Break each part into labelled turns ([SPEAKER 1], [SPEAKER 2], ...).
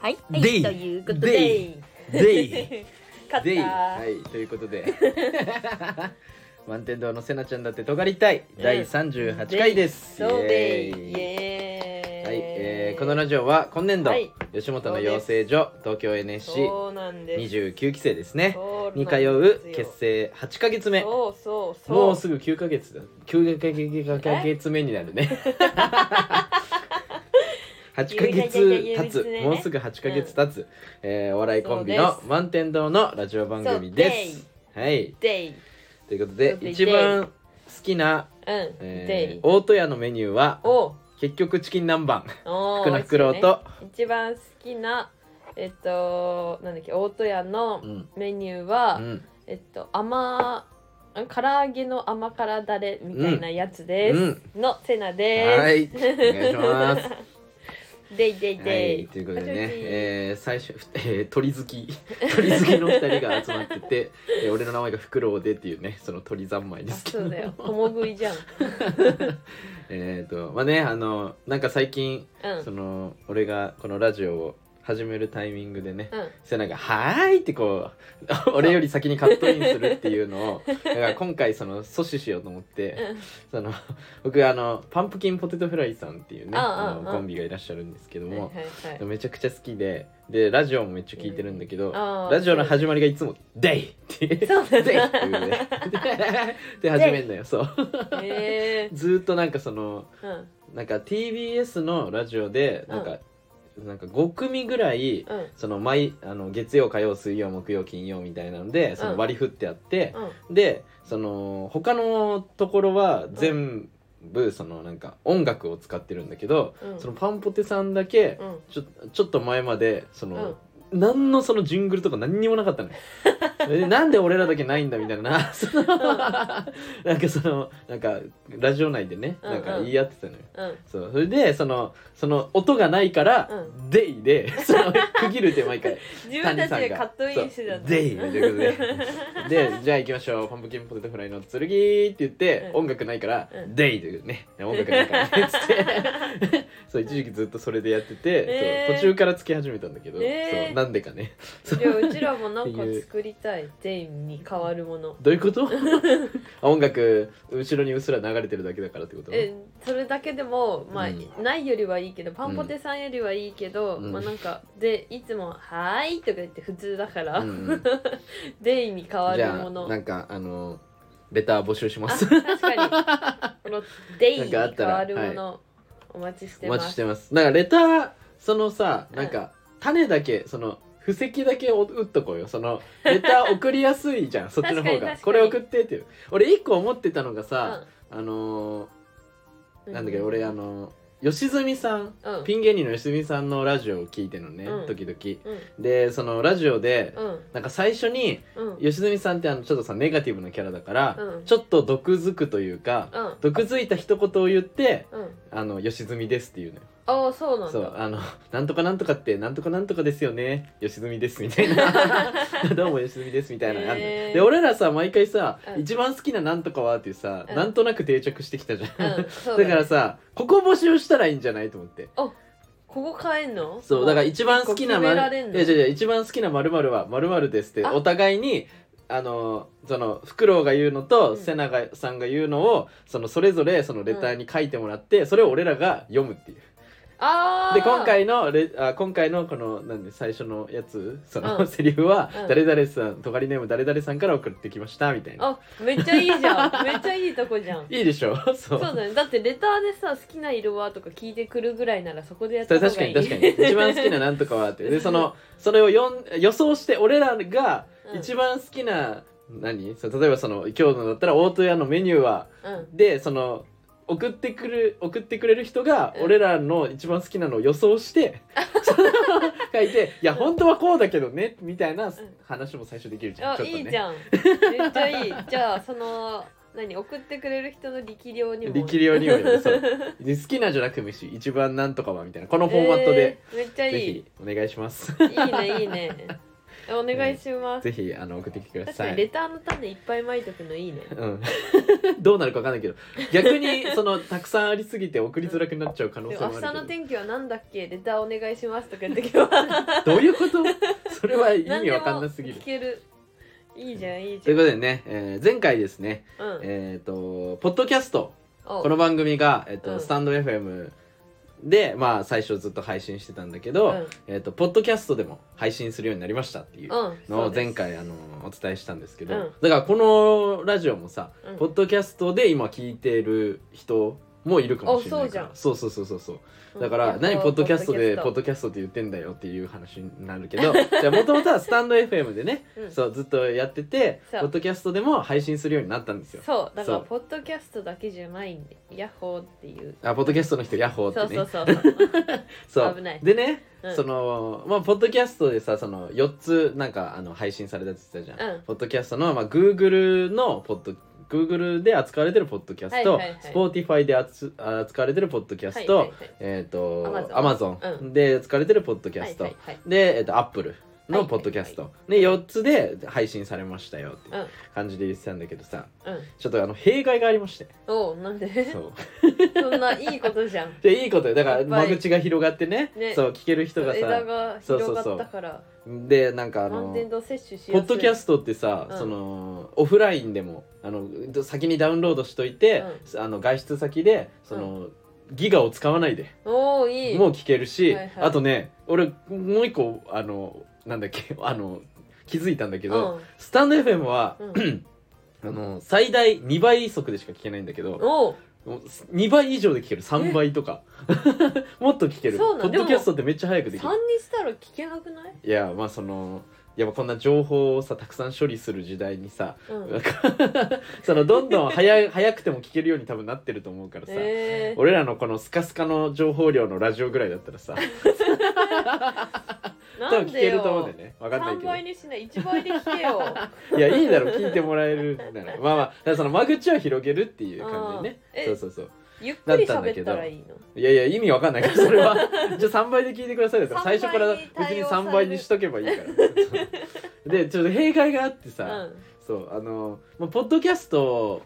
[SPEAKER 1] はい、は
[SPEAKER 2] デイ
[SPEAKER 1] い、ということ
[SPEAKER 2] デ
[SPEAKER 1] で
[SPEAKER 2] イデイ
[SPEAKER 1] 勝
[SPEAKER 2] デイ
[SPEAKER 1] っ
[SPEAKER 2] はいということで 満天堂のせなちゃんだって尖りたい第38
[SPEAKER 1] た
[SPEAKER 2] 回です
[SPEAKER 1] そうデイ
[SPEAKER 2] イエ
[SPEAKER 1] イ
[SPEAKER 2] ーイ
[SPEAKER 1] エーイ
[SPEAKER 2] はい、えーこのラジオは今年度、
[SPEAKER 1] はい
[SPEAKER 2] 吉本の養成所東京 NSC
[SPEAKER 1] そうなんです
[SPEAKER 2] 29期生ですね
[SPEAKER 1] そうなんです
[SPEAKER 2] に
[SPEAKER 1] よ
[SPEAKER 2] 通う結成8ヶ月目
[SPEAKER 1] そうそうそう
[SPEAKER 2] もうすぐ9ヶ月だ9ヶヶ月目になるね 8ヶ月経つ、もうすぐ8ヶ月経つ、えーお笑いコンビ
[SPEAKER 1] そう
[SPEAKER 2] の
[SPEAKER 1] です
[SPEAKER 2] 満天堂のラジオ番組ですはい
[SPEAKER 1] デイ
[SPEAKER 2] ということで
[SPEAKER 1] そうです
[SPEAKER 2] 一番好きな、
[SPEAKER 1] うん、
[SPEAKER 2] えー
[SPEAKER 1] デイ
[SPEAKER 2] 大戸屋のメニューは
[SPEAKER 1] お
[SPEAKER 2] 結局チキン南蛮
[SPEAKER 1] お
[SPEAKER 2] 福の袋と、
[SPEAKER 1] 一番好きなえっとなんだっけ大戸屋の
[SPEAKER 2] うん
[SPEAKER 1] メニューは、
[SPEAKER 2] うん
[SPEAKER 1] えっと甘ん唐揚げの甘辛だれみたいなやつです、
[SPEAKER 2] うん
[SPEAKER 1] のセナ
[SPEAKER 2] は
[SPEAKER 1] で
[SPEAKER 2] いお願いします
[SPEAKER 1] すデイデイ
[SPEAKER 2] は
[SPEAKER 1] デイ、
[SPEAKER 2] いということでね
[SPEAKER 1] パチパチ
[SPEAKER 2] えー最初、えー鳥好き 鳥好きの二人が集まってて、えー俺の名前がフクロウでっていうねその鳥三昧で
[SPEAKER 1] あ
[SPEAKER 2] すけど
[SPEAKER 1] そうだよ共食いじゃん
[SPEAKER 2] えっとまあねあのなんか最近
[SPEAKER 1] うん
[SPEAKER 2] その俺がこのラジオを始めるタイミングでね、
[SPEAKER 1] うん
[SPEAKER 2] せなが「はーい」ってこう 俺より先にカットインするっていうのをだから今回その阻止しようと思って、その僕あのパンプキンポテトフライさんっていうね
[SPEAKER 1] ああ
[SPEAKER 2] あ
[SPEAKER 1] あ
[SPEAKER 2] の
[SPEAKER 1] あ
[SPEAKER 2] コンビがいらっしゃるんですけど
[SPEAKER 1] うん
[SPEAKER 2] も、
[SPEAKER 1] はいはいはい
[SPEAKER 2] めちゃくちゃ好きででラジオもめっちゃ聞いてるんだけど、
[SPEAKER 1] あー
[SPEAKER 2] ラジオの始まりがいつも「デイ!」って「デイ!」って
[SPEAKER 1] そうなんだ
[SPEAKER 2] いうねで始めんのよそう
[SPEAKER 1] え
[SPEAKER 2] ずーっとなんかその
[SPEAKER 1] ー、うん
[SPEAKER 2] なんか TBS のラジオでなんか、なんか5組ぐらい、
[SPEAKER 1] うん
[SPEAKER 2] その毎あの月曜火曜水曜木曜金曜みたいなのでその割り振ってあって、
[SPEAKER 1] うん
[SPEAKER 2] でその他のところは全部そのなんか音楽を使ってるんだけど、
[SPEAKER 1] うん
[SPEAKER 2] そのパンポテさんだけ
[SPEAKER 1] うん
[SPEAKER 2] ちょちょっと前までその、何のそのジングルとか何にもなかったのよ えなんで俺らだけないんだみたい なそのなんかそのなんかラジオ内でねなんか言い合ってたのよ。
[SPEAKER 1] うん
[SPEAKER 2] そうそれでそのその音がないから
[SPEAKER 1] う
[SPEAKER 2] 「デイ」でその区切るって毎回
[SPEAKER 1] 自分たちでカットインしてた
[SPEAKER 2] そ
[SPEAKER 1] の
[SPEAKER 2] うデイとい うことででじゃあ行きましょうパンプキンポテトフライの剣って言って、
[SPEAKER 1] うん
[SPEAKER 2] 音楽ないから、
[SPEAKER 1] うん
[SPEAKER 2] デイというね音楽ないからねつって そう一時期ずっとそれでやってて、
[SPEAKER 1] えー
[SPEAKER 2] そう途中からつけ始めたんだけど、
[SPEAKER 1] えー
[SPEAKER 2] そうなんでかねそう
[SPEAKER 1] じゃあうちらもなん
[SPEAKER 2] っ
[SPEAKER 1] か
[SPEAKER 2] ていう
[SPEAKER 1] 作りたいデイに変わるもの
[SPEAKER 2] どういうこと あ音楽後ろにうっすら流れてるだけだからってこと
[SPEAKER 1] えそれだけでもまあ、
[SPEAKER 2] う
[SPEAKER 1] ないよりはいいけどパンポテさんよりはいいけど、
[SPEAKER 2] うん
[SPEAKER 1] まあなんかでいつも「はーい」とか言って普通だから、
[SPEAKER 2] うんうん
[SPEAKER 1] デイに変わ
[SPEAKER 2] じ
[SPEAKER 1] る
[SPEAKER 2] ゃあ
[SPEAKER 1] もの
[SPEAKER 2] なんかあのレター募集し ま
[SPEAKER 1] あ
[SPEAKER 2] す
[SPEAKER 1] 確かにこのデイ
[SPEAKER 2] なん
[SPEAKER 1] に
[SPEAKER 2] かあった
[SPEAKER 1] 変
[SPEAKER 2] ら
[SPEAKER 1] わるもの、お待ちして
[SPEAKER 2] お
[SPEAKER 1] ま
[SPEAKER 2] 待ちし
[SPEAKER 1] す
[SPEAKER 2] てますなんかレターそのさ
[SPEAKER 1] うん
[SPEAKER 2] なんか種だけその布石だけお打っとこうよそのレター送りやすいじゃんそっちの方
[SPEAKER 1] 確かに確か
[SPEAKER 2] が
[SPEAKER 1] に
[SPEAKER 2] これ送ってっていう俺一個思ってたのが
[SPEAKER 1] う
[SPEAKER 2] さ、あのー
[SPEAKER 1] ん
[SPEAKER 2] なんだっけ俺あのー吉住さん、
[SPEAKER 1] うん
[SPEAKER 2] ピン芸人の吉住さんのラジオを聞いてるのね、
[SPEAKER 1] うん
[SPEAKER 2] 時々
[SPEAKER 1] うん
[SPEAKER 2] でそのラジオで、
[SPEAKER 1] うん
[SPEAKER 2] なんか最初に
[SPEAKER 1] うん
[SPEAKER 2] 吉住さんってあのちょっとさネガティブなキャラだから、
[SPEAKER 1] うん
[SPEAKER 2] ちょっと毒づくというか、
[SPEAKER 1] うん
[SPEAKER 2] 毒づいた一言を言って
[SPEAKER 1] うん
[SPEAKER 2] 「あの吉住です」っていうのよ
[SPEAKER 1] ああそうなんだ
[SPEAKER 2] そうあの「なんとかなんとかってなんとかなんとかですよね吉住です」みたい な「どうも吉住です」みたいなのがあんのよ
[SPEAKER 1] へー
[SPEAKER 2] で俺らさ毎回さ、
[SPEAKER 1] うん
[SPEAKER 2] 一番好きな「なんとかは」っていうさ、
[SPEAKER 1] うん
[SPEAKER 2] なんとなく定着してきたじゃん、
[SPEAKER 1] うんそうだね
[SPEAKER 2] だからさここ募集したらいいんじゃないと思って
[SPEAKER 1] ここ変えんの
[SPEAKER 2] そうだから一番好き
[SPEAKER 1] ま
[SPEAKER 2] なま
[SPEAKER 1] る
[SPEAKER 2] る
[SPEAKER 1] られんの
[SPEAKER 2] いやいやいや一番好きなまるまるはまるまるですって
[SPEAKER 1] あ
[SPEAKER 2] お互いにあのそのフクロウが言うのと、
[SPEAKER 1] うん
[SPEAKER 2] 瀬名がさんが言うのをそのそれぞれそのレターに書いてもらって、それを俺らが読むっていう
[SPEAKER 1] ああ
[SPEAKER 2] で今回のレあ今回のこのなんで最初のやつその、
[SPEAKER 1] うん
[SPEAKER 2] セリフは、
[SPEAKER 1] うん
[SPEAKER 2] 誰々さんとがりネーム誰々さんから送ってきましたみたいな
[SPEAKER 1] あめっちゃいいじゃんめっちゃいいとこじゃん
[SPEAKER 2] いいでしょ そう
[SPEAKER 1] そうだねだってレターでさ好きな色はとか聞いてくるぐらいならそこでやっ
[SPEAKER 2] そ
[SPEAKER 1] た
[SPEAKER 2] れ
[SPEAKER 1] 方が
[SPEAKER 2] 確か
[SPEAKER 1] い
[SPEAKER 2] に
[SPEAKER 1] い
[SPEAKER 2] 確かに一番好きななんとかはってでそのそれをよん予想して俺らが
[SPEAKER 1] うん
[SPEAKER 2] 一番好きな、何そう例えばその今日のだったら大戸屋のメニューは
[SPEAKER 1] うん
[SPEAKER 2] でその送ってくる送ってくれる人が
[SPEAKER 1] うん
[SPEAKER 2] 俺らの一番好きなのを予想して、その書いて「いや本当はこうだけどね」みたいな話も最初できるじゃん、
[SPEAKER 1] あ、
[SPEAKER 2] ちょっと
[SPEAKER 1] い
[SPEAKER 2] ね
[SPEAKER 1] いじゃんめっちゃいいじゃあその何送ってくれる人の力量にも
[SPEAKER 2] 力量にもよるそうで好きなじゃなくてもいいし一番なんとかはみたいなこのフォーマットで、、
[SPEAKER 1] えーめっちゃいい
[SPEAKER 2] ぜひお願いします
[SPEAKER 1] いいねいいねお願いします
[SPEAKER 2] ぜひあの送ってきてくだ
[SPEAKER 1] 確
[SPEAKER 2] さ
[SPEAKER 1] かに
[SPEAKER 2] い
[SPEAKER 1] レターの種いっぱい巻いとくのいいね
[SPEAKER 2] うんどうなるかわかんないけど逆にそのたくさんありすぎて送りづらくなっちゃう可能
[SPEAKER 1] で
[SPEAKER 2] 性
[SPEAKER 1] も
[SPEAKER 2] もあ
[SPEAKER 1] 明
[SPEAKER 2] る
[SPEAKER 1] 日の
[SPEAKER 2] け
[SPEAKER 1] 天気はなんだっけレターお願いしますとか言ってきは
[SPEAKER 2] どどういうことそれは 意
[SPEAKER 1] 何
[SPEAKER 2] 味
[SPEAKER 1] でも
[SPEAKER 2] わかんなすぎる
[SPEAKER 1] 聞。けるいいじゃんいいじ
[SPEAKER 2] とい
[SPEAKER 1] ゃ
[SPEAKER 2] うんことでね、えー前回ですね、
[SPEAKER 1] うん
[SPEAKER 2] えっ、とポッドキャスト
[SPEAKER 1] お
[SPEAKER 2] この番組が、えっと
[SPEAKER 1] うん
[SPEAKER 2] スタンド FM で、まあ、最初ずっと配信してたんだけど、
[SPEAKER 1] うん
[SPEAKER 2] えっとポッドキャストでも配信するようになりましたっていう
[SPEAKER 1] うん
[SPEAKER 2] の
[SPEAKER 1] そ
[SPEAKER 2] を
[SPEAKER 1] うです
[SPEAKER 2] 前回あのお伝えしたんですけど、
[SPEAKER 1] うん
[SPEAKER 2] だからこのラジオもさ、
[SPEAKER 1] うん
[SPEAKER 2] ポッドキャストで今聞いてる人もいるかもしれない
[SPEAKER 1] おそうじ
[SPEAKER 2] か
[SPEAKER 1] ゃ
[SPEAKER 2] ら
[SPEAKER 1] ん
[SPEAKER 2] そうそうそうそうそう
[SPEAKER 1] うん
[SPEAKER 2] だから、
[SPEAKER 1] うん
[SPEAKER 2] 何ポッドキャストでポッ
[SPEAKER 1] ド
[SPEAKER 2] ドキャストって言ってんだよっていう話にな るけどじゃあもともとはスタンド FM でね、
[SPEAKER 1] うん
[SPEAKER 2] そうずっとやっててポ
[SPEAKER 1] そう
[SPEAKER 2] ッドキャストでも配信するようになったんですよ
[SPEAKER 1] そうだから
[SPEAKER 2] そう
[SPEAKER 1] ポッドキャストだけじゃないんでヤッホーっていう
[SPEAKER 2] あポッドキャストの人ヤッホーっ
[SPEAKER 1] そ
[SPEAKER 2] てね
[SPEAKER 1] うそうそう そう
[SPEAKER 2] そう
[SPEAKER 1] 危ない
[SPEAKER 2] でね、
[SPEAKER 1] うん
[SPEAKER 2] そのまあポッドキャストでさその4つなんかあの配信されたって言ってたじゃん、
[SPEAKER 1] うん
[SPEAKER 2] ポッドキャストの、まあ、Google のポッド Google で扱われてるポッドキャスト、
[SPEAKER 1] はいはいはい
[SPEAKER 2] Spotify で扱扱われてるポッドキャスト、
[SPEAKER 1] はいはいはい
[SPEAKER 2] えっ、と
[SPEAKER 1] Amazon
[SPEAKER 2] Amazon で扱われてるポッドキャスト、
[SPEAKER 1] はいはいはい
[SPEAKER 2] で、えっと、Apple のポッドキャスト、で4つで配信されましたよっていう感じで言ってたんだけどさ
[SPEAKER 1] うんうん
[SPEAKER 2] ちょっとあの弊害がありまして
[SPEAKER 1] おうなんで
[SPEAKER 2] そう
[SPEAKER 1] そんないいことじゃん
[SPEAKER 2] でいいことよだから
[SPEAKER 1] いっぱい
[SPEAKER 2] 間口が広がってね
[SPEAKER 1] ね
[SPEAKER 2] そう聞ける人がさ
[SPEAKER 1] 枝が広がったから
[SPEAKER 2] でなんかあ
[SPEAKER 1] 安
[SPEAKER 2] の
[SPEAKER 1] 全度摂取しやすい
[SPEAKER 2] ポッドキャストってさ、
[SPEAKER 1] うん
[SPEAKER 2] そのオフラインでもあの先にダウンロードしといて、あの外出先でその、ギガを使わないで
[SPEAKER 1] おおいい
[SPEAKER 2] もう聞けるし、
[SPEAKER 1] はいはい
[SPEAKER 2] あとね俺もう一個あのなんだっけあの気づいたんだけ
[SPEAKER 1] う
[SPEAKER 2] ど、
[SPEAKER 1] ん
[SPEAKER 2] スタンド FM は、
[SPEAKER 1] うん
[SPEAKER 2] あの最大2倍速でしか聞けないんだけど、
[SPEAKER 1] おう
[SPEAKER 2] 2倍以上で聞ける3倍とか もっと聞けるポ
[SPEAKER 1] そうなん
[SPEAKER 2] ッドキャストってめっちゃ早くできる
[SPEAKER 1] 3にしたら聞けなくない、
[SPEAKER 2] いやまあそのやっぱこんな情報をさたくさん処理する時代にさ、
[SPEAKER 1] うん
[SPEAKER 2] なんかそのどんどん早い 早くても聞けるように多分なってると思うからさ、
[SPEAKER 1] えー、
[SPEAKER 2] 俺らのこのスカスカの情報量のラジオぐらいだったらさ多
[SPEAKER 1] な
[SPEAKER 2] 分
[SPEAKER 1] ん
[SPEAKER 2] 聞
[SPEAKER 1] で
[SPEAKER 2] け
[SPEAKER 1] よ
[SPEAKER 2] ると思うんだよね分かんない
[SPEAKER 1] 3
[SPEAKER 2] けど
[SPEAKER 1] 倍にしない1倍で聞けよ
[SPEAKER 2] いやいいだろ聞いてもらえるならまあまあだからその間口を広げるっていう感じ
[SPEAKER 1] うん
[SPEAKER 2] で
[SPEAKER 1] え
[SPEAKER 2] ねそうそうそう
[SPEAKER 1] ゆっくり喋ったらいいの
[SPEAKER 2] いやいや意味わかんないからそれ はじゃあ3倍で聞いてくださいだったら最初から別に3倍にしとけばいいから そうでちょっと弊害があって
[SPEAKER 1] う
[SPEAKER 2] さ、
[SPEAKER 1] ん
[SPEAKER 2] そうあの、まあ、ポッドキャスト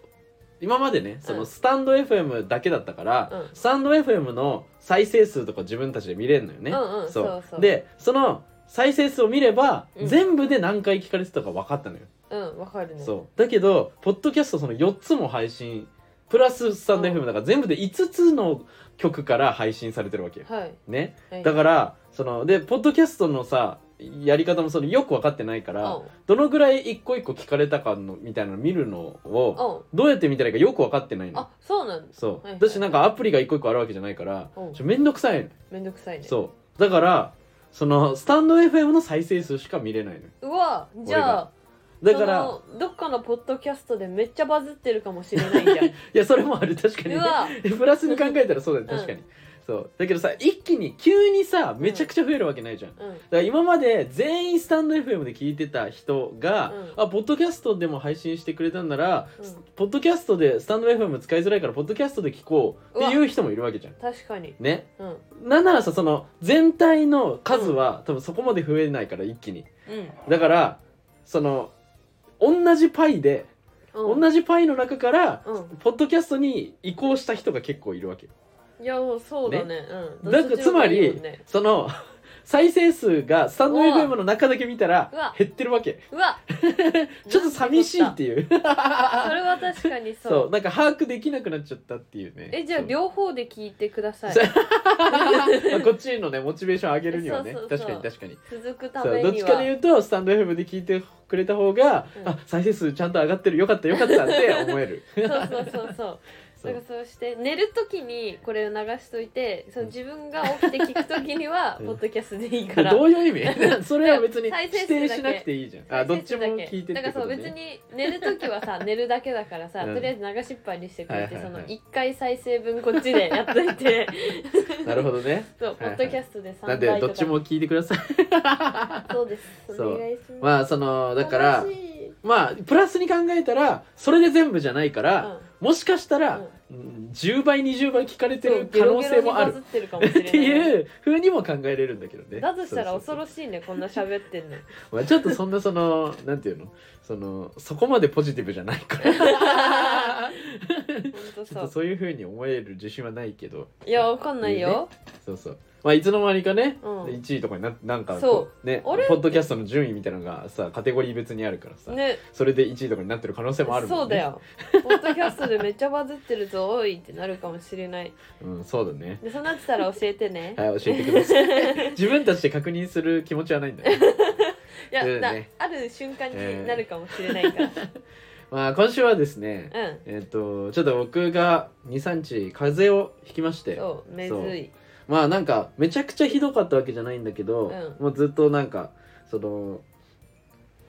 [SPEAKER 2] 今までねそうの
[SPEAKER 1] ん
[SPEAKER 2] スタンド FM だけだったから、
[SPEAKER 1] うん
[SPEAKER 2] スタンド FM の再生数とか自分たちで見れるのよね、
[SPEAKER 1] うんうんそうそう
[SPEAKER 2] でその再生数を見れば、
[SPEAKER 1] うん
[SPEAKER 2] 全部で何回聞かれてたか分かったのよ、
[SPEAKER 1] うんわかるね
[SPEAKER 2] そうだけどポッドキャストその4つも配信プラススタンド
[SPEAKER 1] うん
[SPEAKER 2] FM だから全部で5つの曲から配信されてるわけよ、
[SPEAKER 1] はい、
[SPEAKER 2] ね
[SPEAKER 1] はい、
[SPEAKER 2] だからそのでポッドキャストのさやり方もそのよく分かってないから、
[SPEAKER 1] うん
[SPEAKER 2] どのぐらい一個一個聞かれたかのみたいなの見るのを
[SPEAKER 1] うん
[SPEAKER 2] どうやって見たらいいかよく分かってないの
[SPEAKER 1] あそうなんだ
[SPEAKER 2] そう、
[SPEAKER 1] はいはい
[SPEAKER 2] だしなんかアプリが一個一個あるわけじゃないから
[SPEAKER 1] うん
[SPEAKER 2] ちょめんどくさいの、
[SPEAKER 1] めんどくさいね
[SPEAKER 2] そうだからそのスタンド FM の再生数しか見れないの
[SPEAKER 1] うわじゃあ
[SPEAKER 2] だから
[SPEAKER 1] そのどっかのポッドキャストでめっちゃバズってるかもしれないじゃん
[SPEAKER 2] いやそれもある確かに
[SPEAKER 1] う
[SPEAKER 2] ね
[SPEAKER 1] わ
[SPEAKER 2] プラスに考えたらそうだよね確かに、そうだけどさ一気に急にさめちゃくちゃ増えるわけないじゃ
[SPEAKER 1] う
[SPEAKER 2] ん
[SPEAKER 1] ん
[SPEAKER 2] だから今まで全員スタンド FM で聞いてた人が、
[SPEAKER 1] うん
[SPEAKER 2] あポッドキャストでも配信してくれたんなら、
[SPEAKER 1] うん
[SPEAKER 2] ポッドキャストでスタンド FM 使いづらいからポッドキャストで聞こうっていう人もいるわけじゃん。
[SPEAKER 1] 確かに
[SPEAKER 2] ね、
[SPEAKER 1] うん
[SPEAKER 2] なんならさその全体の数は、多分そこまで増えないから一気に
[SPEAKER 1] うん
[SPEAKER 2] だからその同じパイで、
[SPEAKER 1] うん
[SPEAKER 2] 同じパイの中から、
[SPEAKER 1] う
[SPEAKER 2] ポッドキャストに移行した人が結構いるわけ
[SPEAKER 1] んいやそうだねうん
[SPEAKER 2] だからつま
[SPEAKER 1] どっちでもいい
[SPEAKER 2] り
[SPEAKER 1] もんね
[SPEAKER 2] その 再生数がスタンド
[SPEAKER 1] うわ
[SPEAKER 2] FM の中だけ見た
[SPEAKER 1] うわ
[SPEAKER 2] ら減ってるわけ
[SPEAKER 1] うわ
[SPEAKER 2] ちょっと寂しいっていう
[SPEAKER 1] それは確かにそう
[SPEAKER 2] そうなんか把握できなくなっちゃったっていうね
[SPEAKER 1] えじゃあ
[SPEAKER 2] そう
[SPEAKER 1] 両方で聞いてください
[SPEAKER 2] そう まあこっちのねモチベーション上げるにはね
[SPEAKER 1] そうそう
[SPEAKER 2] 確
[SPEAKER 1] そう
[SPEAKER 2] かに確かに
[SPEAKER 1] 続くた
[SPEAKER 2] そう
[SPEAKER 1] め
[SPEAKER 2] どっ
[SPEAKER 1] に
[SPEAKER 2] ち
[SPEAKER 1] は
[SPEAKER 2] かで言うとスタンド FM で聞いてくれた方が、
[SPEAKER 1] うん
[SPEAKER 2] あ再生数ちゃんと上がってるよかったよかったって思 える
[SPEAKER 1] そうそうそうそう
[SPEAKER 2] そ
[SPEAKER 1] だから
[SPEAKER 2] う
[SPEAKER 1] そうして寝る時にこれを流しといてそ
[SPEAKER 2] うん
[SPEAKER 1] の自分が起きて聞く時には
[SPEAKER 2] うん
[SPEAKER 1] ポッドキャストでいいから
[SPEAKER 2] どういう意味 それは別に
[SPEAKER 1] 再
[SPEAKER 2] 指
[SPEAKER 1] 生数だけ
[SPEAKER 2] 定しなくていいじゃんあどっちも聞いて
[SPEAKER 1] だ
[SPEAKER 2] っ
[SPEAKER 1] か
[SPEAKER 2] て
[SPEAKER 1] ら
[SPEAKER 2] こ
[SPEAKER 1] そう
[SPEAKER 2] と
[SPEAKER 1] 別
[SPEAKER 2] ね
[SPEAKER 1] に寝る時はさ寝るだけだからさ
[SPEAKER 2] うん
[SPEAKER 1] とりあえず流しっぱいにしてくれて
[SPEAKER 2] はい
[SPEAKER 1] そ
[SPEAKER 2] はいは
[SPEAKER 1] の
[SPEAKER 2] い
[SPEAKER 1] 1回再生分こっちでやっといて
[SPEAKER 2] なるほどね
[SPEAKER 1] そうポ
[SPEAKER 2] はいはい
[SPEAKER 1] ッドキャストで3倍
[SPEAKER 2] なん
[SPEAKER 1] とか
[SPEAKER 2] でどっちも聞いてください
[SPEAKER 1] そうです
[SPEAKER 2] そう
[SPEAKER 1] お願いします
[SPEAKER 2] まあそのだから
[SPEAKER 1] 悲しい
[SPEAKER 2] まあプラスに考えたらそれで全部じゃないか
[SPEAKER 1] う
[SPEAKER 2] ら、
[SPEAKER 1] ん
[SPEAKER 2] もしかしたら、
[SPEAKER 1] うん
[SPEAKER 2] うん10倍20倍聞かれて
[SPEAKER 1] そう
[SPEAKER 2] る
[SPEAKER 1] ゲ
[SPEAKER 2] 可
[SPEAKER 1] ロ
[SPEAKER 2] 能
[SPEAKER 1] ゲ
[SPEAKER 2] 性
[SPEAKER 1] ロに
[SPEAKER 2] もあ
[SPEAKER 1] バズ
[SPEAKER 2] る
[SPEAKER 1] ってるかもし
[SPEAKER 2] っ
[SPEAKER 1] れ
[SPEAKER 2] て
[SPEAKER 1] ない。
[SPEAKER 2] いうふうにも考えれるんだけどね
[SPEAKER 1] だとしたら恐
[SPEAKER 2] しい
[SPEAKER 1] ろしいねこんな喋ってん の。
[SPEAKER 2] まあ、ちょっとそんなそのなんていうのそのそこまでポジティブじゃないから
[SPEAKER 1] 本当
[SPEAKER 2] ち
[SPEAKER 1] そ
[SPEAKER 2] ょっと
[SPEAKER 1] う。
[SPEAKER 2] そういうふうに思える自信はないけど
[SPEAKER 1] いやわかんないよ。
[SPEAKER 2] そうそうまあいつの間にかね、
[SPEAKER 1] うん
[SPEAKER 2] 1位とかにななんか
[SPEAKER 1] そ
[SPEAKER 2] ね
[SPEAKER 1] あれ
[SPEAKER 2] ポッドキャストの順位みたいなのがさカテゴリー別にあるからさ、
[SPEAKER 1] ね。
[SPEAKER 2] それで1位とかになってる可能性もあるも
[SPEAKER 1] そう
[SPEAKER 2] んね
[SPEAKER 1] だ、よ。ポッドキャストでめっちゃバズってるぞおいってなるかもしれない。
[SPEAKER 2] うん、そうだね
[SPEAKER 1] でそうなってたら教えてね。
[SPEAKER 2] はい教えてくだ さい自分たちで確認する気持ちはないんだね
[SPEAKER 1] いや、
[SPEAKER 2] そう
[SPEAKER 1] な
[SPEAKER 2] だね
[SPEAKER 1] ある瞬間になるかもしれないから。
[SPEAKER 2] まあ今週はですね
[SPEAKER 1] うん。
[SPEAKER 2] えっ、とちょっと僕が23日風邪をひきまして
[SPEAKER 1] そうめずい。
[SPEAKER 2] まあなんかめちゃくちゃひどかったわけじゃないんだけど、
[SPEAKER 1] う
[SPEAKER 2] もうずっとなんかその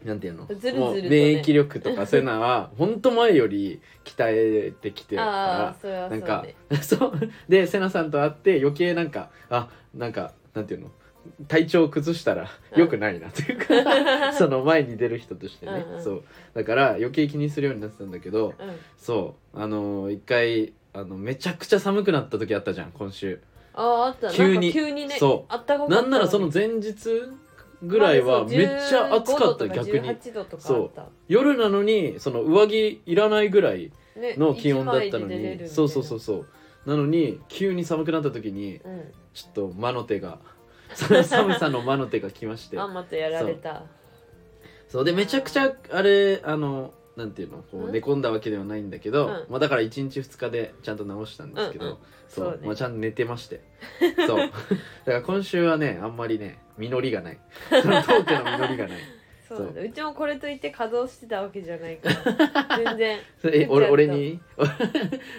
[SPEAKER 2] なんていうの
[SPEAKER 1] ずるずるとね
[SPEAKER 2] もう免疫力とかそういうのはほんと前より鍛えてきてる
[SPEAKER 1] ああ
[SPEAKER 2] か
[SPEAKER 1] それは
[SPEAKER 2] ら
[SPEAKER 1] そ
[SPEAKER 2] な
[SPEAKER 1] うん
[SPEAKER 2] か
[SPEAKER 1] ね。
[SPEAKER 2] そうでセナさんと会って余計なんかあなんかなんていうの体調を崩したら
[SPEAKER 1] うん
[SPEAKER 2] 良くないなという か、その前に出る人としてね、
[SPEAKER 1] うんうん
[SPEAKER 2] そうだから余計気にするようになってたんだけど
[SPEAKER 1] うん。
[SPEAKER 2] そうあの一回あのめちゃくちゃ寒くなった時あったじゃん今週。
[SPEAKER 1] あああったなんか
[SPEAKER 2] 急に
[SPEAKER 1] 急にね
[SPEAKER 2] そ
[SPEAKER 1] あったかかった
[SPEAKER 2] な
[SPEAKER 1] の
[SPEAKER 2] んならその前日ぐらいはめっちゃ暑かった逆に
[SPEAKER 1] 18度とかあっ
[SPEAKER 2] そ
[SPEAKER 1] た
[SPEAKER 2] 夜なのにその上着いらないぐらい
[SPEAKER 1] ね
[SPEAKER 2] の気温だっ
[SPEAKER 1] 一
[SPEAKER 2] たの
[SPEAKER 1] 枚で出れるみたい
[SPEAKER 2] に
[SPEAKER 1] な
[SPEAKER 2] そうそうそうそうなのに急に寒くなった時に
[SPEAKER 1] うん
[SPEAKER 2] ちょっと魔の手が その寒さの魔の手が来まして
[SPEAKER 1] あまたやられた
[SPEAKER 2] そうでめちゃくちゃあれあのなんていうのこ
[SPEAKER 1] う
[SPEAKER 2] うん寝込んだわけではないんだけど、
[SPEAKER 1] うん
[SPEAKER 2] まあ、だから1日2日でちゃんと治したんですけど、
[SPEAKER 1] うんうん
[SPEAKER 2] そう
[SPEAKER 1] そうね
[SPEAKER 2] まあ、ちゃんと寝てまして そうだから今週はねあんまりね実りがないそのトークの実りがない
[SPEAKER 1] そうなんだうちもこれといって稼働してたわけじゃないから全然
[SPEAKER 2] それえ俺俺
[SPEAKER 1] 言っ
[SPEAKER 2] に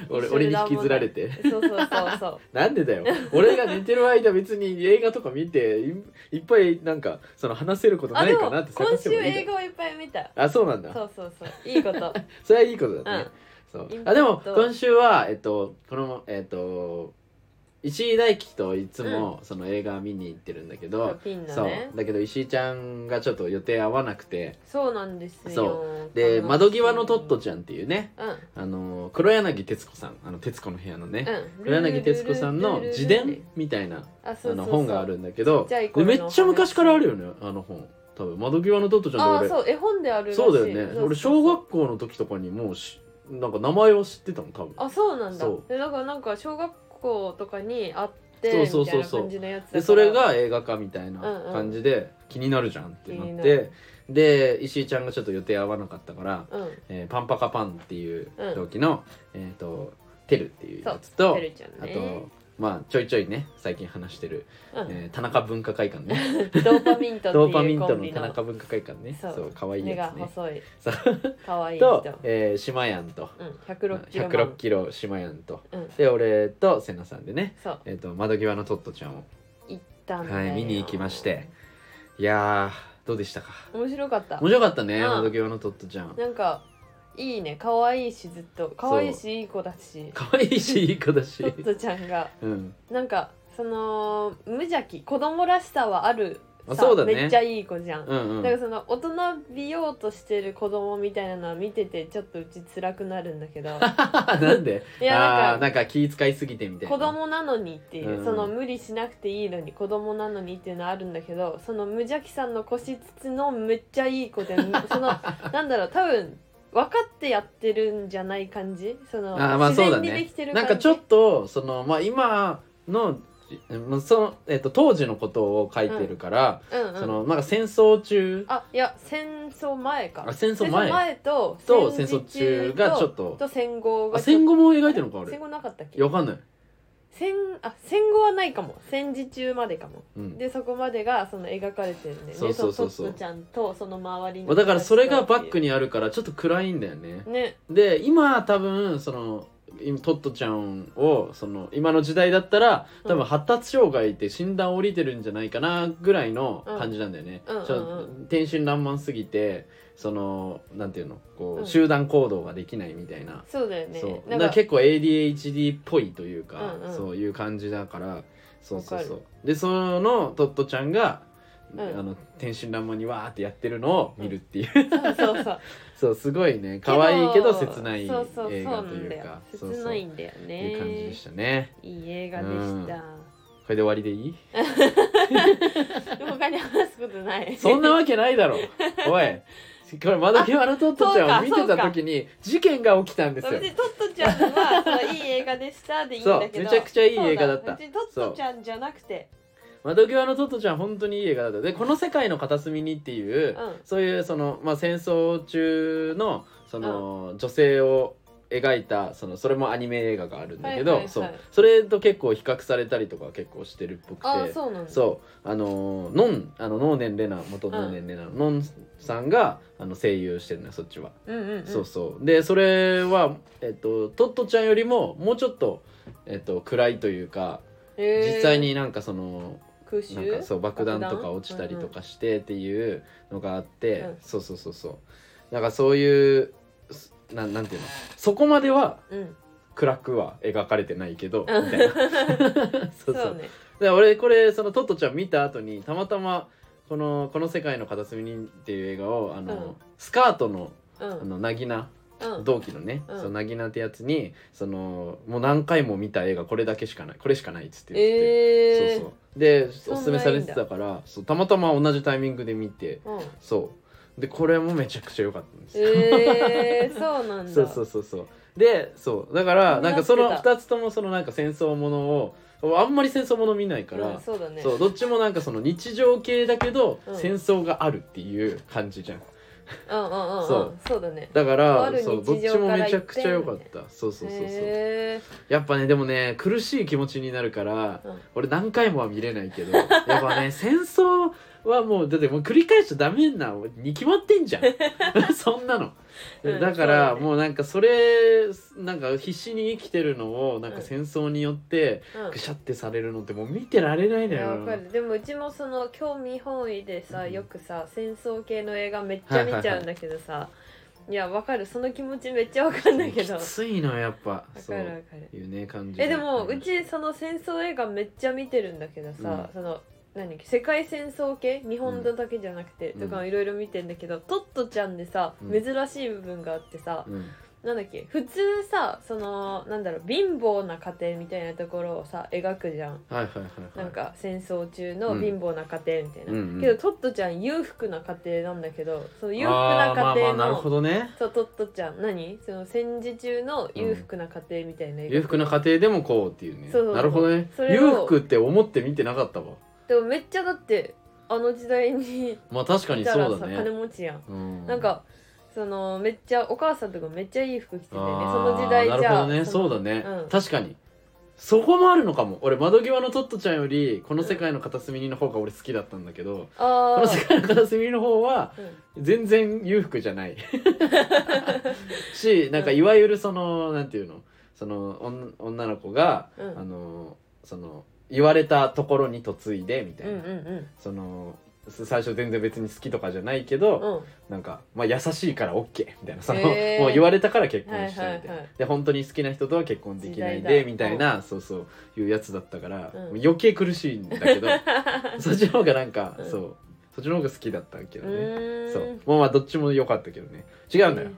[SPEAKER 2] 俺
[SPEAKER 1] 一緒
[SPEAKER 2] 俺
[SPEAKER 1] に
[SPEAKER 2] に
[SPEAKER 1] 乱暴
[SPEAKER 2] 引きずられて
[SPEAKER 1] そうそうそうそう
[SPEAKER 2] なんでだよ俺が寝てる間別に映画とか見ていいっぱいなんかその話せること
[SPEAKER 1] あ
[SPEAKER 2] な
[SPEAKER 1] で
[SPEAKER 2] い
[SPEAKER 1] も
[SPEAKER 2] かなって探
[SPEAKER 1] 今
[SPEAKER 2] して
[SPEAKER 1] 週
[SPEAKER 2] もいい
[SPEAKER 1] 映
[SPEAKER 2] じ
[SPEAKER 1] 画をいっぱい見た
[SPEAKER 2] ゃんあそうなんだ
[SPEAKER 1] そうそうそういいこと
[SPEAKER 2] それはいいことだね、そう
[SPEAKER 1] インプット
[SPEAKER 2] あでも今週はえっとこのえっと石井大樹といつもその映画見に行ってるんだけど、
[SPEAKER 1] ピンだ
[SPEAKER 2] そう
[SPEAKER 1] ね
[SPEAKER 2] だけど石井ちゃんがちょっと予定合わなくて
[SPEAKER 1] そうなんですよ
[SPEAKER 2] で「窓際のトット
[SPEAKER 1] ち
[SPEAKER 2] ちゃん」っていうね
[SPEAKER 1] ゃんうん
[SPEAKER 2] あの黒柳徹子さんあの徹子の部屋のね、
[SPEAKER 1] うん
[SPEAKER 2] 黒柳徹子さんの自伝みたいな
[SPEAKER 1] あ
[SPEAKER 2] あ
[SPEAKER 1] そうそう
[SPEAKER 2] の
[SPEAKER 1] そう
[SPEAKER 2] 本があるんだけど
[SPEAKER 1] ちっちゃい
[SPEAKER 2] で
[SPEAKER 1] 頃の
[SPEAKER 2] めっちゃ昔からあるよねあの本多分「窓際のトットちゃん」
[SPEAKER 1] あ
[SPEAKER 2] っ
[SPEAKER 1] あ
[SPEAKER 2] て俺
[SPEAKER 1] そう絵本であるらしい
[SPEAKER 2] そうだよね
[SPEAKER 1] そう
[SPEAKER 2] 俺小学校の時とかにもうしなんか名前は知ってたの多分
[SPEAKER 1] あそうなんだ
[SPEAKER 2] そう
[SPEAKER 1] でだからなんか小学校とかにあって
[SPEAKER 2] そうそうそうそう
[SPEAKER 1] みたいな感じのやつだから
[SPEAKER 2] でそれが映画化みたいな
[SPEAKER 1] うんうん
[SPEAKER 2] 感じで気になるじゃんってな
[SPEAKER 1] 気に
[SPEAKER 2] っ
[SPEAKER 1] な
[SPEAKER 2] て
[SPEAKER 1] る
[SPEAKER 2] で石井ちゃんがちょっと予定合わなかったから
[SPEAKER 1] うん
[SPEAKER 2] 「えーパンパカパン」っていう
[SPEAKER 1] うん
[SPEAKER 2] 同期のえっとテルっていう
[SPEAKER 1] そ
[SPEAKER 2] や
[SPEAKER 1] う
[SPEAKER 2] つと
[SPEAKER 1] てるちゃん
[SPEAKER 2] あ
[SPEAKER 1] ね
[SPEAKER 2] とまあちょいちょいね最近話してる
[SPEAKER 1] うん
[SPEAKER 2] えー田中文化会館ね
[SPEAKER 1] ドーパミントって
[SPEAKER 2] ドーパ
[SPEAKER 1] い
[SPEAKER 2] ミ
[SPEAKER 1] う
[SPEAKER 2] ン
[SPEAKER 1] コ
[SPEAKER 2] ト
[SPEAKER 1] ン
[SPEAKER 2] の
[SPEAKER 1] ビ
[SPEAKER 2] 田
[SPEAKER 1] の
[SPEAKER 2] 中文化会館ね
[SPEAKER 1] そう
[SPEAKER 2] そう可愛い
[SPEAKER 1] 目が
[SPEAKER 2] やつね
[SPEAKER 1] 細い
[SPEAKER 2] そう
[SPEAKER 1] 可愛い人
[SPEAKER 2] と、えー、しまやんと
[SPEAKER 1] うん106キロマ
[SPEAKER 2] 106
[SPEAKER 1] ン
[SPEAKER 2] キロしまやんと
[SPEAKER 1] うん
[SPEAKER 2] で俺と瀬名さんでね、
[SPEAKER 1] そう
[SPEAKER 2] えー、と窓際のトットちゃんを
[SPEAKER 1] 行ったんだ
[SPEAKER 2] はい
[SPEAKER 1] よ
[SPEAKER 2] 見に行きましていやーどうでしたか
[SPEAKER 1] 面白かった
[SPEAKER 2] 面白かったね、
[SPEAKER 1] うん
[SPEAKER 2] 窓際のトットちゃん
[SPEAKER 1] なんかいいね可愛いしずっと可愛いしいい子だし
[SPEAKER 2] 可愛いしいい子だ し
[SPEAKER 1] トットちゃんが
[SPEAKER 2] うん
[SPEAKER 1] なんかその無邪気子供らしさはある
[SPEAKER 2] あ
[SPEAKER 1] さ
[SPEAKER 2] そうだね
[SPEAKER 1] めっちゃいい子じゃん
[SPEAKER 2] うんうん
[SPEAKER 1] だからその大人びようとしてる子供みたいなのは見ててちょっとうち辛くなるんだ けど
[SPEAKER 2] なんで
[SPEAKER 1] いやなんか
[SPEAKER 2] あーなんか気遣いすぎてみたいな
[SPEAKER 1] 子供なのにっていう、
[SPEAKER 2] うん
[SPEAKER 1] その無理しなくていいのに子供なのにっていうのはあるんだけどその無邪気さんの腰つつのめっちゃいい 子でそのなんだろう多分分かってやってるんじゃない感じその
[SPEAKER 2] あーまあそうだ
[SPEAKER 1] 自然に
[SPEAKER 2] ね
[SPEAKER 1] できてる
[SPEAKER 2] なん
[SPEAKER 1] 感じ
[SPEAKER 2] かちょっとそのまあ今のうんその、えっと当時のことを書いてるから、
[SPEAKER 1] うんうん
[SPEAKER 2] そのなんか戦争中
[SPEAKER 1] あいや戦争前か
[SPEAKER 2] あ戦争前
[SPEAKER 1] と
[SPEAKER 2] と戦
[SPEAKER 1] 時
[SPEAKER 2] 争中がちょっと
[SPEAKER 1] と戦後
[SPEAKER 2] あ
[SPEAKER 1] が
[SPEAKER 2] 戦
[SPEAKER 1] 後
[SPEAKER 2] 後も描いてるのかあれ
[SPEAKER 1] 戦後なかったっけ
[SPEAKER 2] いやわかんない、
[SPEAKER 1] 戦あ戦後はないかも戦時中までかも
[SPEAKER 2] うん、
[SPEAKER 1] でそこまでがその描かれてるんだよね
[SPEAKER 2] そうそうそうそう
[SPEAKER 1] のトットちゃんとその周り
[SPEAKER 2] ま
[SPEAKER 1] の
[SPEAKER 2] あだからそれがバック
[SPEAKER 1] に
[SPEAKER 2] にあるからちょっと暗いんだよね
[SPEAKER 1] ね
[SPEAKER 2] で今多分その今トットちゃんをその今の時代だったら多
[SPEAKER 1] う
[SPEAKER 2] 分
[SPEAKER 1] ん
[SPEAKER 2] 発達障害って診断降りてるんじゃないかなぐらいの感じなんだよね、
[SPEAKER 1] うんうん
[SPEAKER 2] ちょ
[SPEAKER 1] うん
[SPEAKER 2] 天真爛漫すぎてそのなんていうのこう、
[SPEAKER 1] うん
[SPEAKER 2] 集団行動ができないみたいな、
[SPEAKER 1] そうだよね
[SPEAKER 2] そう
[SPEAKER 1] な
[SPEAKER 2] だ
[SPEAKER 1] ん
[SPEAKER 2] か
[SPEAKER 1] から
[SPEAKER 2] 結構 ADHD っぽいというか、
[SPEAKER 1] うんうん
[SPEAKER 2] そういう感じだからそうそう
[SPEAKER 1] わ
[SPEAKER 2] そ
[SPEAKER 1] か
[SPEAKER 2] うでそのトットちゃんが
[SPEAKER 1] うん
[SPEAKER 2] あの天真爛漫にわーってやってるのを見るっていう、
[SPEAKER 1] そうそうそう
[SPEAKER 2] そうすごいね可愛いけど切ない映
[SPEAKER 1] そ
[SPEAKER 2] 画
[SPEAKER 1] うそうそう
[SPEAKER 2] というか
[SPEAKER 1] そう
[SPEAKER 2] そ
[SPEAKER 1] なんだよ切
[SPEAKER 2] うそう
[SPEAKER 1] ない
[SPEAKER 2] い
[SPEAKER 1] んだよね
[SPEAKER 2] う感じでしたね
[SPEAKER 1] いい映画でした、
[SPEAKER 2] これで終わりでいい
[SPEAKER 1] 他に話すことない
[SPEAKER 2] そんなわけな いだろおいこれまだケワラトットちゃんを
[SPEAKER 1] あ
[SPEAKER 2] 見
[SPEAKER 1] そうか
[SPEAKER 2] てた時に事件が起きたんですよ
[SPEAKER 1] 別にトットちゃんはそのいい映画でしたでいいんだけど
[SPEAKER 2] そうめちゃくちゃいい映画だった
[SPEAKER 1] そう別にトットちゃんじゃなくて
[SPEAKER 2] 窓際のトトちゃん本当にいい映画だったで「この世界の片隅に」っていう、
[SPEAKER 1] うん
[SPEAKER 2] そういうその、まあ、戦争中のその、女性を描いたそのそれもアニメ映画があるんだけど、
[SPEAKER 1] はいはいはい
[SPEAKER 2] そうそれと結構比較されたりとかは結構してるっぽくて
[SPEAKER 1] ああそうなんだ
[SPEAKER 2] そうあのーノンあのノーネンレナ元ノーネンレナの、ノンさんがあの声優してるのよそっちは、
[SPEAKER 1] うんうんうん
[SPEAKER 2] そうそうでそれは、えっと、トットちゃんよりももうちょっと、えっと、暗いというか
[SPEAKER 1] へー
[SPEAKER 2] 実際になんかその
[SPEAKER 1] 空
[SPEAKER 2] なんか
[SPEAKER 1] 襲
[SPEAKER 2] そう爆弾と
[SPEAKER 1] 爆
[SPEAKER 2] か
[SPEAKER 1] 弾
[SPEAKER 2] 落ちたりとかしてっていうのがあって、
[SPEAKER 1] うん
[SPEAKER 2] そうそうそうそうなんかそういうすなんなんていうのそこまでは
[SPEAKER 1] うん
[SPEAKER 2] 暗くは描かれてないけどみ
[SPEAKER 1] うん
[SPEAKER 2] た いな そうそう
[SPEAKER 1] そうね
[SPEAKER 2] で俺これそのトットちゃん見た後にたまたまこの「この世界の片隅に」っていう映画をあの、
[SPEAKER 1] うん
[SPEAKER 2] スカートの
[SPEAKER 1] うん
[SPEAKER 2] あのなぎな
[SPEAKER 1] うん
[SPEAKER 2] 同期のね、
[SPEAKER 1] うん
[SPEAKER 2] そのなぎなってやつにそのもう何回も見た映画これだけしかないこれしかないっつって言ってて。
[SPEAKER 1] え
[SPEAKER 2] そう
[SPEAKER 1] え
[SPEAKER 2] そうで
[SPEAKER 1] ん
[SPEAKER 2] お
[SPEAKER 1] な
[SPEAKER 2] すすめされてたからそうたまたま同じタイミングで見て
[SPEAKER 1] うん
[SPEAKER 2] そうでこれもめちゃくちゃ良かったんですよ、
[SPEAKER 1] えー、そうなんだ
[SPEAKER 2] そうそうそうそうでそうだからなんかその
[SPEAKER 1] なってた
[SPEAKER 2] 2つともそのなんか戦争ものをあんまり戦争もの見ないから、
[SPEAKER 1] うん、そうだね
[SPEAKER 2] そうどっちもなんかその日常系だけど、
[SPEAKER 1] うん
[SPEAKER 2] 戦争があるっていう感じじゃん
[SPEAKER 1] うんうんうんうん
[SPEAKER 2] そ
[SPEAKER 1] そううそうだね
[SPEAKER 2] だから
[SPEAKER 1] ある
[SPEAKER 2] そうどっ
[SPEAKER 1] 日
[SPEAKER 2] ち
[SPEAKER 1] 常
[SPEAKER 2] も
[SPEAKER 1] から
[SPEAKER 2] めちゃくちゃ良かっ
[SPEAKER 1] 一
[SPEAKER 2] たそうそうそうそう
[SPEAKER 1] へ
[SPEAKER 2] やっぱねでもね苦しい気持ちになるから
[SPEAKER 1] ー、うん
[SPEAKER 2] 俺何回もは見れないけ どやっぱね戦争はもうだってもう繰り返しちゃダメなに決まってんじゃ んそんなの、
[SPEAKER 1] うん
[SPEAKER 2] だ
[SPEAKER 1] そ
[SPEAKER 2] から
[SPEAKER 1] うだね
[SPEAKER 2] もうなんかそれなんか必死に生きてるのをなんか戦争によって
[SPEAKER 1] うん
[SPEAKER 2] ぐしゃってされるのってもう見てられない
[SPEAKER 1] い
[SPEAKER 2] の
[SPEAKER 1] や
[SPEAKER 2] よ、
[SPEAKER 1] わかるでもうちもその興味本位でさ
[SPEAKER 2] うん
[SPEAKER 1] よくさ戦争系の映画めっちゃ見ちゃうんだけどさ、いやわかるその気持ちめっちゃわかんだけど
[SPEAKER 2] き
[SPEAKER 1] わ
[SPEAKER 2] ついのよやっぱ
[SPEAKER 1] か
[SPEAKER 2] そう
[SPEAKER 1] るわか
[SPEAKER 2] い
[SPEAKER 1] る
[SPEAKER 2] うね感じ
[SPEAKER 1] えでもうちその戦争映画めっちゃ見てるんだけどさ、その何世界戦争系日本のだけじゃなくて、
[SPEAKER 2] うん
[SPEAKER 1] とかいろいろ見てんだけど、トットちゃんでさ
[SPEAKER 2] うん
[SPEAKER 1] 珍しい部分があってさ、
[SPEAKER 2] うん
[SPEAKER 1] なんだっけ普通さそのなんだろう貧乏な家庭みたいなところをさ描くじゃん
[SPEAKER 2] はいはいはいはい
[SPEAKER 1] なんか戦争中の貧乏な家庭みたいな、
[SPEAKER 2] うんうんうん
[SPEAKER 1] けどトットちゃん裕福な家庭なんだけどその裕福
[SPEAKER 2] あ
[SPEAKER 1] な
[SPEAKER 2] ーまあ
[SPEAKER 1] 家
[SPEAKER 2] まあ
[SPEAKER 1] 庭
[SPEAKER 2] なる
[SPEAKER 1] の、
[SPEAKER 2] ほどね
[SPEAKER 1] そうトットちゃん何その戦時中の裕福な家庭みたいな、
[SPEAKER 2] 裕福な家庭でもこうっていうね
[SPEAKER 1] そうそうそう
[SPEAKER 2] なるほどね
[SPEAKER 1] それを
[SPEAKER 2] 裕福って思って見てなかったわ
[SPEAKER 1] でもめっちゃだってあの時代に
[SPEAKER 2] まあ確か
[SPEAKER 1] い
[SPEAKER 2] に
[SPEAKER 1] たら
[SPEAKER 2] そう
[SPEAKER 1] さ、
[SPEAKER 2] だね
[SPEAKER 1] 金持ちやん、
[SPEAKER 2] うん
[SPEAKER 1] なんかそのめっちゃお母さんとかめっちゃいい服着ててねそ
[SPEAKER 2] あ
[SPEAKER 1] の
[SPEAKER 2] ー
[SPEAKER 1] 時代じ
[SPEAKER 2] なる
[SPEAKER 1] ゃ
[SPEAKER 2] ほどねそうだね、
[SPEAKER 1] うん
[SPEAKER 2] 確かにそこもあるのかも俺窓際のトットちゃんよりこの世界の片隅にの方が俺好きだったんだけど、こ
[SPEAKER 1] あー
[SPEAKER 2] の世界の片隅の方は
[SPEAKER 1] うん
[SPEAKER 2] 全然裕福じゃない しなんかいわゆるそのなんていうのその女女の子が、
[SPEAKER 1] うん
[SPEAKER 2] あのその言われたところに嫁いでみたい
[SPEAKER 1] うん
[SPEAKER 2] な、
[SPEAKER 1] うん
[SPEAKER 2] その最初全然別に好きとかじゃないけど、
[SPEAKER 1] うんうん
[SPEAKER 2] なんか、まあ、優しいから OK みたいなその、
[SPEAKER 1] へー
[SPEAKER 2] もう言われたから結婚したいみた
[SPEAKER 1] はいは
[SPEAKER 2] いな、
[SPEAKER 1] いはい
[SPEAKER 2] で本当に好きな人とは結婚できない
[SPEAKER 1] 時代
[SPEAKER 2] で
[SPEAKER 1] だ
[SPEAKER 2] みたいな、そうそういうやつだったから、
[SPEAKER 1] うん
[SPEAKER 2] もう余計苦しいんだけ どそっちの方がなんか、
[SPEAKER 1] うん
[SPEAKER 2] そうそっちの方が好きだったけど
[SPEAKER 1] う
[SPEAKER 2] ね、
[SPEAKER 1] ーん
[SPEAKER 2] そうもうまあどっちも良かったけどね違うんだよ、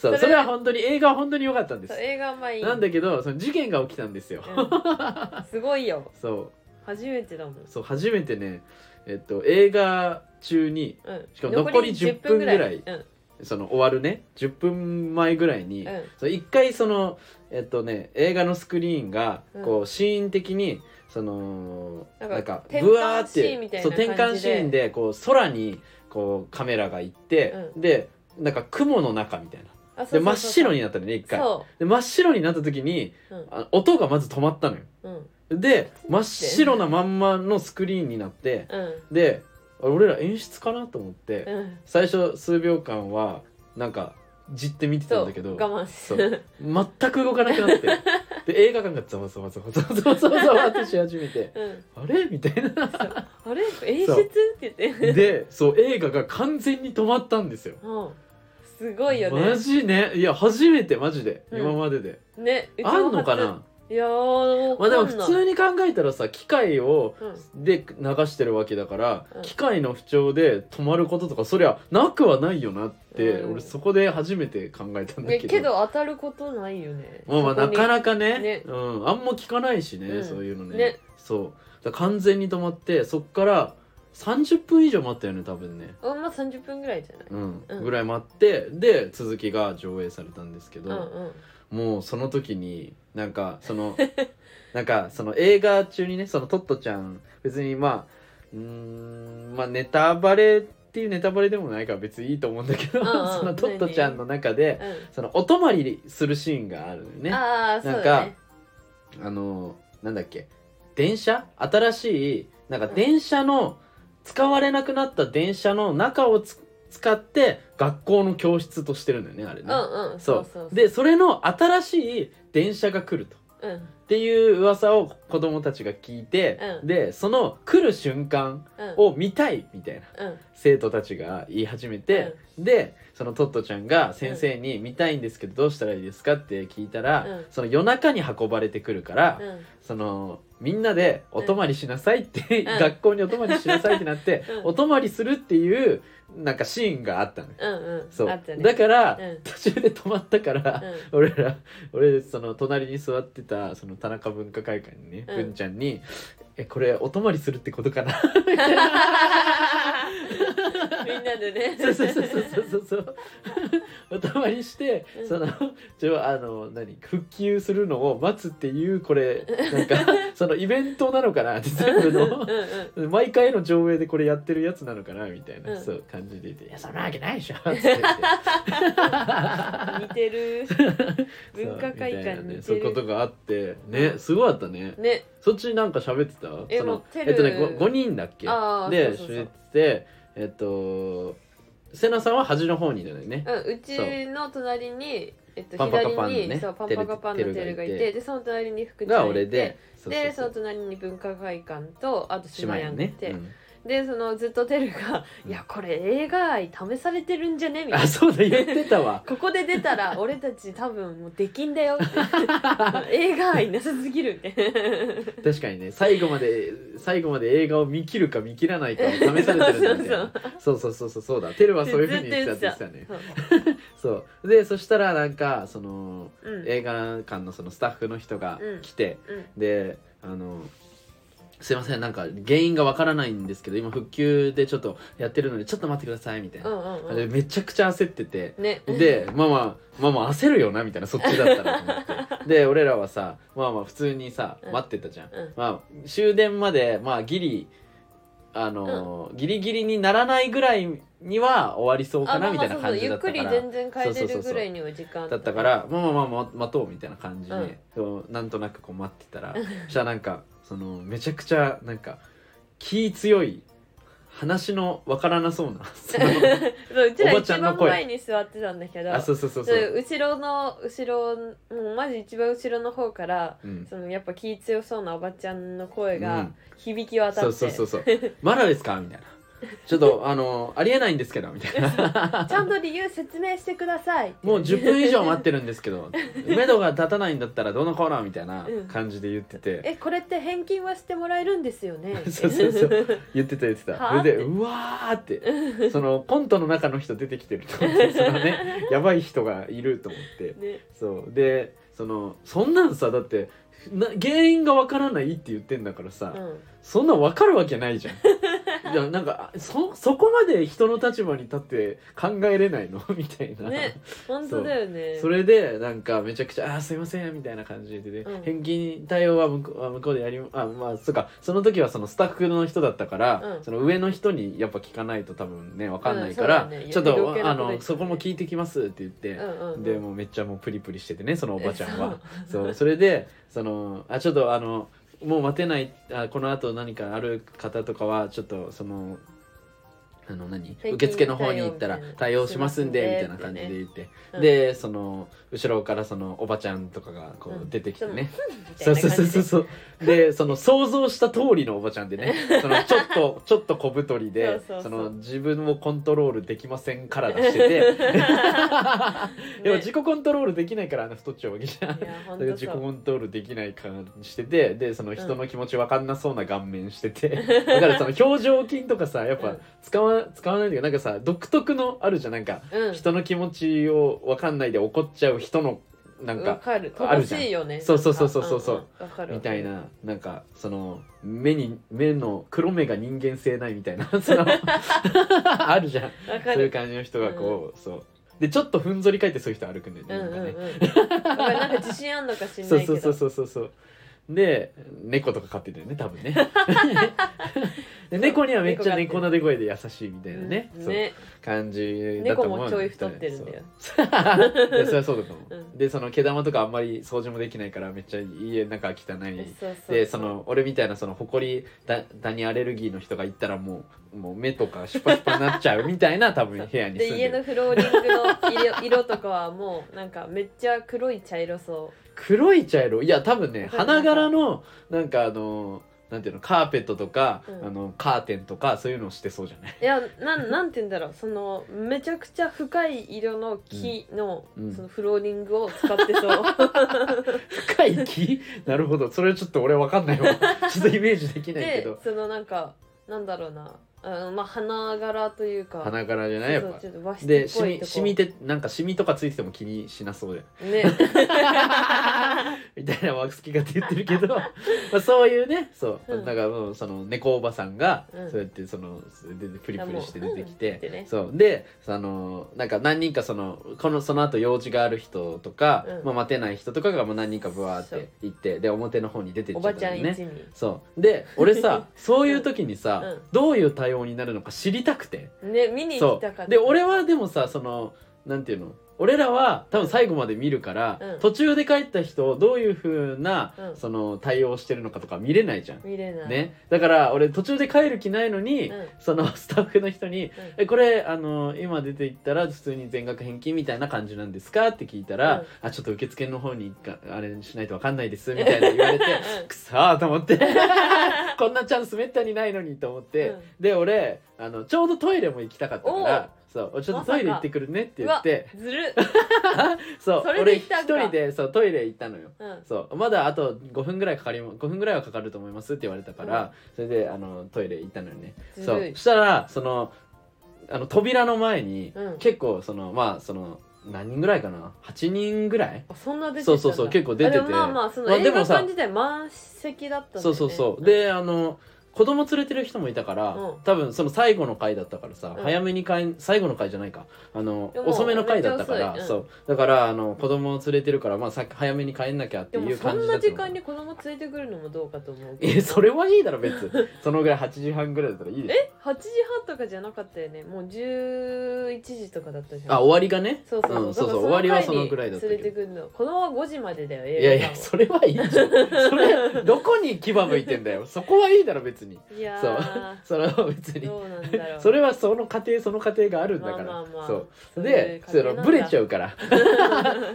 [SPEAKER 2] そうそ
[SPEAKER 1] そ
[SPEAKER 2] れ
[SPEAKER 1] れ
[SPEAKER 2] は本当に映画は本当に良かったん で
[SPEAKER 1] そう
[SPEAKER 2] す
[SPEAKER 1] 映画はまあいい
[SPEAKER 2] なんだけどその事件が起きたんですよ、
[SPEAKER 1] うんすごいよ
[SPEAKER 2] そう
[SPEAKER 1] 初めてだもん、
[SPEAKER 2] そう初めてねえっと映画中に
[SPEAKER 1] うん、
[SPEAKER 2] しかも残り10分ぐらい
[SPEAKER 1] うん
[SPEAKER 2] その終わるね10分前ぐらいに、
[SPEAKER 1] うん
[SPEAKER 2] そう一回そのえっとね映画のスクリーンが
[SPEAKER 1] うん
[SPEAKER 2] こう、シーン的にその
[SPEAKER 1] なんか
[SPEAKER 2] ブ
[SPEAKER 1] 転換
[SPEAKER 2] ワーっ
[SPEAKER 1] シーンみた
[SPEAKER 2] て
[SPEAKER 1] い
[SPEAKER 2] そ
[SPEAKER 1] な
[SPEAKER 2] う
[SPEAKER 1] 感じで
[SPEAKER 2] 転換シーンでこう空にこうカメラが行って、
[SPEAKER 1] う
[SPEAKER 2] でなんか雲の中みたいな
[SPEAKER 1] あそうそうそ
[SPEAKER 2] で
[SPEAKER 1] う
[SPEAKER 2] 真っ白になったのね一回
[SPEAKER 1] そ
[SPEAKER 2] で真っ白になった時に
[SPEAKER 1] う、うん
[SPEAKER 2] あ音がまず止まったのよ
[SPEAKER 1] うん
[SPEAKER 2] で真っ白なまんまのスクリーンになって
[SPEAKER 1] うん
[SPEAKER 2] であ俺ら演出かなと思って、
[SPEAKER 1] うん、
[SPEAKER 2] 最初数秒間はなんかじって見てた
[SPEAKER 1] そ
[SPEAKER 2] ん
[SPEAKER 1] う我
[SPEAKER 2] だけど
[SPEAKER 1] 慢
[SPEAKER 2] そ
[SPEAKER 1] す
[SPEAKER 2] う
[SPEAKER 1] る
[SPEAKER 2] 全く動かなくな ってで映画館がざわざわざわざわざわざわざわってし始 めて
[SPEAKER 1] うん、
[SPEAKER 2] あれみたいな
[SPEAKER 1] あれ演出
[SPEAKER 2] そう
[SPEAKER 1] って言って、
[SPEAKER 2] でそう映画が完全に止まったんですよ
[SPEAKER 1] うん、すごいよ
[SPEAKER 2] マ
[SPEAKER 1] ね
[SPEAKER 2] ジねいや初めてマジで、
[SPEAKER 1] うん
[SPEAKER 2] 今までで
[SPEAKER 1] ねうちも
[SPEAKER 2] あんのか
[SPEAKER 1] 初
[SPEAKER 2] な
[SPEAKER 1] いやー
[SPEAKER 2] まあでも
[SPEAKER 1] わかんない
[SPEAKER 2] 普通に考えたらさ機械を
[SPEAKER 1] う
[SPEAKER 2] で流してるわけだから、
[SPEAKER 1] うん
[SPEAKER 2] 機械の不調で止まることとかそりゃなくはないよなって、
[SPEAKER 1] うん
[SPEAKER 2] 俺そこで初めて考えたんだ
[SPEAKER 1] ね
[SPEAKER 2] けど
[SPEAKER 1] けど当たることないよね
[SPEAKER 2] まあまあなか
[SPEAKER 1] か
[SPEAKER 2] なかね
[SPEAKER 1] ね
[SPEAKER 2] うん、あんま聞かないしね、
[SPEAKER 1] うん
[SPEAKER 2] そういうのね
[SPEAKER 1] ね
[SPEAKER 2] そうだから完全に止まってそっから30分以上待ったよね多分ね、
[SPEAKER 1] あんま30分ぐらいじゃない
[SPEAKER 2] うん
[SPEAKER 1] うん
[SPEAKER 2] ぐらい待ってで続きが上映されたんですけど、
[SPEAKER 1] うんうん
[SPEAKER 2] もうその時になんかその なんかその映画中にねそのトットちゃん別にまあうーんまあネタバレっていうネタバレでもないから別にいいと思うんだけど、
[SPEAKER 1] うんうん
[SPEAKER 2] そのトットちゃんの中で
[SPEAKER 1] う
[SPEAKER 2] そのお泊まりするシーンがあるのよね
[SPEAKER 1] ん
[SPEAKER 2] あ
[SPEAKER 1] ああそう
[SPEAKER 2] なん
[SPEAKER 1] だ
[SPEAKER 2] か
[SPEAKER 1] ね
[SPEAKER 2] のなんだっけ電車新しいなんか
[SPEAKER 1] うん
[SPEAKER 2] 電車の、使われなくなった電車の中をつ使って学校の教室としてるのよねあれね、
[SPEAKER 1] うんうん
[SPEAKER 2] そ
[SPEAKER 1] そううそうそう
[SPEAKER 2] でそれの新しい電車が来ると
[SPEAKER 1] うん
[SPEAKER 2] っていう噂を子供たちが聞いて、
[SPEAKER 1] うん
[SPEAKER 2] でその来る瞬間
[SPEAKER 1] うん
[SPEAKER 2] を見たいみたい
[SPEAKER 1] う
[SPEAKER 2] な
[SPEAKER 1] ん
[SPEAKER 2] 生徒たちが言い始めて、でそのトットちゃんが先生に「見たいんですけどどうしたらいいですか?」って聞いたら、
[SPEAKER 1] うん
[SPEAKER 2] その夜中に運ばれてくるから、
[SPEAKER 1] うん
[SPEAKER 2] そのみんなでお泊まりしなさいって、
[SPEAKER 1] うん
[SPEAKER 2] 学校にお泊まりしなさいってなって、
[SPEAKER 1] うん
[SPEAKER 2] お泊まりするっていうなんかシーンがあったのよ。
[SPEAKER 1] うんうん
[SPEAKER 2] そう
[SPEAKER 1] あったね
[SPEAKER 2] だから、
[SPEAKER 1] うん
[SPEAKER 2] 途中で止まったから、 俺ら俺その隣に座ってたその田中文化会館にね、
[SPEAKER 1] うん
[SPEAKER 2] 文ちゃんに「えこれお泊まりするってこと かな?」
[SPEAKER 1] みんなでね
[SPEAKER 2] そうそうそうそうそう そうお泊まりして、
[SPEAKER 1] うん
[SPEAKER 2] そのちょあの何復旧するのを待つっていうこれな んかそのイベントなのかなって全部
[SPEAKER 1] う
[SPEAKER 2] の
[SPEAKER 1] ん。うん
[SPEAKER 2] 毎回の上映でこれやってるやつなのかなみたいな、
[SPEAKER 1] うん
[SPEAKER 2] そう感じで言って「いやそんなわけないで しょ」って言って
[SPEAKER 1] 似てる文化会館
[SPEAKER 2] ね
[SPEAKER 1] 似
[SPEAKER 2] そう
[SPEAKER 1] て
[SPEAKER 2] いうこと
[SPEAKER 1] る
[SPEAKER 2] があってねすごかったね
[SPEAKER 1] ね
[SPEAKER 2] そっちなんか喋ってた
[SPEAKER 1] え
[SPEAKER 2] そ
[SPEAKER 1] もう
[SPEAKER 2] の
[SPEAKER 1] テル
[SPEAKER 2] えっとね 5, 人だっけ
[SPEAKER 1] あー
[SPEAKER 2] で
[SPEAKER 1] そうそうそう
[SPEAKER 2] 喋っててえっと瀬名さんは端の方にいたのよね
[SPEAKER 1] うんうちの隣にえっと
[SPEAKER 2] パンパカパンのね
[SPEAKER 1] 左にそうパンパカパンのテルがい
[SPEAKER 2] テルがい
[SPEAKER 1] てでその隣に福ちゃ
[SPEAKER 2] が
[SPEAKER 1] んが
[SPEAKER 2] 俺
[SPEAKER 1] い
[SPEAKER 2] で
[SPEAKER 1] て
[SPEAKER 2] そう
[SPEAKER 1] でそ
[SPEAKER 2] そう
[SPEAKER 1] の隣に文化会館とあと
[SPEAKER 2] 姉
[SPEAKER 1] 島
[SPEAKER 2] 妹
[SPEAKER 1] 屋
[SPEAKER 2] の
[SPEAKER 1] がい
[SPEAKER 2] ね
[SPEAKER 1] て
[SPEAKER 2] うん
[SPEAKER 1] でそのずっとテルが「
[SPEAKER 2] うん
[SPEAKER 1] いやこれ映画愛試されてるんじゃね?」みたい
[SPEAKER 2] あ
[SPEAKER 1] な。
[SPEAKER 2] そうだ言ってたわ
[SPEAKER 1] ここで出た ら俺たち多分もうできんだよ映画愛なさすぎる みたいな
[SPEAKER 2] 確かにね最後まで最後まで映画を見切るか見切らないかを試されてるんだ みたいなそうそうそうそうそうだテルはそういうふうに言ってたって言ってたね
[SPEAKER 1] そう
[SPEAKER 2] そうでそしたらなんかその
[SPEAKER 1] うん
[SPEAKER 2] 映画館のそのスタッフの人が来て、
[SPEAKER 1] うん
[SPEAKER 2] であのすいませんなんか原因がわからないんですけど今復旧でちょっとやってるのでちょっと待ってくださいみたいな、
[SPEAKER 1] うんうん
[SPEAKER 2] で
[SPEAKER 1] う
[SPEAKER 2] めちゃくちゃ焦ってて
[SPEAKER 1] んね
[SPEAKER 2] でママママ焦るよなみたいなそっちだったらと思ってで俺らはさまあまあ普通にさ
[SPEAKER 1] うん
[SPEAKER 2] 待ってたじゃん、
[SPEAKER 1] うん
[SPEAKER 2] まあ終電までまあギリあのーギリギリにならないぐらいには終わりそうか
[SPEAKER 1] あま
[SPEAKER 2] な
[SPEAKER 1] あ
[SPEAKER 2] み
[SPEAKER 1] ま
[SPEAKER 2] た
[SPEAKER 1] あ
[SPEAKER 2] い
[SPEAKER 1] そうそ
[SPEAKER 2] な感
[SPEAKER 1] う
[SPEAKER 2] じ
[SPEAKER 1] ゆ
[SPEAKER 2] だ
[SPEAKER 1] っ
[SPEAKER 2] っ
[SPEAKER 1] く
[SPEAKER 2] たか
[SPEAKER 1] り
[SPEAKER 2] ら
[SPEAKER 1] 全然帰れるぐらいには時間
[SPEAKER 2] だったからまあまあまあ待とうみたいな感じで、
[SPEAKER 1] うん
[SPEAKER 2] こうなんとなくこう待ってたら そしたらなんかそのめちゃくちゃなんか気強い話のわからなそうな その
[SPEAKER 1] そううちら
[SPEAKER 2] おばちゃ
[SPEAKER 1] 一
[SPEAKER 2] んの
[SPEAKER 1] 番
[SPEAKER 2] 声
[SPEAKER 1] 前に座ってたんだけど
[SPEAKER 2] あそうそうそうそう、
[SPEAKER 1] そう後ろの後ろもうマジ一番後ろの方から
[SPEAKER 2] うん、
[SPEAKER 1] そのやっぱ気強そうなおばちゃんの声
[SPEAKER 2] う
[SPEAKER 1] が
[SPEAKER 2] ん
[SPEAKER 1] 響き渡って、
[SPEAKER 2] そうそうそうそう「まだですか?」みたいな「ちょっとあのありえないんですけど」みたい な
[SPEAKER 1] ちゃんと理由説明してください。
[SPEAKER 2] もう10分以上待ってるんですけど目処が立たないんだったらどのコーナーみたいな感じで言ってて、。
[SPEAKER 1] え、これって返金はしてもらえるんですよね
[SPEAKER 2] そうそうそ言ってた言ってた
[SPEAKER 1] はあ
[SPEAKER 2] それでうわーってそのコントの中の人出てきてると思ってその ねやばい人がいると思っ て
[SPEAKER 1] ね、
[SPEAKER 2] そうでそのそんなんさだってな原因がわからないって言ってんだからさ、
[SPEAKER 1] うん、
[SPEAKER 2] そんなんわかるわけないじゃんいやなんかあそそこまで人の立場に立って考えれないのみたいな、
[SPEAKER 1] ね、本当だよね。
[SPEAKER 2] それでなんかめちゃくちゃ「あーすいません」みたいな感じで、ね
[SPEAKER 1] うん
[SPEAKER 2] 返金対応は向こうあ向こうでやりあまあそっかその時はそのスタッフの人だったから、
[SPEAKER 1] うん
[SPEAKER 2] その上の人にやっぱ聞かないと多分ねわかんない
[SPEAKER 1] うん
[SPEAKER 2] から、
[SPEAKER 1] そうだね
[SPEAKER 2] ちょっ
[SPEAKER 1] いや余計
[SPEAKER 2] と
[SPEAKER 1] な
[SPEAKER 2] あ
[SPEAKER 1] こと言ってたね
[SPEAKER 2] のそこも聞いてきますって言って、
[SPEAKER 1] うんうん、
[SPEAKER 2] でもうめっちゃもうプリプリしててねそのおばちゃんは
[SPEAKER 1] え。
[SPEAKER 2] そうそれでそのあちょっとあのもう待てないあこのあと何かある方とかはちょっとそのあの何
[SPEAKER 1] 最近
[SPEAKER 2] 受付の方に行ったら
[SPEAKER 1] 対応みたいな
[SPEAKER 2] 対応しますんでみたいな感じで言って、でその後ろからそのおばちゃんとかがこ
[SPEAKER 1] う
[SPEAKER 2] うん出てきてね、
[SPEAKER 1] みた
[SPEAKER 2] そ
[SPEAKER 1] いうな
[SPEAKER 2] そう
[SPEAKER 1] 感じ
[SPEAKER 2] そう
[SPEAKER 1] で
[SPEAKER 2] そうそうでその想像した通りのおばちゃんでねそのちょっ とちょっと小太りで
[SPEAKER 1] そうそうそう
[SPEAKER 2] の自分をコントロールできませんから出して てでも自己コントロールできないからあの太っちゃうわけじゃん
[SPEAKER 1] い。やほん
[SPEAKER 2] だから
[SPEAKER 1] と
[SPEAKER 2] 自己
[SPEAKER 1] そ
[SPEAKER 2] コ
[SPEAKER 1] う
[SPEAKER 2] ントロールできない感じしててでその人
[SPEAKER 1] う
[SPEAKER 2] の気持ち分かんなそうな顔面してて、 だからその表情筋とかさやっ
[SPEAKER 1] う
[SPEAKER 2] ぱ
[SPEAKER 1] ん
[SPEAKER 2] 使わ,、使わないというかなんかさ独特のあるじゃんなんか
[SPEAKER 1] うん
[SPEAKER 2] 人の気持ちを分かんないで怒っちゃう人のなん
[SPEAKER 1] わ
[SPEAKER 2] か
[SPEAKER 1] かる
[SPEAKER 2] あるじゃん
[SPEAKER 1] 正しいよね
[SPEAKER 2] そうそうそうそうそうそう
[SPEAKER 1] なんかんんわかる
[SPEAKER 2] みたいななんかその目に目の黒目が人間性ないみたいな その あるじゃん
[SPEAKER 1] わ
[SPEAKER 2] そ
[SPEAKER 1] か
[SPEAKER 2] ういう
[SPEAKER 1] る
[SPEAKER 2] 感じの人がこう、そうでちょっとふんぞり返ってそういう人歩くんだよ
[SPEAKER 1] うん
[SPEAKER 2] ねな
[SPEAKER 1] うんん
[SPEAKER 2] か
[SPEAKER 1] う
[SPEAKER 2] ね
[SPEAKER 1] んわかるなんか自信あんのかしん
[SPEAKER 2] そ
[SPEAKER 1] な
[SPEAKER 2] う
[SPEAKER 1] い
[SPEAKER 2] そう
[SPEAKER 1] け
[SPEAKER 2] そう
[SPEAKER 1] ど
[SPEAKER 2] そうそうそうで猫とか飼ってたよね多分ね で猫にはめっちゃ猫なで声で優しいみたいなね,、
[SPEAKER 1] うん
[SPEAKER 2] そう
[SPEAKER 1] ね
[SPEAKER 2] 感じだと思う
[SPEAKER 1] 猫もちょい太ってるんだよ
[SPEAKER 2] そういやそれはそうだと思
[SPEAKER 1] う
[SPEAKER 2] う、
[SPEAKER 1] ん
[SPEAKER 2] でその毛玉とかあんまり掃除もできないからめっちゃ家の中汚い
[SPEAKER 1] そうそう
[SPEAKER 2] でその俺みたいなその埃だダニアレルギーの人が行ったらもう もう目とかシュパシュパになっちゃうみたいな多分部屋に住ん
[SPEAKER 1] で
[SPEAKER 2] で
[SPEAKER 1] 家
[SPEAKER 2] る
[SPEAKER 1] のフローリングの色色とかはもうなんかめっちゃ黒い茶色そ
[SPEAKER 2] 黒い茶色いや多分ね
[SPEAKER 1] わかる
[SPEAKER 2] 花柄のなんかあのなんていうのカーペットとか、
[SPEAKER 1] うん
[SPEAKER 2] あのカーテンとかそういうのをしてそうじゃないう
[SPEAKER 1] いやなんなんて言うんだろうそのめちゃくちゃ深い色の木の,、
[SPEAKER 2] うん
[SPEAKER 1] そのフローリングを使って そう
[SPEAKER 2] 深い木 なるほどそれはちょっと俺わかんないわちょっとイメージできないけ
[SPEAKER 1] で
[SPEAKER 2] ど
[SPEAKER 1] そのなんかなんだろうなあのまあ花柄というか
[SPEAKER 2] 花柄じゃない
[SPEAKER 1] そう
[SPEAKER 2] や
[SPEAKER 1] そう
[SPEAKER 2] っ
[SPEAKER 1] ち
[SPEAKER 2] ぱ
[SPEAKER 1] ょっと和室
[SPEAKER 2] で
[SPEAKER 1] っ
[SPEAKER 2] シ
[SPEAKER 1] ぽい
[SPEAKER 2] ミ
[SPEAKER 1] と
[SPEAKER 2] シ
[SPEAKER 1] こ
[SPEAKER 2] ミ ってなんかシミとかついてても気にしなそうで
[SPEAKER 1] ね
[SPEAKER 2] みたいな好き勝手言ってるけ どまあそういうねそう、
[SPEAKER 1] うん
[SPEAKER 2] だからもうその猫おばさんが
[SPEAKER 1] うん
[SPEAKER 2] そうやってそのでプリプリして出てきて、
[SPEAKER 1] でね
[SPEAKER 2] そうでそのなんか何人かそのこのその後用事がある人とか、
[SPEAKER 1] うん
[SPEAKER 2] まあ、待てない人とかがもう何人かブワーっ
[SPEAKER 1] そう
[SPEAKER 2] て行ってで表の方に出てっちゃ
[SPEAKER 1] お
[SPEAKER 2] った
[SPEAKER 1] ば
[SPEAKER 2] の
[SPEAKER 1] ちゃん一
[SPEAKER 2] ね。
[SPEAKER 1] 味
[SPEAKER 2] そうで俺 さそういう時にさ、
[SPEAKER 1] うん
[SPEAKER 2] どういう対応になるのか知りたくて、
[SPEAKER 1] ね見に行
[SPEAKER 2] そ
[SPEAKER 1] きたかった
[SPEAKER 2] うで俺はでもさそのなんていうの俺らは多分最後まで見るから、
[SPEAKER 1] うん
[SPEAKER 2] 途中で帰った人をどういうふうな、
[SPEAKER 1] うん
[SPEAKER 2] その対応してるのかとか見れないじゃん、
[SPEAKER 1] 見れない、
[SPEAKER 2] ね、だから俺途中で帰る気ないのに、
[SPEAKER 1] うん
[SPEAKER 2] その スタッフの人に
[SPEAKER 1] うん
[SPEAKER 2] 「えこれあの今出ていったら普通に全額返金みたいな感じなんですか?」って聞いたら「
[SPEAKER 1] うん
[SPEAKER 2] あちょっと受付の方にがあれしないと分かんないです」みたいな言われて
[SPEAKER 1] うん
[SPEAKER 2] くそーと思って こんなチャンスめったにないのにと思って、
[SPEAKER 1] うん
[SPEAKER 2] で俺あのちょうどトイレも行きたかったから。そう俺ちょっとトイレ行ってくるねって言って、
[SPEAKER 1] うわずる、
[SPEAKER 2] そう
[SPEAKER 1] それ
[SPEAKER 2] 俺
[SPEAKER 1] で
[SPEAKER 2] 一
[SPEAKER 1] 行ったんだ
[SPEAKER 2] 人でそうトイレ行ったのよ
[SPEAKER 1] うん、
[SPEAKER 2] そうまだあと5分ぐらいかかりも5分ぐらいはかかると思いますって言われたから、それであのトイレ行ったのよね
[SPEAKER 1] ず
[SPEAKER 2] そう
[SPEAKER 1] るい
[SPEAKER 2] そしたらそのあの扉の前に、
[SPEAKER 1] うん
[SPEAKER 2] 結構そのまあその何人ぐらいかな8人ぐらい
[SPEAKER 1] あそんな出てたんだ
[SPEAKER 2] そうそうそう結構出てて
[SPEAKER 1] あでもまあまあその
[SPEAKER 2] まあで
[SPEAKER 1] 映
[SPEAKER 2] も
[SPEAKER 1] 画
[SPEAKER 2] さ
[SPEAKER 1] 館自体満席だったんだよね
[SPEAKER 2] そうそうそうであの子供連れてる人もいたから、
[SPEAKER 1] うん
[SPEAKER 2] 多分その最後の回だったからさ、
[SPEAKER 1] うん
[SPEAKER 2] 早めに回最後の回じゃないかあの
[SPEAKER 1] でも
[SPEAKER 2] 遅めの回だったから、
[SPEAKER 1] めっちゃ遅いうん
[SPEAKER 2] そうだからあの子供を連れてるから、まあ、さ早めに帰んなきゃっ
[SPEAKER 1] で
[SPEAKER 2] て
[SPEAKER 1] も
[SPEAKER 2] いう
[SPEAKER 1] そ
[SPEAKER 2] 感
[SPEAKER 1] ん
[SPEAKER 2] じだ
[SPEAKER 1] な
[SPEAKER 2] った
[SPEAKER 1] 時
[SPEAKER 2] のかな
[SPEAKER 1] 間に子供連れてくるのもどうかと思うけど
[SPEAKER 2] えそれはいいだろ別に そのぐらい8時半ぐらいだったらいいでし
[SPEAKER 1] え8時半とかじゃなかったよねもう11時とかだったじ
[SPEAKER 2] ょ
[SPEAKER 1] ゃん
[SPEAKER 2] あ終わりがね
[SPEAKER 1] そうそうそう,、
[SPEAKER 2] んそうそう
[SPEAKER 1] だか
[SPEAKER 2] 終
[SPEAKER 1] ら
[SPEAKER 2] わりはそのぐらいだった
[SPEAKER 1] そ
[SPEAKER 2] け
[SPEAKER 1] の回に連れ
[SPEAKER 2] ど
[SPEAKER 1] てくるの子供は5時までだよ
[SPEAKER 2] いや
[SPEAKER 1] 映
[SPEAKER 2] い
[SPEAKER 1] 画
[SPEAKER 2] やそれはいいじゃんそれどこに牙向いてんだよそこはいいだろ別に
[SPEAKER 1] いや
[SPEAKER 2] それは別
[SPEAKER 1] ー
[SPEAKER 2] に
[SPEAKER 1] どうなんだろう
[SPEAKER 2] それはその過程その過程があるんだから、
[SPEAKER 1] まあまあまあ
[SPEAKER 2] そう
[SPEAKER 1] そうい
[SPEAKER 2] で
[SPEAKER 1] う過
[SPEAKER 2] そ
[SPEAKER 1] 程なん
[SPEAKER 2] の
[SPEAKER 1] だ
[SPEAKER 2] ブレちゃうから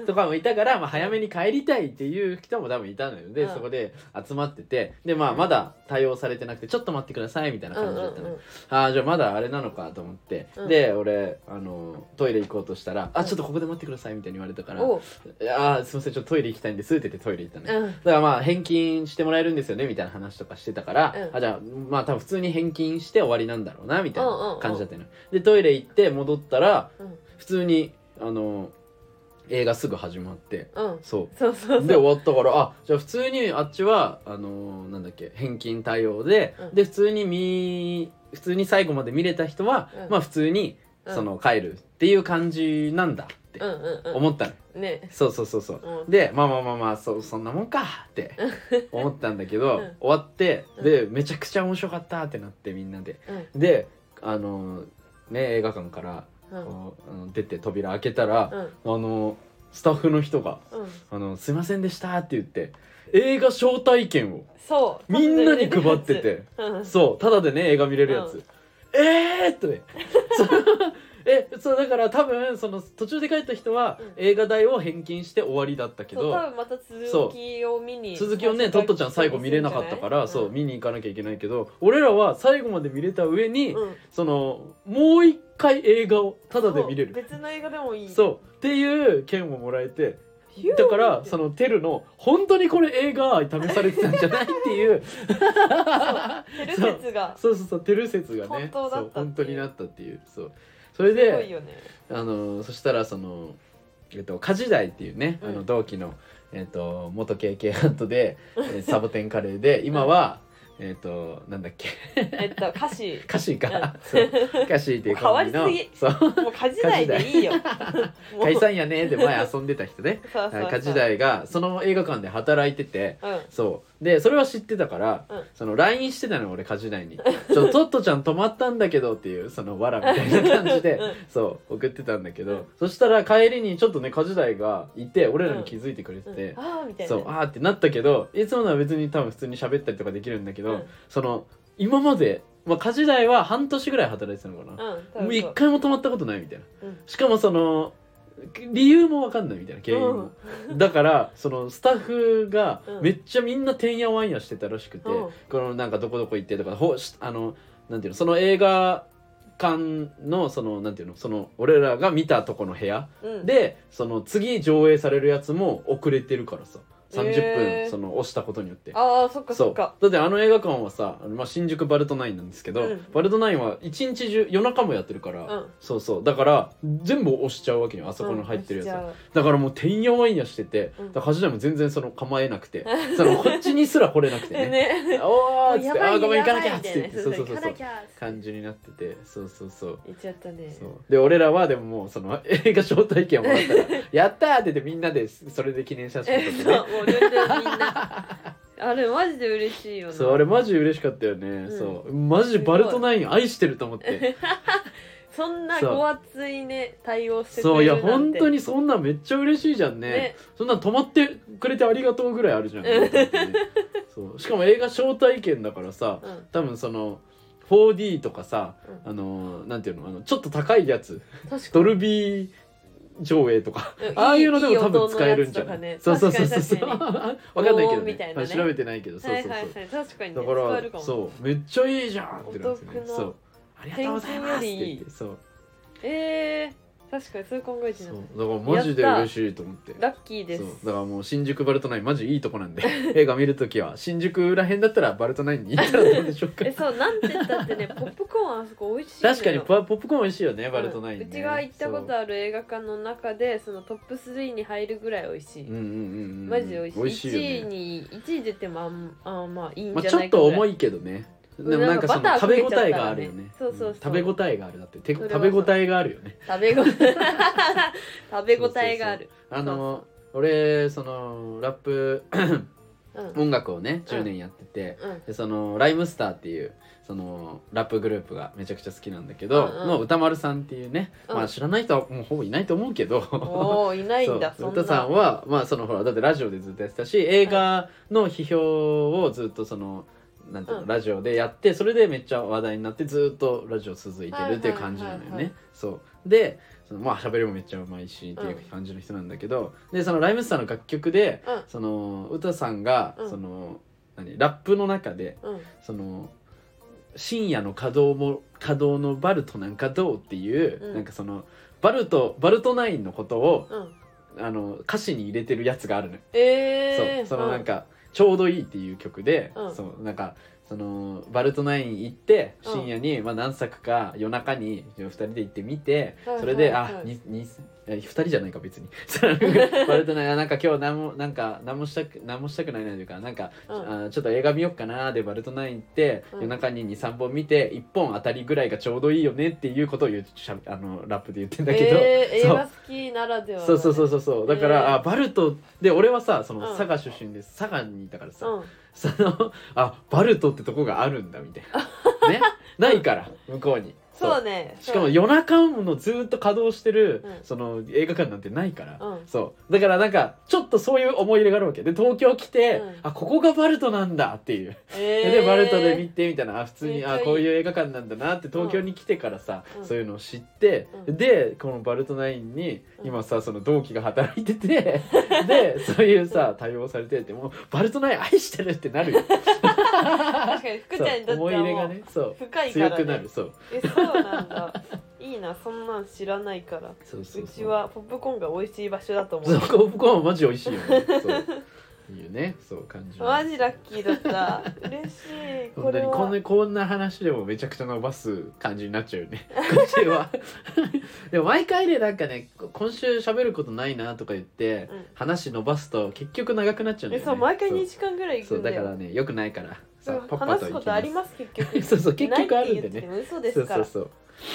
[SPEAKER 2] とかもいたから、まあ、早めに帰りたいっていう人も多分いたのよで、
[SPEAKER 1] うん
[SPEAKER 2] そこで集まっててでまあまだ対応されてなくてちょっと待ってくださいみたいな
[SPEAKER 1] うん
[SPEAKER 2] 感
[SPEAKER 1] う
[SPEAKER 2] じだったの、
[SPEAKER 1] ん
[SPEAKER 2] ああじゃあまだあれなのかと思って、
[SPEAKER 1] うん
[SPEAKER 2] で俺あのトイレ行こうとしたら
[SPEAKER 1] う
[SPEAKER 2] 「あ
[SPEAKER 1] ん
[SPEAKER 2] ちょっとここで待ってください」みたいに言われたか
[SPEAKER 1] うん
[SPEAKER 2] ら「
[SPEAKER 1] おう
[SPEAKER 2] いやーすいませんちょっとトイレ行きたいんです」って言ってトイレ行ったのよ、
[SPEAKER 1] うん
[SPEAKER 2] だからまあ返金してもらえるんですよねみたいな話とかしてたから、
[SPEAKER 1] うん
[SPEAKER 2] あじゃあまあ多分普通に返金して終わりなんだろうなみたい
[SPEAKER 1] うんうん
[SPEAKER 2] な
[SPEAKER 1] うん
[SPEAKER 2] 感じだったの、でトイレ行って戻ったら
[SPEAKER 1] うん
[SPEAKER 2] 普通にあの映画すぐ始まって
[SPEAKER 1] うん
[SPEAKER 2] そ
[SPEAKER 1] そうそうう
[SPEAKER 2] で
[SPEAKER 1] そう
[SPEAKER 2] 終わったからあじゃあ普通にあっちはあのなんだっけ返金対応で、
[SPEAKER 1] うん
[SPEAKER 2] で普通に見普通に最後まで見れた人は、
[SPEAKER 1] うん
[SPEAKER 2] まあ普通に
[SPEAKER 1] うん
[SPEAKER 2] その帰るっていう感じなんだって
[SPEAKER 1] うんうんう
[SPEAKER 2] 思ったの、
[SPEAKER 1] んね
[SPEAKER 2] そうそうそうそう
[SPEAKER 1] うん
[SPEAKER 2] でまあまあまあまあそそんなもんか って思ったんだけど、
[SPEAKER 1] うん
[SPEAKER 2] 終わって
[SPEAKER 1] うん
[SPEAKER 2] でめちゃくちゃ面白かったってなってみんなで
[SPEAKER 1] うん
[SPEAKER 2] であのね映画館から
[SPEAKER 1] うん
[SPEAKER 2] こうあの出て扉開けたら、
[SPEAKER 1] うん
[SPEAKER 2] あのスタッフの人が
[SPEAKER 1] うん
[SPEAKER 2] 「あのすいませんでした」って言って映画招待券を
[SPEAKER 1] そう
[SPEAKER 2] みんなに配ってて
[SPEAKER 1] うん
[SPEAKER 2] そうただでね映画見れるや
[SPEAKER 1] う
[SPEAKER 2] つ、 「えー!」っとねその えそうだから多分その途中で帰った人は
[SPEAKER 1] うん
[SPEAKER 2] 映画代を返金して終わりだったけ
[SPEAKER 1] そう多
[SPEAKER 2] ど
[SPEAKER 1] 分また
[SPEAKER 2] そ
[SPEAKER 1] 続
[SPEAKER 2] う
[SPEAKER 1] きを見に
[SPEAKER 2] 続きをねトットちゃん最後見れなかったからそう見に行かなきゃいけないけど俺らは最後まで見れた上に
[SPEAKER 1] うん
[SPEAKER 2] そのもう一回映画をタダで見れ
[SPEAKER 1] そう
[SPEAKER 2] る
[SPEAKER 1] 別の映画でもいい
[SPEAKER 2] そうっていう券をもらえて
[SPEAKER 1] ヒュー
[SPEAKER 2] だからそのテルの本当にこれ映画愛試されてたんじゃないっていう
[SPEAKER 1] ヘル説が
[SPEAKER 2] そうそうそうテル説が
[SPEAKER 1] 本
[SPEAKER 2] ね
[SPEAKER 1] 当だったっていう
[SPEAKER 2] そう本当になったっていうそうそれ
[SPEAKER 1] すごい
[SPEAKER 2] で
[SPEAKER 1] よね
[SPEAKER 2] あのそしたらそのえっと家事代っていうね、
[SPEAKER 1] うん
[SPEAKER 2] あの同期のえっと元 KK ハントで えーサボテンカレーで今はえっとなんだっけ
[SPEAKER 1] えっと歌詞
[SPEAKER 2] 歌詞かそう歌詞っていう
[SPEAKER 1] 変わ
[SPEAKER 2] コ
[SPEAKER 1] り
[SPEAKER 2] ン
[SPEAKER 1] す
[SPEAKER 2] ビ
[SPEAKER 1] ぎ
[SPEAKER 2] のそう
[SPEAKER 1] もう家事代でいいよもう
[SPEAKER 2] 解散やねで前遊んでた人 ね
[SPEAKER 1] そうそうそう
[SPEAKER 2] 家事代がその映画館で働いてて
[SPEAKER 1] うん
[SPEAKER 2] そうでそれは知ってたから、
[SPEAKER 1] うん
[SPEAKER 2] その LINE してたの俺家事代に「ちょトットちゃん泊まったんだけど」っていうそのわらみたいな感じで、
[SPEAKER 1] うん
[SPEAKER 2] そう送ってたんだけど、
[SPEAKER 1] うん
[SPEAKER 2] そしたら帰りにちょっとね家事代がいて俺らに気づいてくれて
[SPEAKER 1] うん
[SPEAKER 2] て。
[SPEAKER 1] ああみたいな
[SPEAKER 2] そうあーってなったけどいつものは別に多分普通に喋ったりとかできるんだけど、
[SPEAKER 1] うん
[SPEAKER 2] その今まで、まあ、家事代は半年ぐらい働いてたのかな、
[SPEAKER 1] うん多
[SPEAKER 2] もう
[SPEAKER 1] 分
[SPEAKER 2] 一
[SPEAKER 1] そう
[SPEAKER 2] 回も止まったことないみたいな、
[SPEAKER 1] うん
[SPEAKER 2] しかもその理由もわかんないみたいな経営も、だからそのスタッフが
[SPEAKER 1] うん
[SPEAKER 2] めっちゃみんなてんやわんやしてたらしくて、
[SPEAKER 1] うん
[SPEAKER 2] このなんかどこどこ行ってとかほしあのなんていうのその映画館のそのなんていうのその俺らが見たとこの部屋
[SPEAKER 1] うん
[SPEAKER 2] でその次上映されるやつも遅れてるからさ30
[SPEAKER 1] へー
[SPEAKER 2] 分その押したことによって。
[SPEAKER 1] ああそっか
[SPEAKER 2] そ
[SPEAKER 1] そうっか
[SPEAKER 2] だってあの映画館はさ、あのまあ、新宿バルトナインなんですけ
[SPEAKER 1] う
[SPEAKER 2] ど、
[SPEAKER 1] ん
[SPEAKER 2] バルトナインは一日中夜中もやってるから、
[SPEAKER 1] うん
[SPEAKER 2] そうそうだから全部押しちゃうわけよあそこの入ってるやつは、
[SPEAKER 1] うん
[SPEAKER 2] だからもうてんやわんやしてて、
[SPEAKER 1] うん
[SPEAKER 2] だから橋田も全然その構えなくてそのこっちにすら来れなくて
[SPEAKER 1] 押しちゃう
[SPEAKER 2] ね 「
[SPEAKER 1] ね
[SPEAKER 2] お
[SPEAKER 1] も
[SPEAKER 2] ー」
[SPEAKER 1] う
[SPEAKER 2] っつっ
[SPEAKER 1] や
[SPEAKER 2] て「
[SPEAKER 1] ば
[SPEAKER 2] あ
[SPEAKER 1] い
[SPEAKER 2] ーごめん行かなき
[SPEAKER 1] やば
[SPEAKER 2] ゃ」
[SPEAKER 1] い
[SPEAKER 2] っ
[SPEAKER 1] みたい
[SPEAKER 2] つって
[SPEAKER 1] な
[SPEAKER 2] そうそうそう
[SPEAKER 1] 行か
[SPEAKER 2] そ
[SPEAKER 1] な
[SPEAKER 2] う
[SPEAKER 1] きゃ
[SPEAKER 2] 感じになっててそうそうそう
[SPEAKER 1] 言っちゃったね
[SPEAKER 2] そうで俺らはでももうその映画招待券もらったら 「やった!」って言ってみんなでそれで記念写真撮
[SPEAKER 1] え
[SPEAKER 2] っ
[SPEAKER 1] そうも
[SPEAKER 2] てね
[SPEAKER 1] う全然みんな あれマジで嬉しいよね
[SPEAKER 2] そうあれマジ嬉しかったよね、
[SPEAKER 1] うん
[SPEAKER 2] そうマジバルトナイン愛してると思って
[SPEAKER 1] そんな
[SPEAKER 2] そう
[SPEAKER 1] ご厚いね対応してく
[SPEAKER 2] そうい
[SPEAKER 1] れ
[SPEAKER 2] や
[SPEAKER 1] るな
[SPEAKER 2] 本
[SPEAKER 1] んて
[SPEAKER 2] 当にそんなんめっちゃ嬉しいじゃんね
[SPEAKER 1] ね
[SPEAKER 2] そんなん泊まってくれてありがとうぐらいあるじゃん、そうしかも映画招待券だからさ
[SPEAKER 1] うん
[SPEAKER 2] 多分その 4D とかさ、
[SPEAKER 1] う
[SPEAKER 2] あのーなんていうのあのちょっと高いやつ
[SPEAKER 1] 確か
[SPEAKER 2] ドルビー上映とか
[SPEAKER 1] うん
[SPEAKER 2] ああいうのでも
[SPEAKER 1] いい
[SPEAKER 2] 多分使えるんじゃ
[SPEAKER 1] い
[SPEAKER 2] ない
[SPEAKER 1] い音のやつ
[SPEAKER 2] そ
[SPEAKER 1] と
[SPEAKER 2] う
[SPEAKER 1] かね
[SPEAKER 2] そうそうそう
[SPEAKER 1] 確か
[SPEAKER 2] わかんないけ
[SPEAKER 1] 防
[SPEAKER 2] ど
[SPEAKER 1] 音みた
[SPEAKER 2] ね
[SPEAKER 1] いな
[SPEAKER 2] まあ
[SPEAKER 1] ね
[SPEAKER 2] 調べてないけどそう
[SPEAKER 1] は
[SPEAKER 2] そう
[SPEAKER 1] い
[SPEAKER 2] そう、
[SPEAKER 1] はいはい確かに
[SPEAKER 2] だ
[SPEAKER 1] ね
[SPEAKER 2] か
[SPEAKER 1] 使え
[SPEAKER 2] ら
[SPEAKER 1] るかも
[SPEAKER 2] そうめっちゃいいじゃんってなるんですよね
[SPEAKER 1] お得な
[SPEAKER 2] そうありがとうございますって言ってそう
[SPEAKER 1] えー確かにそういう考えてな
[SPEAKER 2] そう
[SPEAKER 1] かっ
[SPEAKER 2] だからマジで嬉しいと思って
[SPEAKER 1] たラッキーです
[SPEAKER 2] そうだからもう新宿バルトナインマジいいとこなんで 映画見るときは新宿らへんだったらバルトナインに行ったらどうでしょう か
[SPEAKER 1] えそうなんて言った ってねポップコーンあそこ美味しいのよ
[SPEAKER 2] 確かにポポップコーン美味しいよねバルトナイン、ね
[SPEAKER 1] うんうちが行ったことある映画館の中でそのトップ3に入るぐらい美味しい、
[SPEAKER 2] そううんうんうんうん
[SPEAKER 1] マジで美
[SPEAKER 2] 美
[SPEAKER 1] 味
[SPEAKER 2] 味
[SPEAKER 1] しい
[SPEAKER 2] しい
[SPEAKER 1] 1
[SPEAKER 2] よ
[SPEAKER 1] 位
[SPEAKER 2] ね、
[SPEAKER 1] に1位出てもあんあんまあいいん
[SPEAKER 2] まあ、
[SPEAKER 1] じゃ
[SPEAKER 2] ちょ
[SPEAKER 1] な
[SPEAKER 2] っ
[SPEAKER 1] いかぐ
[SPEAKER 2] と
[SPEAKER 1] らい、
[SPEAKER 2] 重いけどね
[SPEAKER 1] うん
[SPEAKER 2] でもなんかその
[SPEAKER 1] なんかバタ
[SPEAKER 2] 食べ
[SPEAKER 1] ーか
[SPEAKER 2] 応
[SPEAKER 1] けちゃったらね
[SPEAKER 2] えがあるよね
[SPEAKER 1] そうそうそうん
[SPEAKER 2] 食べ応えがあるだってて
[SPEAKER 1] それは
[SPEAKER 2] 食
[SPEAKER 1] そう
[SPEAKER 2] べ応えがあるよね
[SPEAKER 1] 食べご 食べ応えがある
[SPEAKER 2] あの俺そのラップ
[SPEAKER 1] うん
[SPEAKER 2] 音楽をね
[SPEAKER 1] うん
[SPEAKER 2] 10年やってて、
[SPEAKER 1] うん
[SPEAKER 2] でそのライムスターっていうそのラップグループがめちゃくちゃ好きなんだけど、
[SPEAKER 1] うんうん
[SPEAKER 2] の歌丸さんっていうね、
[SPEAKER 1] うん
[SPEAKER 2] まあ知らない人はもうほぼいないと思うけど。
[SPEAKER 1] おおい ないんだ
[SPEAKER 2] そ
[SPEAKER 1] そ
[SPEAKER 2] う
[SPEAKER 1] んな
[SPEAKER 2] 歌さんはまあそのほらだってラジオでずっとやってたし映画の批評をずっとそのなんていうの、
[SPEAKER 1] うん
[SPEAKER 2] ラジオでやってそれでめっちゃ話題になってずっとラジオ続いてるっていう感じなのよね。
[SPEAKER 1] はいはいはいはい
[SPEAKER 2] そうでそのまあ喋りもめっちゃうまいしっていう感じの人なんだけど、でそのライムスターの楽曲で、
[SPEAKER 1] うん
[SPEAKER 2] その歌さんが、
[SPEAKER 1] うん
[SPEAKER 2] その何ラップの中で
[SPEAKER 1] うん
[SPEAKER 2] その深夜の稼働も稼働のバルトなんかどうっていう、
[SPEAKER 1] うん
[SPEAKER 2] なんかそのバルトバルトナインのことを
[SPEAKER 1] うん
[SPEAKER 2] あの歌詞に入れてるやつがあるのよ、
[SPEAKER 1] えー、
[SPEAKER 2] そうそのなん
[SPEAKER 1] か、
[SPEAKER 2] か、ちょうどいいっていう曲で、
[SPEAKER 1] うん
[SPEAKER 2] そうなんかそのバルトナイン行って
[SPEAKER 1] うん
[SPEAKER 2] 深夜に、まあ、何作か夜中に2人で行ってみて、
[SPEAKER 1] はい
[SPEAKER 2] それで、
[SPEAKER 1] はいは
[SPEAKER 2] あ
[SPEAKER 1] い
[SPEAKER 2] ににえ2人じゃないか別に そのバルトナインあなんか今日何もなんか何もしたく何もしたくないなというかなんか、
[SPEAKER 1] うん
[SPEAKER 2] あちょっと映画見よっかなでバルトナイン行って、
[SPEAKER 1] うん
[SPEAKER 2] 夜中に23本見て1本当たりぐらいがちょうどいいよねっていうことを言うしゃあのラップで言ってんだけど。
[SPEAKER 1] えー、映
[SPEAKER 2] そう
[SPEAKER 1] 画好きならではだね
[SPEAKER 2] そうそうそうそうそうだから、
[SPEAKER 1] えー
[SPEAKER 2] あバルトで俺はさその、
[SPEAKER 1] うん
[SPEAKER 2] 佐賀出身で佐賀にいたからさ、
[SPEAKER 1] うん
[SPEAKER 2] そ のあバルトってとこがあるんだみたいなねないから向こうに
[SPEAKER 1] そうね
[SPEAKER 2] しかも
[SPEAKER 1] よ
[SPEAKER 2] 夜中のずっと稼働してる、
[SPEAKER 1] うん
[SPEAKER 2] その映画館なんてないから、
[SPEAKER 1] うん
[SPEAKER 2] そうだからなんかちょっとそういう思い入れがあるわけで東京来て、
[SPEAKER 1] うん
[SPEAKER 2] あここがバルトなんだっていう、
[SPEAKER 1] えー
[SPEAKER 2] でバルトで見てみたいなあ普通に、
[SPEAKER 1] めっちゃい
[SPEAKER 2] あ
[SPEAKER 1] い
[SPEAKER 2] こういう映画館なんだなって東京に来てからさ、
[SPEAKER 1] うん
[SPEAKER 2] そういうのを知って、
[SPEAKER 1] うん
[SPEAKER 2] でこのバルトナインに
[SPEAKER 1] うん
[SPEAKER 2] 今さその同期が働いてて、でそういうさ対応されててもうバルトナイン愛してるってなるよ。
[SPEAKER 1] 確かに福ちゃんにとっ
[SPEAKER 2] そう
[SPEAKER 1] て
[SPEAKER 2] 思い
[SPEAKER 1] は
[SPEAKER 2] 入れが
[SPEAKER 1] も
[SPEAKER 2] ね
[SPEAKER 1] う
[SPEAKER 2] そう
[SPEAKER 1] 深いから、
[SPEAKER 2] 強
[SPEAKER 1] ね、
[SPEAKER 2] くなるそう
[SPEAKER 1] えそうなんだいいなそんなん知らないから
[SPEAKER 2] そうそうそう
[SPEAKER 1] うちはポップコーンが美味しい場所だと思
[SPEAKER 2] そううポップコーンはマジ美味しいよねそういいよねそう感じる
[SPEAKER 1] マジラッキーだった 嬉しい
[SPEAKER 2] こ
[SPEAKER 1] こ
[SPEAKER 2] んな
[SPEAKER 1] れ
[SPEAKER 2] に
[SPEAKER 1] は
[SPEAKER 2] こんなこんな話でもめちゃくちゃ伸ばす感じになっちゃうよね今 週はでも毎回ねなんかねこ今週喋ることないなとか言って、
[SPEAKER 1] うん
[SPEAKER 2] 話伸ばすと結局長くなっちゃうんだ
[SPEAKER 1] え
[SPEAKER 2] よね
[SPEAKER 1] そう毎回2
[SPEAKER 2] そ
[SPEAKER 1] 時間ぐらいう行
[SPEAKER 2] そ
[SPEAKER 1] く
[SPEAKER 2] うん
[SPEAKER 1] だ
[SPEAKER 2] だか
[SPEAKER 1] よ
[SPEAKER 2] らねよくないから
[SPEAKER 1] う
[SPEAKER 2] さ
[SPEAKER 1] ん
[SPEAKER 2] パパ
[SPEAKER 1] 話す
[SPEAKER 2] と行
[SPEAKER 1] こ
[SPEAKER 2] き
[SPEAKER 1] とあり
[SPEAKER 2] ま
[SPEAKER 1] ます結局
[SPEAKER 2] すそうそう 結局あるんで
[SPEAKER 1] ないって言って
[SPEAKER 2] ね
[SPEAKER 1] も嘘ですから
[SPEAKER 2] そうそう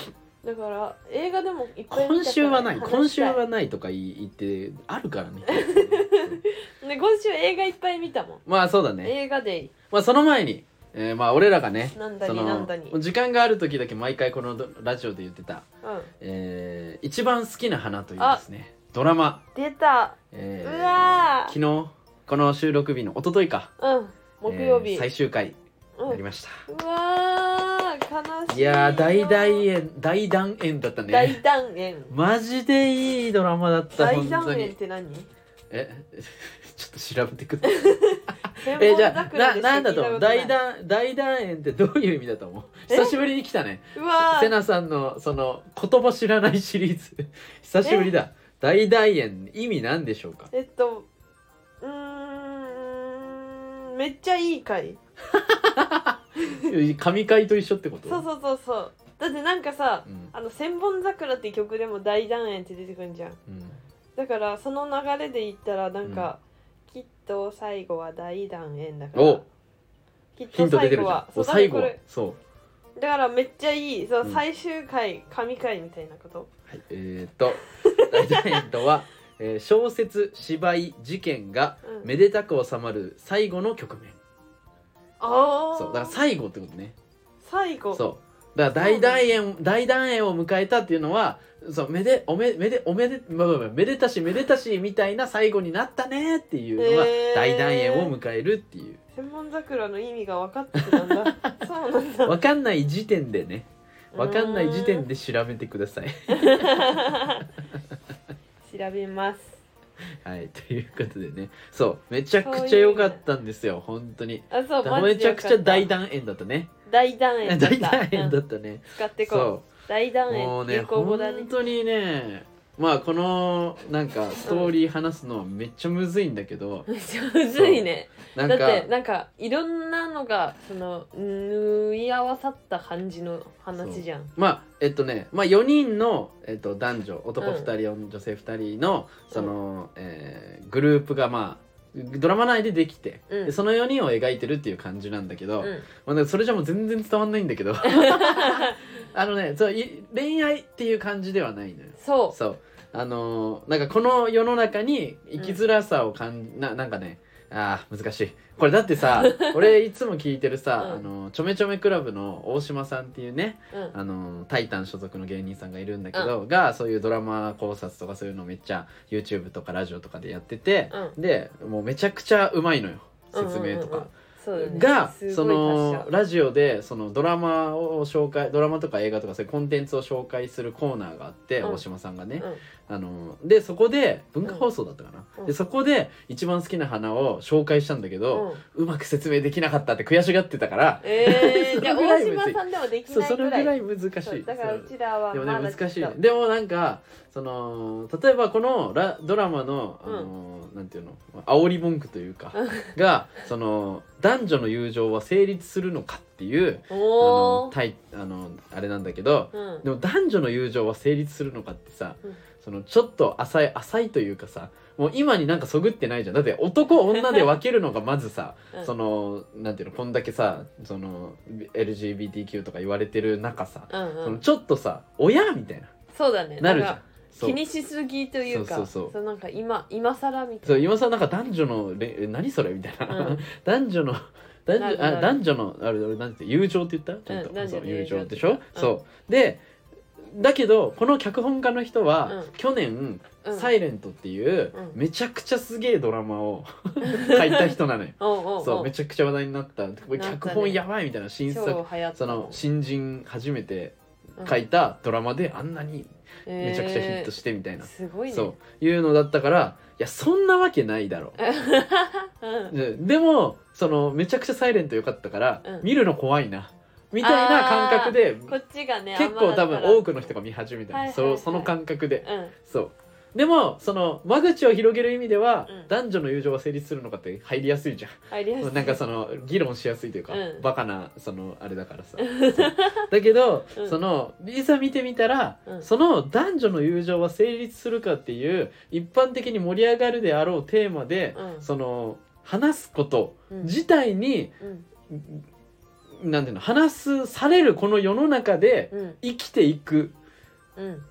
[SPEAKER 2] そう
[SPEAKER 1] だから映画でもいっぱい見た
[SPEAKER 2] 今
[SPEAKER 1] から
[SPEAKER 2] 週はない
[SPEAKER 1] 話した
[SPEAKER 2] 今週はないとか言い言ってあるからね
[SPEAKER 1] ね今週映画いっぱい見たもん
[SPEAKER 2] まあそうだね
[SPEAKER 1] 映画で
[SPEAKER 2] まあその前に、えーまあ俺らがね
[SPEAKER 1] なんだ
[SPEAKER 2] そ
[SPEAKER 1] に
[SPEAKER 2] の
[SPEAKER 1] なんだにうん
[SPEAKER 2] 時間がある時だけ毎回このどラジオで言ってた、えー一番好きな花というですねドラマ、
[SPEAKER 1] 出た
[SPEAKER 2] えー
[SPEAKER 1] うわー
[SPEAKER 2] 昨日この収録日の一昨日か
[SPEAKER 1] うん木曜
[SPEAKER 2] え
[SPEAKER 1] 日
[SPEAKER 2] ー最終回
[SPEAKER 1] うん
[SPEAKER 2] やりました、
[SPEAKER 1] うわー悲しい
[SPEAKER 2] いやー大大
[SPEAKER 1] 円
[SPEAKER 2] 演大団円だったね
[SPEAKER 1] 大断円
[SPEAKER 2] マジでいいドラマだった
[SPEAKER 1] 大
[SPEAKER 2] 本当
[SPEAKER 1] 断円っ
[SPEAKER 2] に
[SPEAKER 1] て何
[SPEAKER 2] え ちょっと調べてく れえ
[SPEAKER 1] え
[SPEAKER 2] じゃあななんだと思う大団大団円ってどういう意味だと思う
[SPEAKER 1] え
[SPEAKER 2] 久しぶりに来たね
[SPEAKER 1] うわ
[SPEAKER 2] セ
[SPEAKER 1] ー
[SPEAKER 2] ナさんのその言葉知らないシリーズ 久しぶりだ大団円意味なんでしょうか
[SPEAKER 1] えっとうーんめっちゃいい回
[SPEAKER 2] 神回と一緒ってこと
[SPEAKER 1] そうそうそうそうだってなんかさ
[SPEAKER 2] うん
[SPEAKER 1] あの千本桜って曲でも大団円って出てくるじゃん
[SPEAKER 2] うん
[SPEAKER 1] だからその流れで言ったらなんか、きっと最後は大団円だから
[SPEAKER 2] お
[SPEAKER 1] きっ
[SPEAKER 2] ヒン
[SPEAKER 1] と
[SPEAKER 2] ト出
[SPEAKER 1] 最
[SPEAKER 2] てる
[SPEAKER 1] 後
[SPEAKER 2] じゃん
[SPEAKER 1] はそ
[SPEAKER 2] お
[SPEAKER 1] うだって
[SPEAKER 2] 最後
[SPEAKER 1] これ
[SPEAKER 2] そう
[SPEAKER 1] だからめっちゃいいそう、
[SPEAKER 2] うん
[SPEAKER 1] 最終回神回みたいなこと
[SPEAKER 2] はい、えー、っと大団円とは、 えー小説芝居事件が
[SPEAKER 1] うん
[SPEAKER 2] めでたく収まる最後の局面
[SPEAKER 1] ああ
[SPEAKER 2] そうだから最後ってことね
[SPEAKER 1] 最後
[SPEAKER 2] そうだから大団円大団円を迎えたっていうのはそうめでおめめでおめで、まあまあまあ、めでたしめでたしみたいな最後になったねっていうのが
[SPEAKER 1] へー
[SPEAKER 2] 大団円を迎えるっていう
[SPEAKER 1] 千本桜の意味が分かってたん だそうなんだ
[SPEAKER 2] 分かんない時点でね分かんない時点
[SPEAKER 1] で
[SPEAKER 2] で調べてください
[SPEAKER 1] 調べます
[SPEAKER 2] はい ということでねそうめちゃくちゃ良かったんですよ本当に
[SPEAKER 1] あそうマジで
[SPEAKER 2] めちゃくちゃ大
[SPEAKER 1] 団
[SPEAKER 2] 団円だったね
[SPEAKER 1] 大団円
[SPEAKER 2] 大
[SPEAKER 1] だった
[SPEAKER 2] 団円
[SPEAKER 1] う
[SPEAKER 2] だ
[SPEAKER 1] ん
[SPEAKER 2] ったね
[SPEAKER 1] 使ってこう
[SPEAKER 2] そ
[SPEAKER 1] 大団
[SPEAKER 2] うも
[SPEAKER 1] 円
[SPEAKER 2] うね
[SPEAKER 1] 流行語だね
[SPEAKER 2] 本当にねまあこのなんかストーリー話すのめっちゃむずいんだけど
[SPEAKER 1] めっちゃ むずいね
[SPEAKER 2] なん
[SPEAKER 1] だ
[SPEAKER 2] か
[SPEAKER 1] ってなんかいろんなのがその縫い合わさった感じの話じゃん
[SPEAKER 2] まあえっとね、まあ、4人の、えっと、男女男2人、女性2人のその、えーグループがまあドラマ内でできて、
[SPEAKER 1] うん
[SPEAKER 2] でその4人を描いてるっていう感じなんだけど、
[SPEAKER 1] う
[SPEAKER 2] ま
[SPEAKER 1] ん
[SPEAKER 2] あ、なんかそれじゃもう全然伝わんないんだけどあのねそうい恋愛っていう感じではないのよ。
[SPEAKER 1] そう
[SPEAKER 2] そうあのーなんかこの世の中に生きづらさを感じ、ななんかねあー難しいこれだって さ俺いつも聞いてるさ、
[SPEAKER 1] うん
[SPEAKER 2] あのーちょめちょめクラブの大島さんっていうね、
[SPEAKER 1] うん
[SPEAKER 2] あのータイタン所属の芸人さんがいるんだけど、がそういうドラマ考察とかそういうのめっちゃ YouTube とかラジオとかでやってて、でもうめちゃくちゃうまいのよ説明とか。
[SPEAKER 1] うんうんうんうんそうだね
[SPEAKER 2] が
[SPEAKER 1] すごい
[SPEAKER 2] そ
[SPEAKER 1] 達
[SPEAKER 2] の
[SPEAKER 1] 者
[SPEAKER 2] ラジオでそのドラマを紹介ドラマとか映画とかそういうコンテンツを紹介するコーナーがあって、
[SPEAKER 1] うん
[SPEAKER 2] 大島さんがね、
[SPEAKER 1] うん
[SPEAKER 2] あのでそこで文化放送だったかな、
[SPEAKER 1] うん
[SPEAKER 2] でそこで一番好きな花を紹介したんだけど、
[SPEAKER 1] うん
[SPEAKER 2] うまく説明できなかったって悔しがってたから、
[SPEAKER 1] えー、じゃあ
[SPEAKER 2] それぐら
[SPEAKER 1] 大
[SPEAKER 2] いむずい
[SPEAKER 1] 島さんでもでき
[SPEAKER 2] そう
[SPEAKER 1] ない
[SPEAKER 2] それ
[SPEAKER 1] ぐ
[SPEAKER 2] ぐ
[SPEAKER 1] らい
[SPEAKER 2] らい難しい
[SPEAKER 1] そうだから
[SPEAKER 2] そう
[SPEAKER 1] うちらは
[SPEAKER 2] でも
[SPEAKER 1] ま
[SPEAKER 2] ね
[SPEAKER 1] だ
[SPEAKER 2] 難しい
[SPEAKER 1] ちょ
[SPEAKER 2] ね
[SPEAKER 1] っと
[SPEAKER 2] でもなんかその例えばこのラドラマのあの、なんていうの煽り文句というか
[SPEAKER 1] うん
[SPEAKER 2] がその男女の友情は成立するのかっていうあ
[SPEAKER 1] お
[SPEAKER 2] の
[SPEAKER 1] お
[SPEAKER 2] タイあのあれなんだけど
[SPEAKER 1] うん
[SPEAKER 2] でも男女の友情は成立するのかってさ、
[SPEAKER 1] うん
[SPEAKER 2] そのちょっと浅い浅いというかさもう今になんかそぐってないじゃんだって男女で分けるのがまずさ
[SPEAKER 1] うん
[SPEAKER 2] そのなんていうのこんだけさその LGBTQ とか言われてる中さ、
[SPEAKER 1] うんう
[SPEAKER 2] その
[SPEAKER 1] ん
[SPEAKER 2] ちょっとさ親みたいな
[SPEAKER 1] そうだね
[SPEAKER 2] なるじ
[SPEAKER 1] ん
[SPEAKER 2] ゃ
[SPEAKER 1] か
[SPEAKER 2] ん。そう
[SPEAKER 1] 気にしすぎというか
[SPEAKER 2] そうそうそう
[SPEAKER 1] そうなんか今今更みた
[SPEAKER 2] そう
[SPEAKER 1] いな
[SPEAKER 2] 今さなんか男女のれえ何それみたいな、
[SPEAKER 1] うん
[SPEAKER 2] 男女の男
[SPEAKER 1] なる
[SPEAKER 2] 女
[SPEAKER 1] なる
[SPEAKER 2] あ男女のあれ俺なんて友情って言ったちゃんと、
[SPEAKER 1] うん男女の
[SPEAKER 2] そう
[SPEAKER 1] 友
[SPEAKER 2] 友
[SPEAKER 1] 情
[SPEAKER 2] 情
[SPEAKER 1] って
[SPEAKER 2] でしょ、
[SPEAKER 1] うん
[SPEAKER 2] そうでだけどこの脚本家の人は、
[SPEAKER 1] うん
[SPEAKER 2] 去年「
[SPEAKER 1] うん
[SPEAKER 2] サイレントっていう、
[SPEAKER 1] うん
[SPEAKER 2] めちゃくちゃすげえドラ マを書いた人なのよ
[SPEAKER 1] おうおうおう
[SPEAKER 2] そうめちゃくちゃ話題になったこれ
[SPEAKER 1] なったね
[SPEAKER 2] 脚本やばいみたいな新
[SPEAKER 1] 超
[SPEAKER 2] 作
[SPEAKER 1] 流行った
[SPEAKER 2] その新人初めて
[SPEAKER 1] うん
[SPEAKER 2] 書いたドラマであんなにめちゃくちゃヒットしてみたい
[SPEAKER 1] えー
[SPEAKER 2] な、
[SPEAKER 1] すごいね
[SPEAKER 2] そういうのだったからいやそんなわけないだろ
[SPEAKER 1] うん
[SPEAKER 2] ででもそのめちゃくちゃ「サイレント良かったから、
[SPEAKER 1] うん
[SPEAKER 2] 見るの怖いなみたいな感覚で
[SPEAKER 1] こっちがね
[SPEAKER 2] 結構多分多くの人
[SPEAKER 1] が
[SPEAKER 2] が見始めた、
[SPEAKER 1] はいはいはい
[SPEAKER 2] そうその感覚で
[SPEAKER 1] うん
[SPEAKER 2] そうでもその間口を広げる意味では、
[SPEAKER 1] うん
[SPEAKER 2] 男女の友情は成立するのかって入りやすいじゃん
[SPEAKER 1] ありやすい
[SPEAKER 2] なんかその議論しやすいというか、
[SPEAKER 1] うん
[SPEAKER 2] バカなそのあれだか らさそうだけど、
[SPEAKER 1] うん
[SPEAKER 2] そのいざ見てみたら、
[SPEAKER 1] うん
[SPEAKER 2] その男女の友情は成立するかっていう一般的に盛り上がるであろうテーマで、
[SPEAKER 1] うん
[SPEAKER 2] その話すこと
[SPEAKER 1] うん
[SPEAKER 2] 自体に、
[SPEAKER 1] うん
[SPEAKER 2] なんていうの話すされるこの世の中で
[SPEAKER 1] うん
[SPEAKER 2] 生きていく
[SPEAKER 1] うん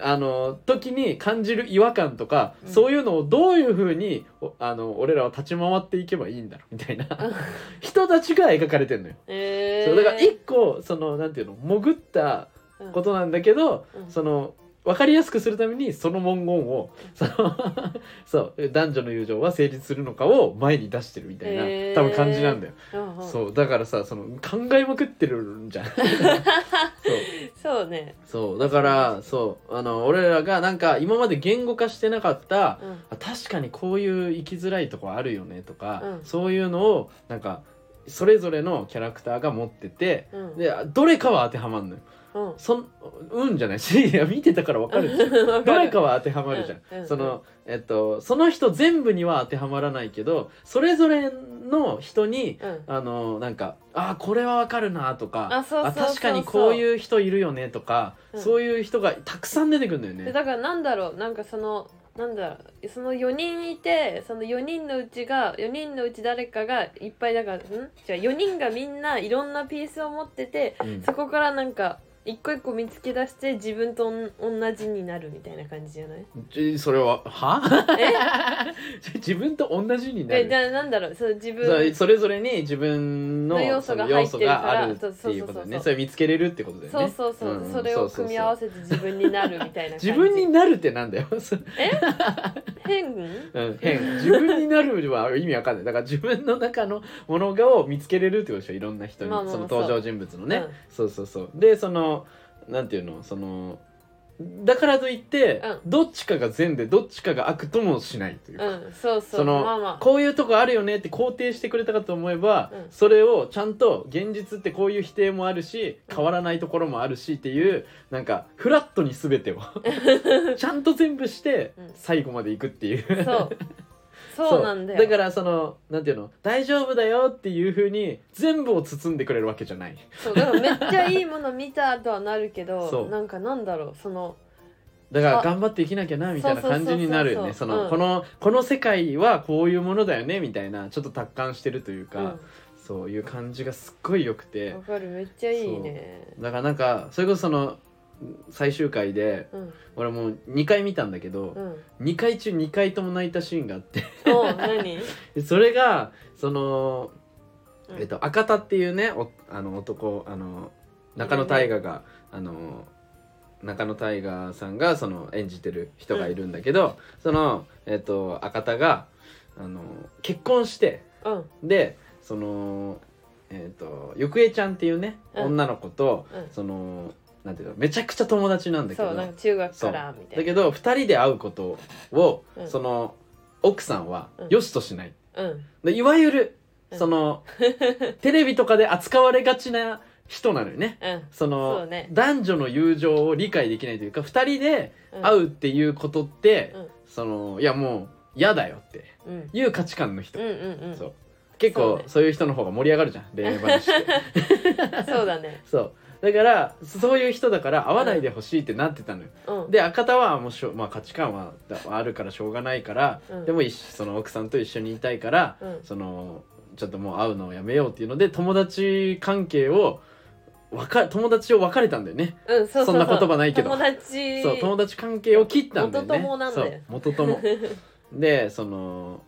[SPEAKER 2] あの時に感じる違和感とか、
[SPEAKER 1] うん
[SPEAKER 2] そういうのをどういうふうにおあの俺らは立ち回っていけばいいんだろうみたいな 人たちが描かれてるのよ。
[SPEAKER 1] えー
[SPEAKER 2] そうだから一個そのなんていうの潜ったことなんだけど、
[SPEAKER 1] うん
[SPEAKER 2] その分かりやすくするためにその文言をその そう男女の友情は成立するのかを前に出してるみたいな
[SPEAKER 1] へー
[SPEAKER 2] 多分感じなんだよ。
[SPEAKER 1] うんうん
[SPEAKER 2] そうだからさその考えまくってるん じゃん。そう
[SPEAKER 1] そうね
[SPEAKER 2] そうだからそうあの俺らがなんか今まで言語化してなかった
[SPEAKER 1] うん
[SPEAKER 2] あ確かにこういう生きづらいとこあるよねとか、
[SPEAKER 1] うん
[SPEAKER 2] そういうのをなんかそれぞれのキャラクターが持ってて
[SPEAKER 1] うん
[SPEAKER 2] であどれかは当てはまんのよ。
[SPEAKER 1] うん
[SPEAKER 2] そんうんじゃない しいや見てたからわかるでし ょ
[SPEAKER 1] わ
[SPEAKER 2] ど
[SPEAKER 1] か
[SPEAKER 2] れ
[SPEAKER 1] る
[SPEAKER 2] かは当てはまるじゃん、
[SPEAKER 1] うんうん
[SPEAKER 2] そのえっとその人全部には当てはまらないけどそれぞれの人に
[SPEAKER 1] うん
[SPEAKER 2] あのなんかあこれはわかるなとか
[SPEAKER 1] あそうそうそうそう
[SPEAKER 2] 確かにこういう人いるよねとか、
[SPEAKER 1] うん
[SPEAKER 2] そういう人がたくさん出てくるんだよ
[SPEAKER 1] で
[SPEAKER 2] ね。
[SPEAKER 1] だからなんだろうなんかそのなんだろうその4人いてその4人のうちが4人のうち誰かがいっぱいだからんじゃあ4人がみんないろんなピースを持ってて
[SPEAKER 2] うん
[SPEAKER 1] そこからなんか一個一個見つけ出して自分とおん同じになるみたいな感じじゃない
[SPEAKER 2] じそれはは 自分と同じにな
[SPEAKER 1] え
[SPEAKER 2] る
[SPEAKER 1] だなんだろうそう自
[SPEAKER 2] そう
[SPEAKER 1] 分
[SPEAKER 2] それぞれに自分の
[SPEAKER 1] の要素が
[SPEAKER 2] その
[SPEAKER 1] 入ってるから
[SPEAKER 2] 要素があるっていうことだよ
[SPEAKER 1] そうそうそうそ
[SPEAKER 2] ね
[SPEAKER 1] う
[SPEAKER 2] それ見つけれるってことだよね
[SPEAKER 1] そうそうそう、
[SPEAKER 2] うん
[SPEAKER 1] それを組み合わせて自分になるみたいな感じ
[SPEAKER 2] 自分になるってなんだよ。 そ
[SPEAKER 1] 変
[SPEAKER 2] うん、変。自分になるは意味わかんない。だから自分の中のものがを見つけれるってことでしょ。いろんな人に、
[SPEAKER 1] まあまあ
[SPEAKER 2] その
[SPEAKER 1] そう
[SPEAKER 2] 登場人物のね、
[SPEAKER 1] うん
[SPEAKER 2] そうそうそう。で、そのなんていうの、そのだからといって、
[SPEAKER 1] う
[SPEAKER 2] どっちかが善でどっちかが悪ともしないというか。
[SPEAKER 1] うんそうそう
[SPEAKER 2] その
[SPEAKER 1] まあまあ
[SPEAKER 2] こういうとこあるよねって肯定してくれたかと思えば、
[SPEAKER 1] うん
[SPEAKER 2] それをちゃんと現実ってこういう否定もあるし
[SPEAKER 1] うん
[SPEAKER 2] 変わらないところもあるしっていうなんかフラットに 全てをちゃんと全部して
[SPEAKER 1] うん
[SPEAKER 2] 最後までいくって いう
[SPEAKER 1] そうそうなんだよ
[SPEAKER 2] そうからそのなんていうの大丈夫だよっていうふうに全部を包んでくれるわけじゃない
[SPEAKER 1] そうだからめっちゃいいもの見たとはなるけ
[SPEAKER 2] そ
[SPEAKER 1] ど
[SPEAKER 2] う
[SPEAKER 1] なんかなんだろうその
[SPEAKER 2] だから
[SPEAKER 1] あ
[SPEAKER 2] 頑張っていきなきゃなみたいな
[SPEAKER 1] そうそうそう
[SPEAKER 2] 感
[SPEAKER 1] そう
[SPEAKER 2] じになるよね
[SPEAKER 1] そ
[SPEAKER 2] そう
[SPEAKER 1] う
[SPEAKER 2] の
[SPEAKER 1] ん
[SPEAKER 2] このこの世界はこういうものだよねみたいなちょっと達観してるという
[SPEAKER 1] う
[SPEAKER 2] か、
[SPEAKER 1] んわ、
[SPEAKER 2] そういう感じがすっごい良くて
[SPEAKER 1] かるめっちゃいいね
[SPEAKER 2] だからなんかそれこそその最終回で
[SPEAKER 1] うん
[SPEAKER 2] 俺もう2回見たんだけ
[SPEAKER 1] う
[SPEAKER 2] ど、
[SPEAKER 1] ん
[SPEAKER 2] 二2回中2回とも泣いたシーンがあって
[SPEAKER 1] お何
[SPEAKER 2] でそれがその
[SPEAKER 1] うん
[SPEAKER 2] えっと、赤田っていうねおあの男あの中野大河が、あの中野大河さんがその演じてる人がいるんだけど、その、えっと、赤田があの結婚して
[SPEAKER 1] うん
[SPEAKER 2] でその、えっと、ゆくえちゃんっていうね、
[SPEAKER 1] うん
[SPEAKER 2] 女の子と
[SPEAKER 1] うん
[SPEAKER 2] そのなんていうのめちゃくちゃ友達なんだけ
[SPEAKER 1] そ
[SPEAKER 2] ど
[SPEAKER 1] うなんか中学からみた
[SPEAKER 2] だ
[SPEAKER 1] いな
[SPEAKER 2] けど2人で会うことを、
[SPEAKER 1] うん
[SPEAKER 2] その奥さんは
[SPEAKER 1] うん
[SPEAKER 2] よしとしない。
[SPEAKER 1] うん
[SPEAKER 2] でいわゆる
[SPEAKER 1] うん
[SPEAKER 2] その テレビとかで扱われがちな人なのよね
[SPEAKER 1] うん
[SPEAKER 2] その
[SPEAKER 1] そうね
[SPEAKER 2] 男女の友情を理解できないというか2人で
[SPEAKER 1] うん
[SPEAKER 2] 会うっていうことって、
[SPEAKER 1] うん
[SPEAKER 2] そのいやもう嫌だよって
[SPEAKER 1] うん
[SPEAKER 2] いう価値観の人、
[SPEAKER 1] うんうんうん
[SPEAKER 2] そう結
[SPEAKER 1] そう
[SPEAKER 2] 構
[SPEAKER 1] ね
[SPEAKER 2] そういう人の方が盛り上がる じゃん恋愛話って
[SPEAKER 1] そうだね
[SPEAKER 2] そうだからそういう人だから会わないでほしいってなってたのよ
[SPEAKER 1] うん
[SPEAKER 2] で赤田はもうしょ、まあ、価値観はあるからしょうがないから、
[SPEAKER 1] うん
[SPEAKER 2] でも一緒その奥さんと一緒にいたいから、
[SPEAKER 1] うん
[SPEAKER 2] そのちょっともう会うのをやめようっていうので友達関係をわか友達を別れたんだよね、
[SPEAKER 1] うんそうそうう
[SPEAKER 2] そんな言葉ないけど
[SPEAKER 1] 友達
[SPEAKER 2] そう友達関係を切ったんだよね
[SPEAKER 1] 元友なんだよ
[SPEAKER 2] そう元友でその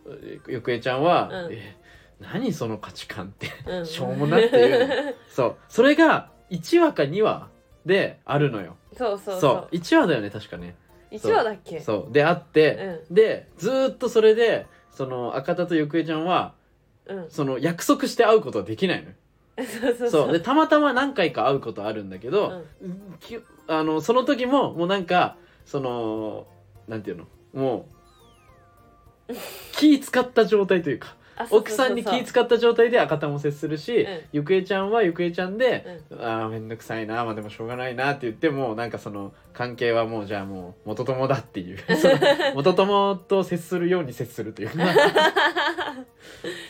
[SPEAKER 2] ゆくえちゃんは、
[SPEAKER 1] うん
[SPEAKER 2] え何その価値観って
[SPEAKER 1] うん
[SPEAKER 2] しょうもなっていうそうそれが1話か2話であるのよ
[SPEAKER 1] そうそう
[SPEAKER 2] そ
[SPEAKER 1] そう
[SPEAKER 2] う一1話だよね確かね
[SPEAKER 1] 一話だっけ
[SPEAKER 2] そうであって、
[SPEAKER 1] う
[SPEAKER 2] でずーっとそれでその赤田とゆくえちゃんは
[SPEAKER 1] んうん
[SPEAKER 2] その約束して会うことはできないのよ
[SPEAKER 1] そうそう
[SPEAKER 2] そ
[SPEAKER 1] そうう
[SPEAKER 2] でたまたま何回か会うことあるんだけど、きあのその時ももうなんかそのなんていうのも う気使った状態というか
[SPEAKER 1] あそうそうそうそう
[SPEAKER 2] 奥さんに気使った状態で赤田も接するし、
[SPEAKER 1] うん
[SPEAKER 2] ゆくえちゃんはゆくえちゃんで、
[SPEAKER 1] う
[SPEAKER 2] ああめんどくさいなまあでもしょうがないなって言ってもうなんかその関係はもうじゃあもう元友だっ ていうその元友と接するように接するというか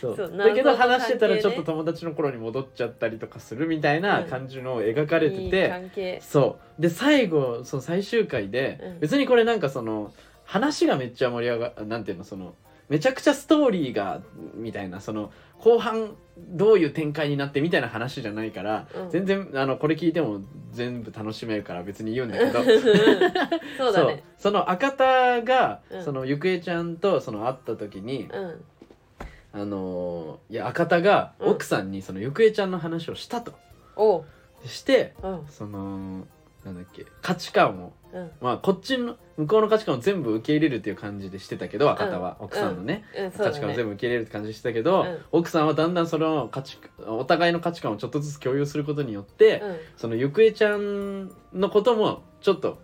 [SPEAKER 2] そう
[SPEAKER 1] そう
[SPEAKER 2] だけ
[SPEAKER 1] 謎
[SPEAKER 2] ど
[SPEAKER 1] の関係ね
[SPEAKER 2] 話してたらちょっと友達の頃に戻っちゃったりとかするみたいな感じのを描かれて
[SPEAKER 1] いい
[SPEAKER 2] て、
[SPEAKER 1] 関係
[SPEAKER 2] そうで最後その最終回で、
[SPEAKER 1] うん
[SPEAKER 2] 別にこれなんかその話がめっちゃ盛り上がなんていうのそのめちゃくちゃストーリーがみたいなその後半どういう展開になってみたいな話じゃないから、
[SPEAKER 1] うん
[SPEAKER 2] 全然あのこれ聞いても全部楽しめるから別に言うんだ
[SPEAKER 1] う
[SPEAKER 2] け
[SPEAKER 1] ん
[SPEAKER 2] ど。
[SPEAKER 1] そうだね
[SPEAKER 2] そうその赤田が、
[SPEAKER 1] うん
[SPEAKER 2] そのゆくえちゃんとその会った時に、
[SPEAKER 1] うん
[SPEAKER 2] あのーいや赤田が
[SPEAKER 1] うん
[SPEAKER 2] 奥さんにそのゆくえちゃんの話をしたと
[SPEAKER 1] おう
[SPEAKER 2] して
[SPEAKER 1] うん
[SPEAKER 2] そのなんだっけ価値観を
[SPEAKER 1] うん
[SPEAKER 2] まあこっちの向こうの価値観を全部受け入れるっていう感じでしてたけど赤田は、奥さんのね、
[SPEAKER 1] うんそう
[SPEAKER 2] 価
[SPEAKER 1] だ
[SPEAKER 2] 値観を
[SPEAKER 1] ね
[SPEAKER 2] 全部受け入れるって感じでしてたけど、
[SPEAKER 1] うん
[SPEAKER 2] 奥さんはだんだんその価値お互いの価値観をちょっとずつ共有することによって、
[SPEAKER 1] うん
[SPEAKER 2] そのゆくえちゃんのこともちょっと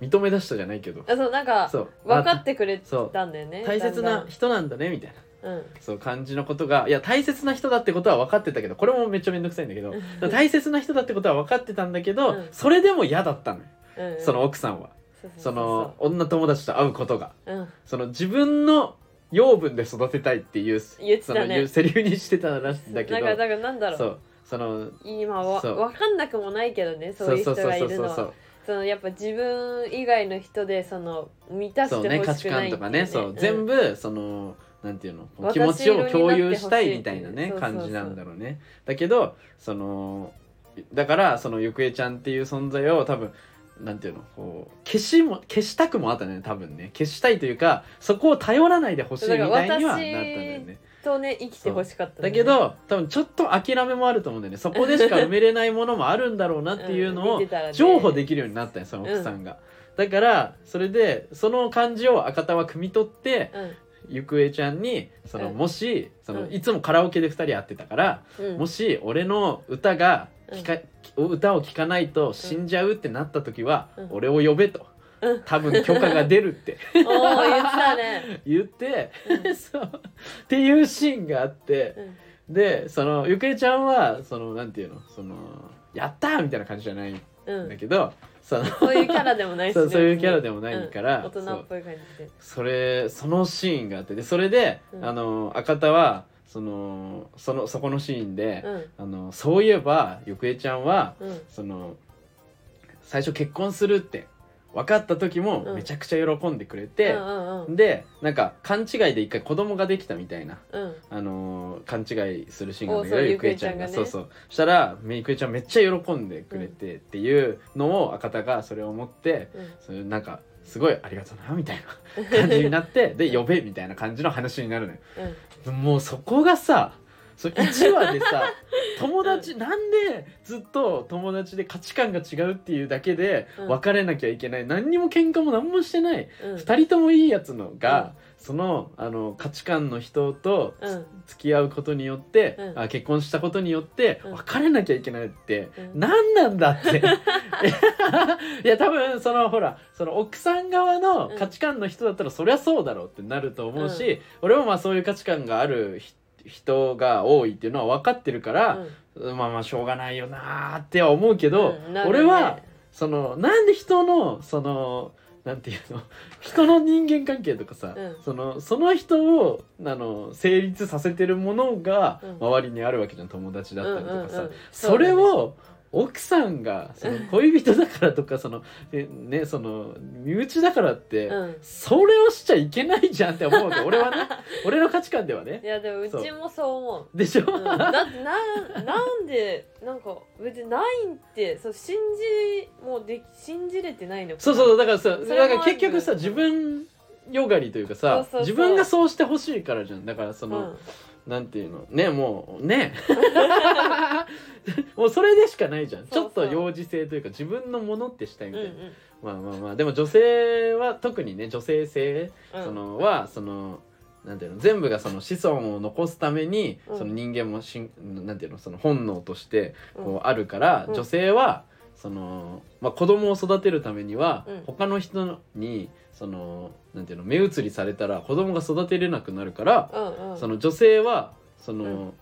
[SPEAKER 2] 認め出したじゃないけど、
[SPEAKER 1] あそうなんか
[SPEAKER 2] そう
[SPEAKER 1] 分か
[SPEAKER 2] あ
[SPEAKER 1] ってくれたんだよね
[SPEAKER 2] 大切
[SPEAKER 1] だ
[SPEAKER 2] なん人なんだねみたいな
[SPEAKER 1] だんうん
[SPEAKER 2] そう感じのことがいや大切な人だってことは分かってたけどこれもめっちゃめんどくさいんだけど
[SPEAKER 1] うん
[SPEAKER 2] 大切な人だってことは分かってたんだけど、
[SPEAKER 1] うん
[SPEAKER 2] それでも嫌だったのよ、
[SPEAKER 1] うん
[SPEAKER 2] その奥さんは。
[SPEAKER 1] そううう
[SPEAKER 2] その女友達と会うことが
[SPEAKER 1] うん
[SPEAKER 2] その自分の養分で育てたいっていう
[SPEAKER 1] 言って
[SPEAKER 2] そ
[SPEAKER 1] た
[SPEAKER 2] の
[SPEAKER 1] ね
[SPEAKER 2] いう セリフにしてたらしいんだけ
[SPEAKER 1] なんか
[SPEAKER 2] ど
[SPEAKER 1] だからなんだ
[SPEAKER 2] そ
[SPEAKER 1] ろう
[SPEAKER 2] うその
[SPEAKER 1] 今は
[SPEAKER 2] そう
[SPEAKER 1] 分かんなくもないけどねそういう人がいるのはそのやっぱ自分以外の人でその満たして
[SPEAKER 2] そ
[SPEAKER 1] ほ
[SPEAKER 2] う
[SPEAKER 1] しくないっていう
[SPEAKER 2] ね価値観とかねそう、
[SPEAKER 1] ん
[SPEAKER 2] 全部そのなんていうのこう
[SPEAKER 1] 私
[SPEAKER 2] 気持ちを共有したい
[SPEAKER 1] 色
[SPEAKER 2] み
[SPEAKER 1] に
[SPEAKER 2] た
[SPEAKER 1] なってほしいっていうそうそ
[SPEAKER 2] いなね
[SPEAKER 1] うそう
[SPEAKER 2] 感じなんだろうねだけどそのだからそのゆくえちゃんっていう存在を多分なんていうのこう消しも消したくもあったね多分ね消したいというかそこを頼らないでほしいみたいにはなったんだよね
[SPEAKER 1] とね生きてほしかったね
[SPEAKER 2] だけど多分ちょっと諦めもあると思うんだよねそこでしか埋めれないものもあるんだろうなっていうの
[SPEAKER 1] ん
[SPEAKER 2] を
[SPEAKER 1] 見てたらね
[SPEAKER 2] 譲歩できるようになったよその奥さんが、だからそれでその感じを赤田は汲み取って
[SPEAKER 1] うん
[SPEAKER 2] ゆくえちゃんにその、
[SPEAKER 1] うん
[SPEAKER 2] もしその、
[SPEAKER 1] うん
[SPEAKER 2] いつもカラオケで2人会ってたから、
[SPEAKER 1] うん
[SPEAKER 2] もし俺の歌が聞か、歌を聴かないと死んじゃうってなった時は、
[SPEAKER 1] うん
[SPEAKER 2] 俺を呼べと
[SPEAKER 1] うん
[SPEAKER 2] 多分許可が出るって
[SPEAKER 1] おー言ってたね
[SPEAKER 2] 言って、
[SPEAKER 1] う
[SPEAKER 2] そうっていうシーンがあって。
[SPEAKER 1] うん
[SPEAKER 2] でそのゆくえちゃんはそのなんていうのそのやったーみたいな感じじゃないん
[SPEAKER 1] うん
[SPEAKER 2] だけど、その
[SPEAKER 1] そういうキャラでもないし
[SPEAKER 2] そうそういうキャラ
[SPEAKER 1] も
[SPEAKER 2] でもないから、
[SPEAKER 1] 大
[SPEAKER 2] そ
[SPEAKER 1] 人っ
[SPEAKER 2] う
[SPEAKER 1] ぽい感じで
[SPEAKER 2] それそのシーンがあってでそれで、
[SPEAKER 1] うん
[SPEAKER 2] あの赤田はそのそのそこのシーンで、
[SPEAKER 1] うん
[SPEAKER 2] あのそういえばゆくえちゃんは
[SPEAKER 1] うん
[SPEAKER 2] その最初結婚するって分かった時も
[SPEAKER 1] うん
[SPEAKER 2] めちゃくちゃ喜んでくれて
[SPEAKER 1] う、んうん
[SPEAKER 2] でなんか勘違いで一回子供ができたみたいな
[SPEAKER 1] うん
[SPEAKER 2] あのー勘違いするシーンがあるんだ
[SPEAKER 1] おうそ
[SPEAKER 2] けど
[SPEAKER 1] う
[SPEAKER 2] ゆくえちゃんが
[SPEAKER 1] ゆくえちゃんが
[SPEAKER 2] そう
[SPEAKER 1] ね
[SPEAKER 2] そうしたらめゆくえちゃんめっちゃ喜んでくれてっていうのを赤田がそれを持って
[SPEAKER 1] うん
[SPEAKER 2] それなんかすごいありがとうなみたいな感じになってで呼べみたいな感じの話になるの
[SPEAKER 1] うん
[SPEAKER 2] よもうそこがさそ1話 でさ友達、なんでずっと友達で価値観が違うっていうだけで
[SPEAKER 1] うん
[SPEAKER 2] 別れなきゃいけない、何にも喧嘩も何もしてない、
[SPEAKER 1] うん
[SPEAKER 2] 2人ともいいやつのが、そのあの価値観の人と
[SPEAKER 1] うん
[SPEAKER 2] 付き合うことによって、
[SPEAKER 1] うん
[SPEAKER 2] あ結婚したことによって
[SPEAKER 1] うん
[SPEAKER 2] 別れなきゃいけないって、
[SPEAKER 1] うん
[SPEAKER 2] 何なんだっていや多分そのほらその奥さん側の価値観の人だったら、そりゃそうだろうってなると思うし、俺もまあそういう価値観があるひ人が多いっていうのは分かってるから、まあまあしょうがないよなーっては思うけど、
[SPEAKER 1] うんなるね
[SPEAKER 2] 俺はそのなんで人のそのなんていうの 人の人間関係とかさ、
[SPEAKER 1] うん
[SPEAKER 2] そのその人をあの成立させてるものが
[SPEAKER 1] うん
[SPEAKER 2] 周りにあるわけじゃん友達だったりとか
[SPEAKER 1] う
[SPEAKER 2] さ、
[SPEAKER 1] んうんうん
[SPEAKER 2] それ
[SPEAKER 1] そうだね
[SPEAKER 2] を奥さんがその恋人だからとかそのえねその身内だからって、
[SPEAKER 1] うん
[SPEAKER 2] それをしちゃいけないじゃんって思 うわけ俺はね俺の価値観ではね
[SPEAKER 1] いやでもう
[SPEAKER 2] そう
[SPEAKER 1] ちもそう思う
[SPEAKER 2] でしょ、
[SPEAKER 1] うんだってなんなんでなんか別にないんってそう信じもうでき信じれてないのかな
[SPEAKER 2] そうそうだからさ
[SPEAKER 1] それも
[SPEAKER 2] だから結局
[SPEAKER 1] あ
[SPEAKER 2] さ
[SPEAKER 1] る
[SPEAKER 2] 自分よがりというかさ
[SPEAKER 1] そうそうそう
[SPEAKER 2] 自分がそうしてほしいからじゃんだからその、
[SPEAKER 1] ん
[SPEAKER 2] なんていうのねも うねもうそれでしかないじゃん
[SPEAKER 1] そうそう
[SPEAKER 2] ちょっと幼児性というか自分のものってしたいみ
[SPEAKER 1] うんう
[SPEAKER 2] たいな、
[SPEAKER 1] ん
[SPEAKER 2] まあまあまあでも女性は特にね女性性
[SPEAKER 1] うん
[SPEAKER 2] そのはそのなんていうの全部がその子孫を残すために、
[SPEAKER 1] うん
[SPEAKER 2] その人間もしんなんていうのその本能として
[SPEAKER 1] うん
[SPEAKER 2] こうあるから、
[SPEAKER 1] うん
[SPEAKER 2] 女性はその、まあ、子供を育てるためには、
[SPEAKER 1] うん
[SPEAKER 2] 他の人にそのなんていうの目移りされたら子供が育てれなくなるから、
[SPEAKER 1] うんうん
[SPEAKER 2] その女性はそうの、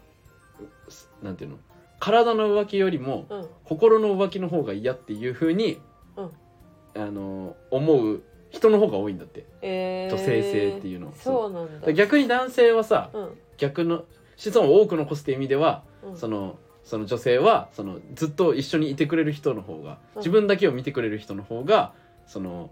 [SPEAKER 2] なんていうの体の浮気よりも
[SPEAKER 1] うん
[SPEAKER 2] 心の浮気の方が嫌っていうふうに、
[SPEAKER 1] うん
[SPEAKER 2] あの思う人の方が多いんだって。
[SPEAKER 1] えー
[SPEAKER 2] 女性性っていうの
[SPEAKER 1] そうなん
[SPEAKER 2] だか
[SPEAKER 1] だ
[SPEAKER 2] ら逆に男性はさ
[SPEAKER 1] うん
[SPEAKER 2] 逆の子孫を多く残すって意味では、
[SPEAKER 1] うん
[SPEAKER 2] そのその女性はそのずっと一緒にいてくれる人の方が
[SPEAKER 1] うん
[SPEAKER 2] 自分だけを見てくれる人の方がその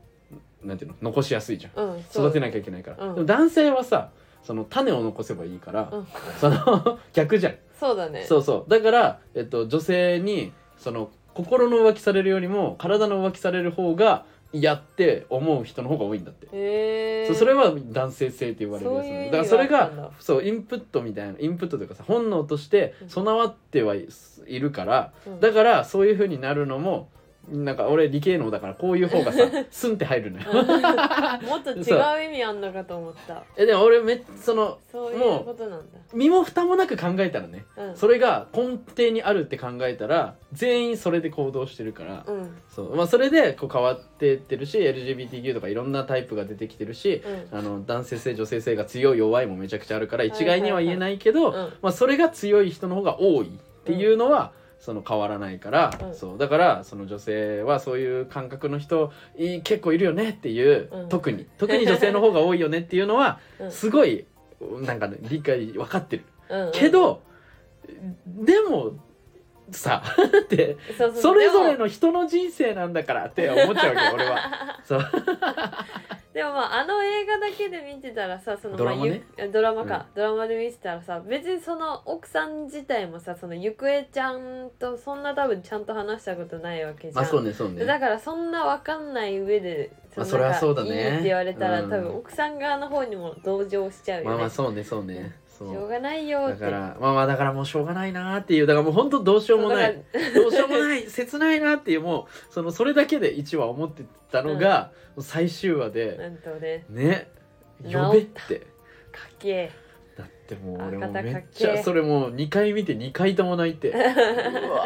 [SPEAKER 2] なんていうの残しやすいじゃん
[SPEAKER 1] うんそう
[SPEAKER 2] 育てなきゃいけないから、
[SPEAKER 1] うん
[SPEAKER 2] でも男性はさその種を残せばいいから、
[SPEAKER 1] うん
[SPEAKER 2] その逆じゃん、
[SPEAKER 1] そうだね
[SPEAKER 2] そうそうだから、えっと、女性にその心の浮気されるよりも体の浮気される方が嫌って思う人の方が多いんだって、
[SPEAKER 1] へえ
[SPEAKER 2] そうそれは男性性って言われるやつ
[SPEAKER 1] そう
[SPEAKER 2] なん
[SPEAKER 1] いう
[SPEAKER 2] だ
[SPEAKER 1] 意味
[SPEAKER 2] だからそれ
[SPEAKER 1] があったんだ
[SPEAKER 2] がそうインプットみたいなインプットというかさ本能として
[SPEAKER 1] うん
[SPEAKER 2] 備わってはいすいるから
[SPEAKER 1] うん
[SPEAKER 2] だからそういうふうになるのもなんか俺理系能だからこういう方 がさスンって入るのよ。
[SPEAKER 1] もっと違う意味あんのかと思った
[SPEAKER 2] えでも俺めっその
[SPEAKER 1] そういうことなんだ
[SPEAKER 2] 身も蓋もなく考えたらね
[SPEAKER 1] うん
[SPEAKER 2] それが根底にあるって考えたら全員それで行動してるから。
[SPEAKER 1] うん
[SPEAKER 2] そうまあ、それでこう変わってってるし LGBTQ とかいろんなタイプが出てきてるし、
[SPEAKER 1] うん
[SPEAKER 2] あの男性性女性性が強い弱いもめちゃくちゃあるから
[SPEAKER 1] いはい
[SPEAKER 2] 一概には言えないけど、
[SPEAKER 1] うん
[SPEAKER 2] まあ、それが強い人の方が多いっていうのは、その変わらないから、
[SPEAKER 1] うん
[SPEAKER 2] そうだからその女性はそういう感覚の人い結構いるよねっていう、
[SPEAKER 1] うん
[SPEAKER 2] 特に特に女性の方が多いよねっていうのは、
[SPEAKER 1] うん
[SPEAKER 2] すごいなんかね理解分かってる
[SPEAKER 1] うんうん
[SPEAKER 2] けど、でもさ って
[SPEAKER 1] そうそう
[SPEAKER 2] それぞれ
[SPEAKER 1] でも
[SPEAKER 2] の人の人生なんだからって思っちゃうわけ俺は。そう
[SPEAKER 1] でもまああの映画だけで見てたらさその
[SPEAKER 2] ドラマね
[SPEAKER 1] まあゆドラマか、ドラマで見てたらさ別にその奥さん自体もさそのゆくえちゃんとそんな多分ちゃんと話したことないわけじゃん、
[SPEAKER 2] まあそうねそうね。
[SPEAKER 1] だから そんな分かんない上で
[SPEAKER 2] ま
[SPEAKER 1] の
[SPEAKER 2] あそりゃ
[SPEAKER 1] なんか
[SPEAKER 2] そうだね
[SPEAKER 1] いいって言われたら、
[SPEAKER 2] うん
[SPEAKER 1] 多分奥さん側の方にも同情しちゃうよね、
[SPEAKER 2] まあまあそうねそうねそ
[SPEAKER 1] しょう
[SPEAKER 2] う
[SPEAKER 1] がないよっ
[SPEAKER 2] だ
[SPEAKER 1] て
[SPEAKER 2] からまあまあだからもうしょうがないなーっていうだからもう本当どうしようもな
[SPEAKER 1] そ
[SPEAKER 2] いう
[SPEAKER 1] だか
[SPEAKER 2] どうしようもない切ないなっていうもうそのそれだけで1話思ってたのが、最終話
[SPEAKER 1] ら
[SPEAKER 2] で
[SPEAKER 1] なんとね
[SPEAKER 2] ね
[SPEAKER 1] 治った
[SPEAKER 2] 呼べって
[SPEAKER 1] かっけ
[SPEAKER 2] だってもう俺も
[SPEAKER 1] 赤
[SPEAKER 2] め
[SPEAKER 1] 田
[SPEAKER 2] っ
[SPEAKER 1] かっけ
[SPEAKER 2] ち
[SPEAKER 1] ー
[SPEAKER 2] ゃそれもう2回見て2回とも泣いてう
[SPEAKER 1] え
[SPEAKER 2] わ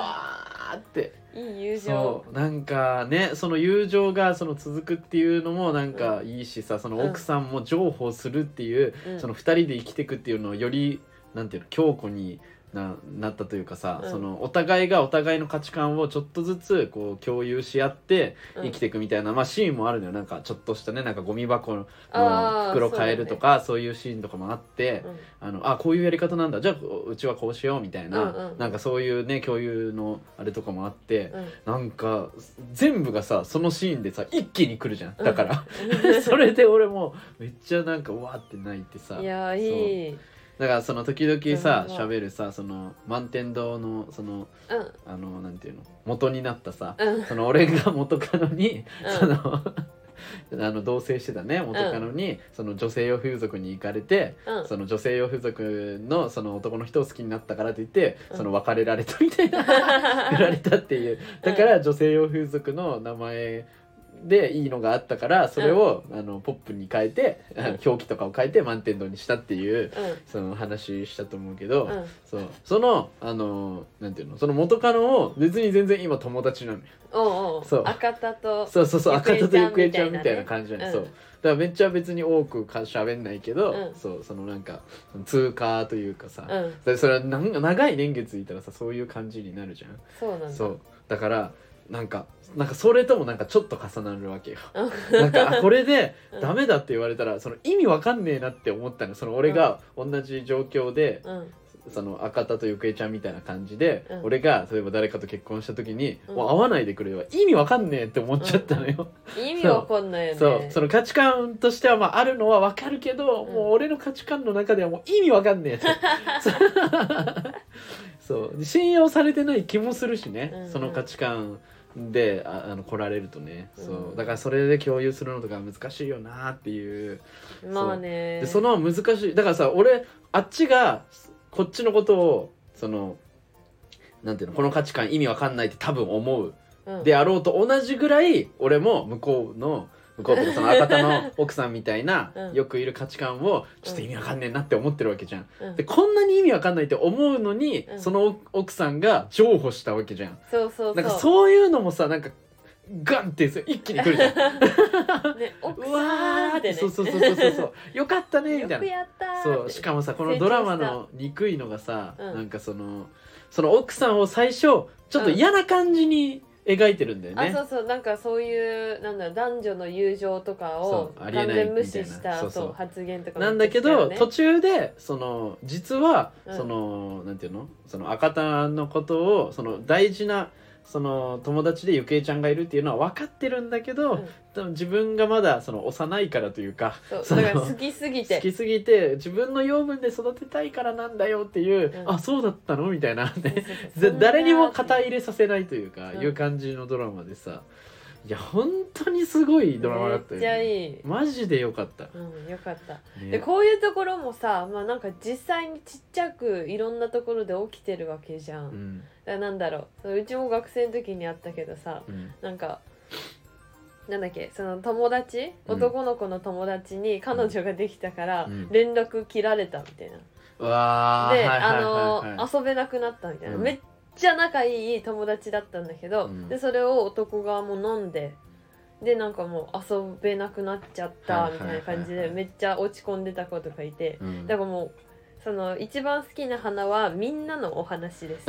[SPEAKER 2] ーって
[SPEAKER 1] いい友情
[SPEAKER 2] そうなんかねその友情がその続くっていうのもなんかいいしさその奥さんも譲歩するっていう
[SPEAKER 1] うん
[SPEAKER 2] その2人で生きていくっていうのをよりなんていうの強固にななったというかさ、
[SPEAKER 1] うん
[SPEAKER 2] そのお互いがお互いの価値観をちょっとずつこう共有し合って
[SPEAKER 1] うん
[SPEAKER 2] 生きていくみたいな、まあ、シーンもあるのよなんかちょっとしたねなんかゴミ箱の
[SPEAKER 1] あー
[SPEAKER 2] 袋変えるとかそう,、いうシーンとかもあって、
[SPEAKER 1] うん
[SPEAKER 2] あのあこういうやり方なんだじゃあこううちはこうしようみたいな、
[SPEAKER 1] うんうん
[SPEAKER 2] なんかそういうね共有のあれとかもあって、
[SPEAKER 1] うん
[SPEAKER 2] なんか全部がさそのシーンでさ一気に来るじゃんだから。
[SPEAKER 1] うん
[SPEAKER 2] それで俺もめっちゃなんかわーって泣いてさ
[SPEAKER 1] いやーいい
[SPEAKER 2] だからその時々さ
[SPEAKER 1] ドラマ
[SPEAKER 2] 喋るさその満天堂のその
[SPEAKER 1] うん
[SPEAKER 2] あのなんていうの元になったさ
[SPEAKER 1] うん
[SPEAKER 2] その俺が元カノに、
[SPEAKER 1] うん
[SPEAKER 2] そのあの 同棲してたね元カノに、その女性用風俗に行かれて、
[SPEAKER 1] うん
[SPEAKER 2] その女性用風俗のその男の人を好きになったからといって、
[SPEAKER 1] うん
[SPEAKER 2] その別れられたみたいな 振られたっていうだから女性用風俗の名前でいいのがあったからそれを、あのポップに変えて、
[SPEAKER 1] うん
[SPEAKER 2] 表記とかを変えて満天堂にしたってい
[SPEAKER 1] う
[SPEAKER 2] う
[SPEAKER 1] ん
[SPEAKER 2] その話したと思うけど、
[SPEAKER 1] うん
[SPEAKER 2] そうそのあのなんていうのその元カノを別に全然今友達なのよ
[SPEAKER 1] おうおう
[SPEAKER 2] そう
[SPEAKER 1] 赤田と
[SPEAKER 2] そうそうそう
[SPEAKER 1] ゆく
[SPEAKER 2] 赤
[SPEAKER 1] えちゃん
[SPEAKER 2] 田とゆくえちゃんみ
[SPEAKER 1] み
[SPEAKER 2] た
[SPEAKER 1] た
[SPEAKER 2] い
[SPEAKER 1] いなね
[SPEAKER 2] な感じなの、
[SPEAKER 1] うん
[SPEAKER 2] そうだからめっちゃ別に多くか喋んないけど、
[SPEAKER 1] うん
[SPEAKER 2] そうそのなんか通過というかさ、
[SPEAKER 1] うん
[SPEAKER 2] でそれはなん長い年月いたらさそういう感じになるじゃん
[SPEAKER 1] そうなんだ
[SPEAKER 2] そうだからなんかなんかそれともなんかちょっと重なるわけよ
[SPEAKER 1] うん
[SPEAKER 2] なんかあこれで
[SPEAKER 1] うん
[SPEAKER 2] ダメだって言われたらその意味わかんねえなって思ったのその俺が同じ状況で
[SPEAKER 1] うん
[SPEAKER 2] その赤田とゆくえちゃんみたいな感じで、
[SPEAKER 1] うん
[SPEAKER 2] 俺が例えば誰かと結婚した時に、
[SPEAKER 1] うん
[SPEAKER 2] もう会わないでくれは意味わかんねえって思っちゃったのよ、
[SPEAKER 1] 意味わかんないよね
[SPEAKER 2] そうその価値観としてはまああるのはわかるけど、
[SPEAKER 1] うん
[SPEAKER 2] もう俺の価値観の中ではもう意味わか んねえってそうそう信用されてない気もするしね、
[SPEAKER 1] うんうん
[SPEAKER 2] その価値観でああの来られるとね、そううんだからそれで共有するのとか難しいよなっていう
[SPEAKER 1] まあね
[SPEAKER 2] でその難しいだからさ俺あっちがこっちのことをそのなんていうのこの価値観意味わかんないって多分思う
[SPEAKER 1] うん
[SPEAKER 2] であろうと同じぐらい俺も向こうの向こうとかその赤田の奥さんみたいな、
[SPEAKER 1] うん
[SPEAKER 2] よくいる価値観をちょっと意味わかんねえなって思ってるわけじゃん。
[SPEAKER 1] うん
[SPEAKER 2] でこんなに意味わかんないって思うのに、
[SPEAKER 1] うん
[SPEAKER 2] その奥さんが譲歩したわけじゃん。
[SPEAKER 1] そうそう
[SPEAKER 2] なんか
[SPEAKER 1] そう
[SPEAKER 2] そういうのもさなんかガンって一気に来る じゃん。
[SPEAKER 1] ね奥
[SPEAKER 2] う
[SPEAKER 1] さ
[SPEAKER 2] わ
[SPEAKER 1] ん
[SPEAKER 2] ー
[SPEAKER 1] っ
[SPEAKER 2] ってて
[SPEAKER 1] ね
[SPEAKER 2] そうそうそうそうそうよかったねみた
[SPEAKER 1] よ
[SPEAKER 2] い
[SPEAKER 1] く
[SPEAKER 2] な。
[SPEAKER 1] やったー
[SPEAKER 2] そうしかもさこのドラマの憎いのがさ、
[SPEAKER 1] うん
[SPEAKER 2] なんかそのその奥さんを最初ちょっと嫌な感じに描いてるんだよね。
[SPEAKER 1] あそうそうなんかそういうなんだろう男女の友情とかを
[SPEAKER 2] そう
[SPEAKER 1] 完
[SPEAKER 2] ありえない
[SPEAKER 1] 全無視した
[SPEAKER 2] みたいなそうそう
[SPEAKER 1] そう発言とかも
[SPEAKER 2] なんだけ
[SPEAKER 1] 言
[SPEAKER 2] ど、
[SPEAKER 1] ってきたよ
[SPEAKER 2] 途
[SPEAKER 1] ね
[SPEAKER 2] 中でその実は、
[SPEAKER 1] うん
[SPEAKER 2] そのなんていうのその赤田のことをその大事なその友達でゆくえちゃんがいるっていうのは分かってるんだけど、
[SPEAKER 1] うん
[SPEAKER 2] でも自分がまだその幼いからというか
[SPEAKER 1] そうだから
[SPEAKER 2] その
[SPEAKER 1] 好きすぎ
[SPEAKER 2] 好
[SPEAKER 1] て
[SPEAKER 2] きすぎて自分の養分で育てたいからなんだよっていう、
[SPEAKER 1] うん
[SPEAKER 2] あそうだったのみたいな、ね、
[SPEAKER 1] そうそうそう
[SPEAKER 2] で
[SPEAKER 1] そんな
[SPEAKER 2] 誰にも肩入れさせないというか、
[SPEAKER 1] うん
[SPEAKER 2] いう感じのドラマでさいや本当にすごいドラマだった
[SPEAKER 1] め
[SPEAKER 2] よ、
[SPEAKER 1] っちゃ
[SPEAKER 2] ね、
[SPEAKER 1] いい、
[SPEAKER 2] マジでよかった、
[SPEAKER 1] うん、よかった
[SPEAKER 2] ね
[SPEAKER 1] でこういうところもさ、まあ、なんか実際にちっちゃくいろんなところで起きてるわけじゃん、
[SPEAKER 2] う
[SPEAKER 1] だか
[SPEAKER 2] ん
[SPEAKER 1] らなんだろううちも学生の時にあったけどさ
[SPEAKER 2] うん
[SPEAKER 1] なんかなんだっけその友達
[SPEAKER 2] うん
[SPEAKER 1] 男の子の友達に彼女ができたから
[SPEAKER 2] うん
[SPEAKER 1] 連絡切られたみたいな、
[SPEAKER 2] うわー
[SPEAKER 1] で、
[SPEAKER 2] はいはい
[SPEAKER 1] あの
[SPEAKER 2] はいはい
[SPEAKER 1] 遊べなくなったみたいな、
[SPEAKER 2] うん
[SPEAKER 1] めっちゃ仲いい友達だったんだけど、
[SPEAKER 2] うん
[SPEAKER 1] でそれを男側も飲んででなんかもう遊べなくなっちゃったみたいな感じ
[SPEAKER 2] はいはいはい
[SPEAKER 1] で
[SPEAKER 2] はい
[SPEAKER 1] めっちゃ落ち込んでた子とかいて、
[SPEAKER 2] うん
[SPEAKER 1] だからもうその一番好きな花はみんなのお話です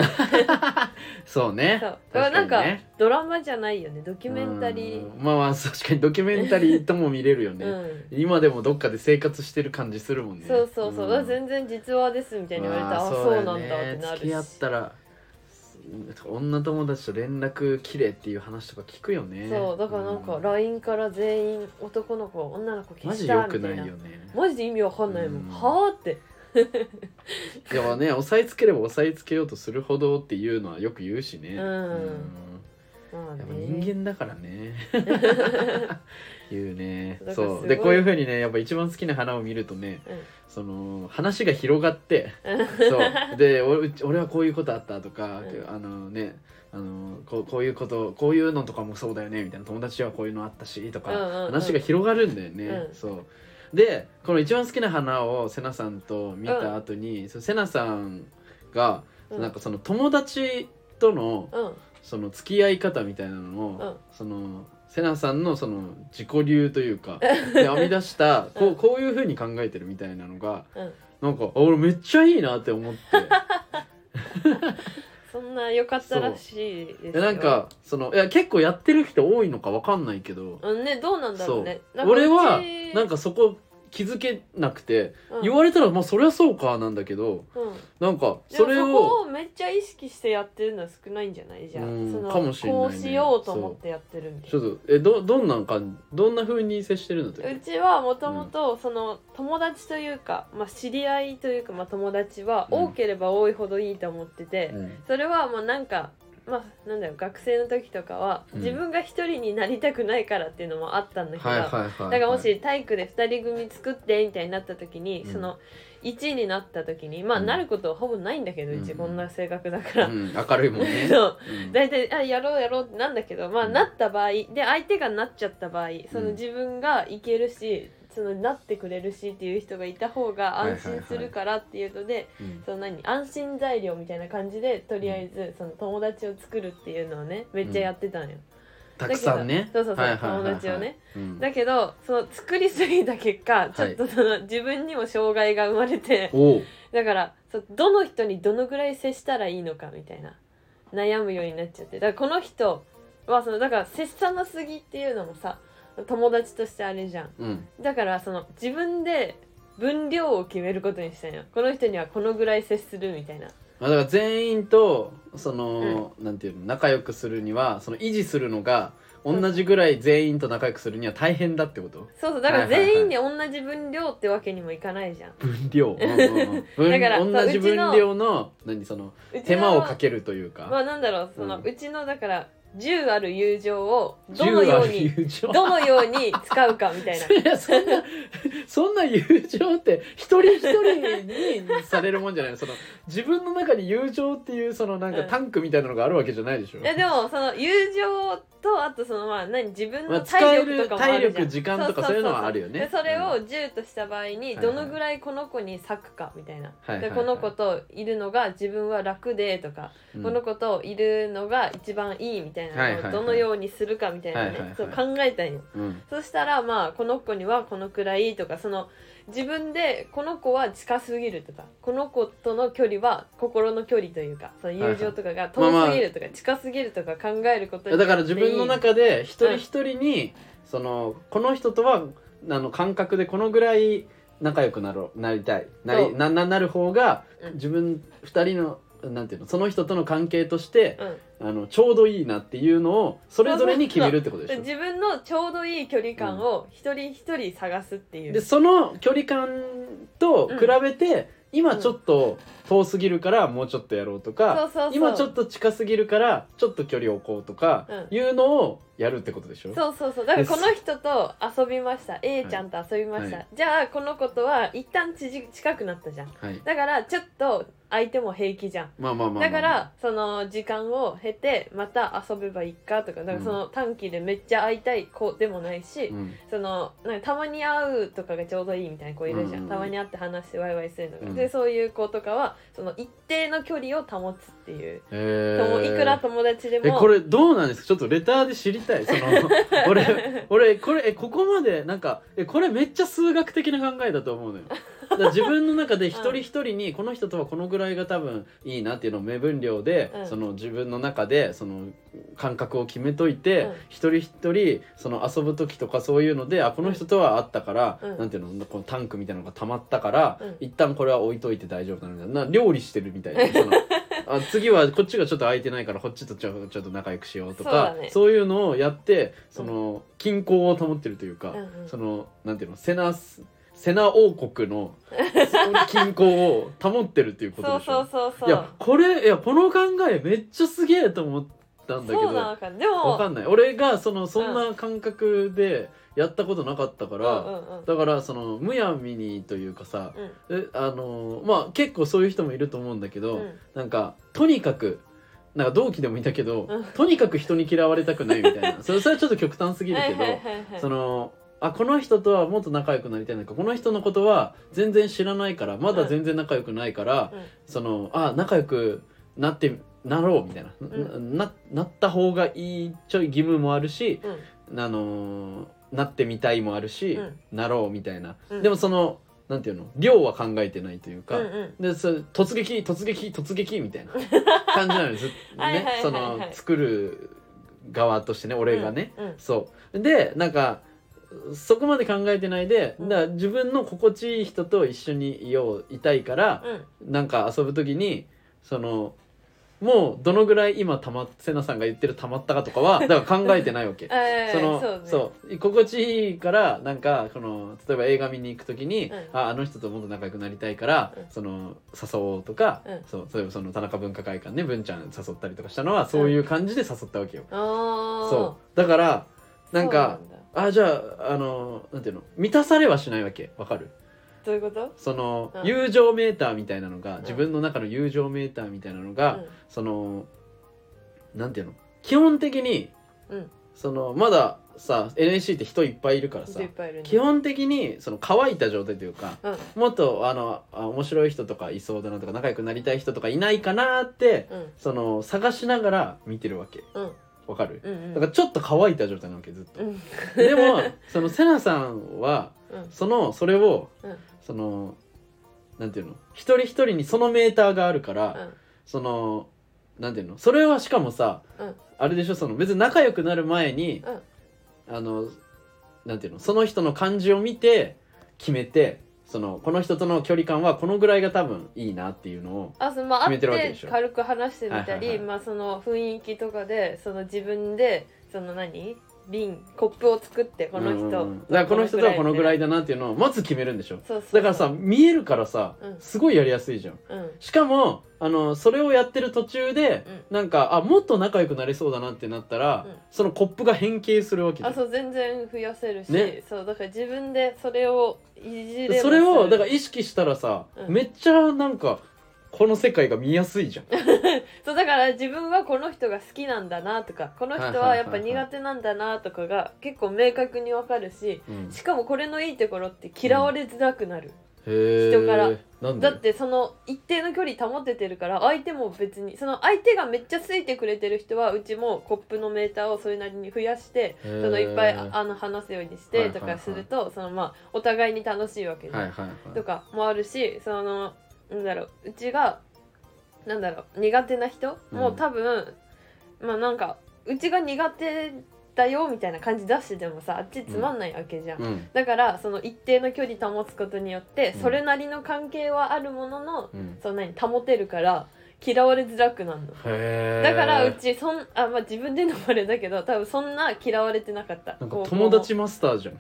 [SPEAKER 2] そうね
[SPEAKER 1] そう
[SPEAKER 2] 確かにね
[SPEAKER 1] なんかドラマじゃないよねドキュメンタリ
[SPEAKER 2] う
[SPEAKER 1] ー
[SPEAKER 2] んまあまあ確かにドキュメンタリーとも見れる よ
[SPEAKER 1] う
[SPEAKER 2] ね、
[SPEAKER 1] ん、
[SPEAKER 2] 今でもどっかで生活してる感じするもんね
[SPEAKER 1] そうそうそう、
[SPEAKER 2] ん
[SPEAKER 1] あ全然実話ですみたいに言われたらあ
[SPEAKER 2] まあ
[SPEAKER 1] そうなんだっ
[SPEAKER 2] よね
[SPEAKER 1] てなる
[SPEAKER 2] 付き合
[SPEAKER 1] し
[SPEAKER 2] っ。たら女友達と連絡切れっていう話とか聞くよね
[SPEAKER 1] そうだからなんか
[SPEAKER 2] うん
[SPEAKER 1] LINE から全員男の子女の子消
[SPEAKER 2] マジ
[SPEAKER 1] した
[SPEAKER 2] 良
[SPEAKER 1] みた
[SPEAKER 2] く
[SPEAKER 1] いな
[SPEAKER 2] ないよね
[SPEAKER 1] マジで意味わかんないもん、
[SPEAKER 2] うん
[SPEAKER 1] はあって
[SPEAKER 2] でもね押さえつければ押さえつけようとするほどっていうのはよく言うしね
[SPEAKER 1] うんまあね
[SPEAKER 2] やっぱ人間だからね言うね
[SPEAKER 1] だからすごい
[SPEAKER 2] そうでこういうふうにねやっぱ一番好きな花を見るとねその話が広がって そうでおうち俺はこういうことあったとか、
[SPEAKER 1] うん
[SPEAKER 2] あのねあのこうこういうことこういうのとかもそうだよねみたいな友達はこういうのあったしとか、
[SPEAKER 1] うんうんうん
[SPEAKER 2] 話が広がるんだよね、
[SPEAKER 1] うん
[SPEAKER 2] そうでこの一番好きな花をセナさんと見た後に、そうセナさんが、
[SPEAKER 1] うん
[SPEAKER 2] なんかその友達との
[SPEAKER 1] うんうん
[SPEAKER 2] その付き合い方みたいなのを、
[SPEAKER 1] うん
[SPEAKER 2] そのセナさんのその自己流という かで編み出したこうこういうふうに考えてるみたいなのが
[SPEAKER 1] うん
[SPEAKER 2] なんかあ俺めっちゃいいなって思って
[SPEAKER 1] そんな良かったらしいです
[SPEAKER 2] で
[SPEAKER 1] よ
[SPEAKER 2] なんかそのいや結構やってる人多いのかわかんないけど、
[SPEAKER 1] うんねどうなんだろうねなんか
[SPEAKER 2] 俺は
[SPEAKER 1] うち
[SPEAKER 2] なんかそこ気づけなくて、
[SPEAKER 1] うん
[SPEAKER 2] 言われたらまあそりゃそうかなんだけど
[SPEAKER 1] うん
[SPEAKER 2] なんか
[SPEAKER 1] そ
[SPEAKER 2] それ
[SPEAKER 1] そこ
[SPEAKER 2] を
[SPEAKER 1] をめっちゃ意識してやってるのは少ないんじゃないじゃあ
[SPEAKER 2] うん
[SPEAKER 1] その
[SPEAKER 2] かもしれないね
[SPEAKER 1] こうしようと思ってやってるみたい
[SPEAKER 2] ちょっとえどどんなんかどんな風に接してるのと
[SPEAKER 1] なうちはもともとその友達というか、まあ、知り合いというか、まあ、友達は
[SPEAKER 2] うん
[SPEAKER 1] 多ければ多いほどいいと思ってて、
[SPEAKER 2] うん
[SPEAKER 1] それはもうなんかまあなんだよ学生の時とかは
[SPEAKER 2] うん
[SPEAKER 1] 自分が一人になりたくないからっていうのもあったんだけど、
[SPEAKER 2] はいはいはいはい、
[SPEAKER 1] だからもし体育で2人組作ってみたいになった時に、
[SPEAKER 2] うん
[SPEAKER 1] その1位になった時にまあ
[SPEAKER 2] うん
[SPEAKER 1] なることはほぼないんだけど、うち
[SPEAKER 2] うん
[SPEAKER 1] こんな性格だから、
[SPEAKER 2] うん、明るいもん ね。
[SPEAKER 1] そう
[SPEAKER 2] うん
[SPEAKER 1] 大体あやろうやろうってなんだけどまあ
[SPEAKER 2] うん
[SPEAKER 1] なった場合で相手がなっちゃった場合その
[SPEAKER 2] うん
[SPEAKER 1] 自分がいけるし、そのなってくれるしっていう人がいた方が安
[SPEAKER 2] は
[SPEAKER 1] 心
[SPEAKER 2] いはい
[SPEAKER 1] するからっていうので、
[SPEAKER 2] うん
[SPEAKER 1] その何安心材料みたいな感じでとりあえずその友達を作るっていうのをねめっちゃやってたのよ、
[SPEAKER 2] たくさんね。
[SPEAKER 1] だけどそうそうそう
[SPEAKER 2] はいはいはいはい
[SPEAKER 1] 友達をね。
[SPEAKER 2] うん
[SPEAKER 1] だけどその作りすぎた結果ちょっとその、自分にも障害が生まれて
[SPEAKER 2] おう
[SPEAKER 1] だからそうどの人にどのぐらい接したらいいのかみたいな悩むようになっちゃってだからこの人はそのだから接さなすぎっていうのもさ友達としてあれじゃん
[SPEAKER 2] うん。
[SPEAKER 1] だからその自分で分量を決めることにしたんよこの人にはこのぐらい接するみたいな
[SPEAKER 2] まあだから全員とその、なんていうの仲良くするにはその維持するのが同じぐらい全員と仲良くするには大変だってこと。
[SPEAKER 1] そうそうだから全員に同じ分量ってわけにもいかないじゃん、
[SPEAKER 2] 分量。うんうんうん分
[SPEAKER 1] だからそう
[SPEAKER 2] 同じ
[SPEAKER 1] うちの
[SPEAKER 2] 分量の何その
[SPEAKER 1] うちの
[SPEAKER 2] 手間をかけるというか。
[SPEAKER 1] まあなんだろうその、
[SPEAKER 2] う
[SPEAKER 1] うんちのだから10ある友情をどの
[SPEAKER 2] 10
[SPEAKER 1] よ
[SPEAKER 2] あ
[SPEAKER 1] う
[SPEAKER 2] る
[SPEAKER 1] に
[SPEAKER 2] 友情
[SPEAKER 1] どのように使うかみたいな
[SPEAKER 2] いやそんなそんな友情って一人一人にされるもんじゃないのその自分の中に友情っていうそのなんか
[SPEAKER 1] うん
[SPEAKER 2] タンクみたいなのがあるわけじゃないでしょ、
[SPEAKER 1] いやでもその友情とあとそのまあ何自分
[SPEAKER 2] まあ
[SPEAKER 1] の体力とかもあるじゃん、
[SPEAKER 2] 使える体力時間とかそういうのはあるよね
[SPEAKER 1] でそれを
[SPEAKER 2] う
[SPEAKER 1] 10とした場合に
[SPEAKER 2] い
[SPEAKER 1] どのぐらいこの子に割くかみたいな、
[SPEAKER 2] はいはい
[SPEAKER 1] でこの子といるのが自分は楽でとか、
[SPEAKER 2] うん
[SPEAKER 1] この子といるのが一番いいみたい
[SPEAKER 2] はい
[SPEAKER 1] な
[SPEAKER 2] は
[SPEAKER 1] のを
[SPEAKER 2] いはい
[SPEAKER 1] どのようにするかみたいなね、
[SPEAKER 2] はいはいはい
[SPEAKER 1] そう考えたんよ。
[SPEAKER 2] うん
[SPEAKER 1] そしたらまあこの子にはこのくらいとかその自分でこの子は近すぎるとかこの子との距離は心の距離というかその友情とかが
[SPEAKER 2] まあまあ
[SPEAKER 1] 遠すぎるとか近すぎるとか考えること
[SPEAKER 2] いや
[SPEAKER 1] に
[SPEAKER 2] だから自分の中で一人一人にそのこの人とはあの感覚でこのぐらい仲良くなろうなりたいな
[SPEAKER 1] そう
[SPEAKER 2] りなななる方が
[SPEAKER 1] うん
[SPEAKER 2] 自分二人のなんていうのその人との関係として
[SPEAKER 1] うん
[SPEAKER 2] あのちょうどいいなっていうのをそれぞれに決めるってことで
[SPEAKER 1] で
[SPEAKER 2] しょ
[SPEAKER 1] 自分のちょうどいい距離感を一人一人探すっていう、
[SPEAKER 2] でその距離感と比べて、今ちょっと遠すぎるからもうちょっとやろうと
[SPEAKER 1] そ
[SPEAKER 2] か、
[SPEAKER 1] うそうそう
[SPEAKER 2] 今ちょっと近すぎるからちょっと距離を置こうとか
[SPEAKER 1] う
[SPEAKER 2] いうのをやるってことでしょ、
[SPEAKER 1] そうそうそうだから
[SPEAKER 2] です
[SPEAKER 1] この人と遊びました A ちゃんと遊びました、
[SPEAKER 2] は
[SPEAKER 1] じゃあこの子とは一旦縮近くなったじゃん
[SPEAKER 2] はい、
[SPEAKER 1] だからちょっと相手も平気じゃん
[SPEAKER 2] まあまあまあまあ、
[SPEAKER 1] だからその時間を経てまた遊べばいいかとかだからその短期でめっちゃ会いたい子でもないし、
[SPEAKER 2] うん
[SPEAKER 1] そのなんかたまに会うとかがちょうどいいみたいな子いるじゃん、
[SPEAKER 2] うんうんうん
[SPEAKER 1] たまに会って話してワイワイするのが、
[SPEAKER 2] うん
[SPEAKER 1] でそういう子とかはその一定の距離を保つっていう、
[SPEAKER 2] え
[SPEAKER 1] とも
[SPEAKER 2] ー
[SPEAKER 1] いくら友達でも
[SPEAKER 2] えこれどうなんですかちょっとレターで知りた いその俺俺これえここまでなんかえこれめっちゃ数学的な考えだと思うのよだから自分の中で一人一人にこの人とはこのぐらいが多分いいなっていうのを目分量で、
[SPEAKER 1] うん
[SPEAKER 2] その自分の中でその感覚を決めといて、
[SPEAKER 1] うん
[SPEAKER 2] 一人一人その遊ぶ時とかそういうのであこの人とは会ったから、
[SPEAKER 1] うん
[SPEAKER 2] なんていうのこのタンクみたいなのが溜まったから、
[SPEAKER 1] うん
[SPEAKER 2] 一旦これは置いといて大丈夫なみたいなな料理してるみたいな そのあ次はこっちがちょっと空いてないからこっちとちょちょっと仲良くしようと
[SPEAKER 1] そう
[SPEAKER 2] か
[SPEAKER 1] だね
[SPEAKER 2] いうのをやってその均衡を保ってるというか、
[SPEAKER 1] うんうん
[SPEAKER 2] そのなんていうのセナセナ王 国の均衡を保ってるっていうこと
[SPEAKER 1] そう
[SPEAKER 2] でしょ
[SPEAKER 1] そうそうそう
[SPEAKER 2] いやこれいやこの考えめっちゃすげえと思ったんだけ
[SPEAKER 1] そうな
[SPEAKER 2] ど
[SPEAKER 1] のかで
[SPEAKER 2] わか
[SPEAKER 1] も
[SPEAKER 2] んない俺がそのそんな感覚でやったことなかったか
[SPEAKER 1] う
[SPEAKER 2] ら、
[SPEAKER 1] んうんうん
[SPEAKER 2] だからそのむやみにというかさ、
[SPEAKER 1] うん
[SPEAKER 2] えあのまあ結構そういう人もいると思うんだけ
[SPEAKER 1] う
[SPEAKER 2] ど、
[SPEAKER 1] ん
[SPEAKER 2] なんかとにかくなんか同期でもいたけど、
[SPEAKER 1] うん
[SPEAKER 2] とにかく人に嫌われたくないみた いなそれそれはちょっと極端すぎる
[SPEAKER 1] は
[SPEAKER 2] け
[SPEAKER 1] い
[SPEAKER 2] ど、
[SPEAKER 1] はいはいはい
[SPEAKER 2] そのあこの人とはもっと仲良くなりたいなんかこの人のことは全然知らないからまだ全然仲良くないから、
[SPEAKER 1] うん
[SPEAKER 2] そのあ仲良くなってなろうみたいな、
[SPEAKER 1] ん
[SPEAKER 2] ななった方がいいちょい義務もあるし、
[SPEAKER 1] うん
[SPEAKER 2] あのーなってみたいもあるし、
[SPEAKER 1] うん
[SPEAKER 2] なろうみたいな、
[SPEAKER 1] うん
[SPEAKER 2] でもそのなんていうの量は考えてないというか、
[SPEAKER 1] うんうん
[SPEAKER 2] でそれ突撃突撃突撃みた いな感じなのよずっと
[SPEAKER 1] はいはいはいは
[SPEAKER 2] ね
[SPEAKER 1] い
[SPEAKER 2] その作る側としてね俺がね、
[SPEAKER 1] うんうん
[SPEAKER 2] そうでなんかそこまで考えてないで
[SPEAKER 1] うん
[SPEAKER 2] だから自分の心地いい人と一緒にいよういたいから、
[SPEAKER 1] うん
[SPEAKER 2] なんか遊ぶ時にそのもうどのぐらい今たまセナさんが言ってるたまったかとかはだから考えてないわけ
[SPEAKER 1] えー
[SPEAKER 2] そのそう,、
[SPEAKER 1] ね
[SPEAKER 2] 心地いいからなんかこの例えば映画見に行くときに、
[SPEAKER 1] うん
[SPEAKER 2] ああの人ともっと仲良くなりたいから、
[SPEAKER 1] うん
[SPEAKER 2] その誘おうとか、
[SPEAKER 1] うん
[SPEAKER 2] そう例えばその田中文化会館ね文ちゃん誘ったりとかしたのはそういう感じで誘ったわけよ、
[SPEAKER 1] あー
[SPEAKER 2] そうだから
[SPEAKER 1] そう
[SPEAKER 2] なんか
[SPEAKER 1] だ
[SPEAKER 2] あじゃああのなんていうの満たされはしないわけわかる
[SPEAKER 1] どういうこと
[SPEAKER 2] その、
[SPEAKER 1] うん
[SPEAKER 2] 友情メーターみたいなのが、
[SPEAKER 1] ん
[SPEAKER 2] 自分の中の友情メーターみたいなのが、
[SPEAKER 1] うん
[SPEAKER 2] そのなんていうの基本的に、
[SPEAKER 1] うん
[SPEAKER 2] そのまださ NSC って人いっぱいいるからさ
[SPEAKER 1] 人いっぱいいるね
[SPEAKER 2] 基本的にその乾いた状態というか
[SPEAKER 1] うん
[SPEAKER 2] もっとあのあ面白い人とかいそうだなとか仲良くなりたい人とかいないかなって
[SPEAKER 1] うん
[SPEAKER 2] その探しながら見てるわけ
[SPEAKER 1] うん
[SPEAKER 2] わかる
[SPEAKER 1] うんうん
[SPEAKER 2] だからちょっと乾いた状態なわけずっ
[SPEAKER 1] う
[SPEAKER 2] と
[SPEAKER 1] ん
[SPEAKER 2] でもそのセナさんは
[SPEAKER 1] うん
[SPEAKER 2] そのそれを
[SPEAKER 1] うん
[SPEAKER 2] そのなんていうの一人一人にそのメーターがあるから、そのなんていうのそれはしかもさ、
[SPEAKER 1] うん
[SPEAKER 2] あれでしょその別に仲良くなる前に
[SPEAKER 1] うん、
[SPEAKER 2] あのなんていうのその人の感じを見て決めてそのこの人との距離感はこのぐらいが多分いいなっていうのを
[SPEAKER 1] あそうまあ会
[SPEAKER 2] 決め
[SPEAKER 1] って
[SPEAKER 2] るわけで
[SPEAKER 1] て
[SPEAKER 2] しょ
[SPEAKER 1] 軽く話してみたり、
[SPEAKER 2] はいはいはい
[SPEAKER 1] まあその雰囲気とかでその自分でその何瓶コップを作ってこの人
[SPEAKER 2] うん
[SPEAKER 1] と、
[SPEAKER 2] うんうんだからこの人とはこのぐらい
[SPEAKER 1] だ
[SPEAKER 2] だなっていうのをまず決めるんでしょ
[SPEAKER 1] そうそうそう
[SPEAKER 2] だからさ見えるからさ
[SPEAKER 1] うん
[SPEAKER 2] すごいやりやすいじゃん
[SPEAKER 1] うん
[SPEAKER 2] しかもあのそれをやってる途中で、なんかあもっと仲良くなれそうだなってなったら、
[SPEAKER 1] うん
[SPEAKER 2] そのコップが変形するわけじゃ
[SPEAKER 1] あ
[SPEAKER 2] ん
[SPEAKER 1] そう全然増やせるし、
[SPEAKER 2] ね
[SPEAKER 1] そうだから自分でそれをいじれば
[SPEAKER 2] それをだから
[SPEAKER 1] ら
[SPEAKER 2] 意識したらさ、
[SPEAKER 1] うん
[SPEAKER 2] めっちゃなんかこの世界が見やすいじゃん
[SPEAKER 1] そうだから自分はこの人が好きなんだなとかこの人はやっぱ苦手なんだなとかが結構明確にわかるし
[SPEAKER 2] うん
[SPEAKER 1] しかもこれのいいところって嫌われづらくなる、
[SPEAKER 2] へー
[SPEAKER 1] 人から
[SPEAKER 2] なんで
[SPEAKER 1] だってその一定の距離保ててるから相手も別にその相手がめっちゃついてくれてる人はうちもコップのメーターをそれなりに増やして
[SPEAKER 2] そ
[SPEAKER 1] そのいっぱいああの話すようにしてと
[SPEAKER 2] はいはい
[SPEAKER 1] か
[SPEAKER 2] はい
[SPEAKER 1] するとそのまあお互いに楽しいわけで
[SPEAKER 2] はいはいはい
[SPEAKER 1] とかもあるしそのなんだろううちがなんだろう苦手な人
[SPEAKER 2] うん
[SPEAKER 1] もう多分、まあなんかうちが苦手だよみたいな感じ出しててもさあっちつまんないわけじゃん。
[SPEAKER 2] うん
[SPEAKER 1] だからその一定の距離保つことによって
[SPEAKER 2] うん
[SPEAKER 1] それなりの関係はあるものの、
[SPEAKER 2] うん
[SPEAKER 1] そんなに保てるから嫌われづらくなるの。
[SPEAKER 2] へー
[SPEAKER 1] だからうちそんあまあ自分でのもあれだけど多分そんな嫌われてなかった。
[SPEAKER 2] なんか
[SPEAKER 1] 高校も
[SPEAKER 2] 友達マスター じゃん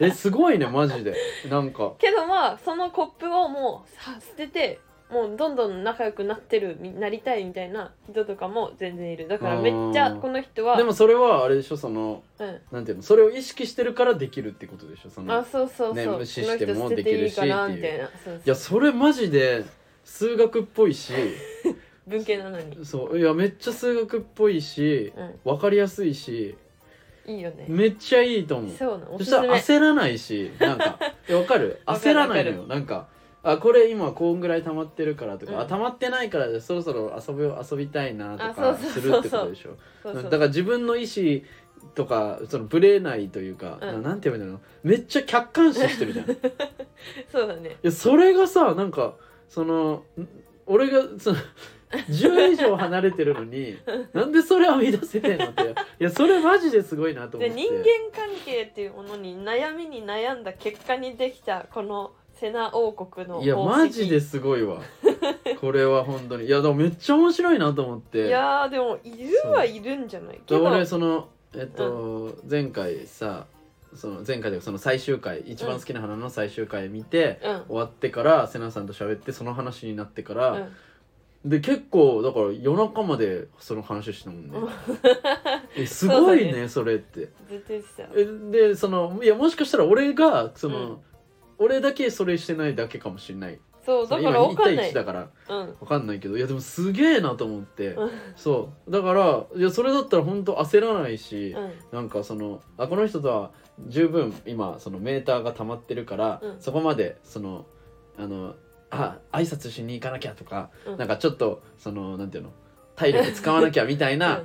[SPEAKER 2] えすごいねマジでな んか
[SPEAKER 1] けどまあそのコップをもうさ捨ててもうどんどん仲良くなってるみなりたいみたいな人とかも全然いるだからめっちゃこの人は
[SPEAKER 2] でもそれはあれでしょその
[SPEAKER 1] うん、
[SPEAKER 2] なんていうのそれを意識してるからできるってことでしょその
[SPEAKER 1] あそうそうそう、
[SPEAKER 2] ね
[SPEAKER 1] この
[SPEAKER 2] 無視して
[SPEAKER 1] 人
[SPEAKER 2] も
[SPEAKER 1] 捨てていいかな
[SPEAKER 2] でき
[SPEAKER 1] み
[SPEAKER 2] る
[SPEAKER 1] た
[SPEAKER 2] しっていう
[SPEAKER 1] いなそう
[SPEAKER 2] い
[SPEAKER 1] そう
[SPEAKER 2] やそれマジで数学っぽいし
[SPEAKER 1] 文系なのに、
[SPEAKER 2] そういやめっちゃ数学っぽいし
[SPEAKER 1] う
[SPEAKER 2] 分かりやすいし
[SPEAKER 1] ん、いいよね
[SPEAKER 2] めっちゃいいと思う
[SPEAKER 1] そうなのおす
[SPEAKER 2] そし
[SPEAKER 1] す
[SPEAKER 2] たら
[SPEAKER 1] め
[SPEAKER 2] 焦らないしな んかいやわかる
[SPEAKER 1] わかる
[SPEAKER 2] 焦らないのよなんかあこれ今こんぐらい溜まってるからとか、
[SPEAKER 1] うん
[SPEAKER 2] あ溜まってないからそろそろ遊ぶ遊びたいなと
[SPEAKER 1] あ
[SPEAKER 2] か
[SPEAKER 1] そうそ
[SPEAKER 2] す
[SPEAKER 1] う
[SPEAKER 2] る
[SPEAKER 1] そうそう
[SPEAKER 2] ってことでしょ
[SPEAKER 1] そうそう
[SPEAKER 2] だから自分の意思とかそのブレないというか、
[SPEAKER 1] うん
[SPEAKER 2] ななんて言うんだろうめっちゃ客観視して るじゃんい
[SPEAKER 1] そうだね
[SPEAKER 2] やそれがさなんかそのん俺がその10以上離れてるのになんでそれを見出せてんのっていやそれマジですごいなと思
[SPEAKER 1] で
[SPEAKER 2] って
[SPEAKER 1] 人間関係っていうものに悩みに悩んだ結果にできたこのセナ王国の
[SPEAKER 2] いや
[SPEAKER 1] 宝石
[SPEAKER 2] マジですご いわこれは本当にいやでもめっちゃ面白いなと思って
[SPEAKER 1] いやーでもいるはいるんじゃないけ
[SPEAKER 2] で
[SPEAKER 1] ど
[SPEAKER 2] 俺そのえっと、前回さその前回でその最終回一番好きな花の最終回見て、
[SPEAKER 1] うん
[SPEAKER 2] 終わってから瀬名さんと喋ってその話になってか
[SPEAKER 1] う
[SPEAKER 2] ら、
[SPEAKER 1] ん
[SPEAKER 2] で結構だから夜中までその話してたもんね
[SPEAKER 1] うん
[SPEAKER 2] えすごい
[SPEAKER 1] そうだ
[SPEAKER 2] ねそれって
[SPEAKER 1] ずっと言ってた
[SPEAKER 2] えでそのいやもしかしたら俺がその、
[SPEAKER 1] うん
[SPEAKER 2] 俺だけそれしてないだけかもしれない
[SPEAKER 1] そうだ
[SPEAKER 2] その
[SPEAKER 1] から分
[SPEAKER 2] 今
[SPEAKER 1] かん
[SPEAKER 2] 2
[SPEAKER 1] な
[SPEAKER 2] 対
[SPEAKER 1] い
[SPEAKER 2] 1だから
[SPEAKER 1] うん
[SPEAKER 2] わかんないけどいやでもすげえなと思って、
[SPEAKER 1] うん
[SPEAKER 2] そうだからいやそれだったら本当焦らないし、
[SPEAKER 1] うん
[SPEAKER 2] なんかそのあこの人とは十分今そのメーターが溜まってるから、
[SPEAKER 1] うん
[SPEAKER 2] そこまでそのあのあ挨拶しに行かなきゃとか、
[SPEAKER 1] うん
[SPEAKER 2] なんかちょっとそのなんていうの体力使わなきゃみたいな、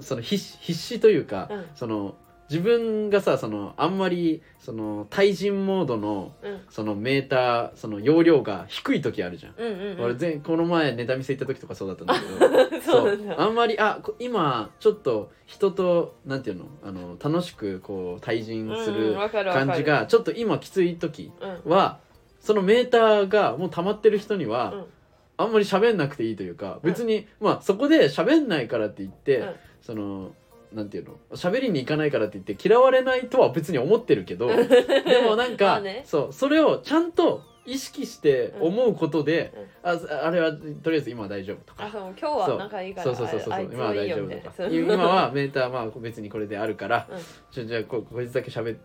[SPEAKER 2] その必死必死というか、
[SPEAKER 1] うん
[SPEAKER 2] その自分がさそのあんまりその対人モードの
[SPEAKER 1] うんうん
[SPEAKER 2] そのメーターその容量が低い時あるじゃん。
[SPEAKER 1] うんうんうん
[SPEAKER 2] 俺前この前ネタ見せ行った時とかそうだったんだけ ど
[SPEAKER 1] そうなんだ
[SPEAKER 2] あんまりあこ今ちょっと人となんていうのあの楽しくこう対人す
[SPEAKER 1] うんうん
[SPEAKER 2] る
[SPEAKER 1] わかるわかる
[SPEAKER 2] 感じがちょっと今きつい時
[SPEAKER 1] うん
[SPEAKER 2] はそのメーターがもう溜まってる人には、
[SPEAKER 1] うん
[SPEAKER 2] あんまり喋んなくていいというか別に、まあそこで喋んないからって言って、
[SPEAKER 1] うん
[SPEAKER 2] そのなんていうの喋りに行かないからって言って嫌われないとは別に思ってるけど でもなん
[SPEAKER 1] ま
[SPEAKER 2] か、
[SPEAKER 1] あね
[SPEAKER 2] そうそれをちゃんと意識して思うことで
[SPEAKER 1] うんうん、
[SPEAKER 2] ああれはとりあえず今は大丈夫とか
[SPEAKER 1] あそう今日は仲いいから
[SPEAKER 2] そうそうそうそう
[SPEAKER 1] あ
[SPEAKER 2] そ
[SPEAKER 1] あ
[SPEAKER 2] う
[SPEAKER 1] いつ
[SPEAKER 2] 今は
[SPEAKER 1] はい
[SPEAKER 2] 大
[SPEAKER 1] いよ
[SPEAKER 2] 丈夫
[SPEAKER 1] みたい
[SPEAKER 2] と
[SPEAKER 1] な
[SPEAKER 2] か
[SPEAKER 1] そう
[SPEAKER 2] 今はメーターまあ別にこれであるから、
[SPEAKER 1] うん
[SPEAKER 2] ちょじゃあここいつだけ喋っ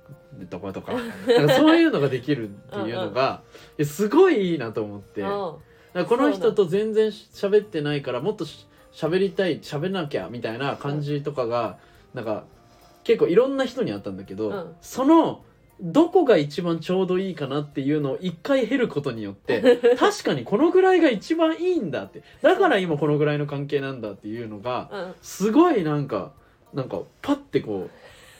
[SPEAKER 2] とこうとかなんかそういうのができるっていうのがいやすごいいいなと思ってだか
[SPEAKER 1] うん
[SPEAKER 2] らこの人と全然し喋ってないからもっとし喋りたい喋らなきゃみたいな感じとかがなんか結構いろんな人にあったんだけど、
[SPEAKER 1] うん
[SPEAKER 2] そのどこが一番ちょうどいいかなっていうのを一回減ることによって 確かにこのぐらいが一番いいんだってだから今このぐらいの関係なんだっていうのが
[SPEAKER 1] うん
[SPEAKER 2] すごいなんかなんかパッてこ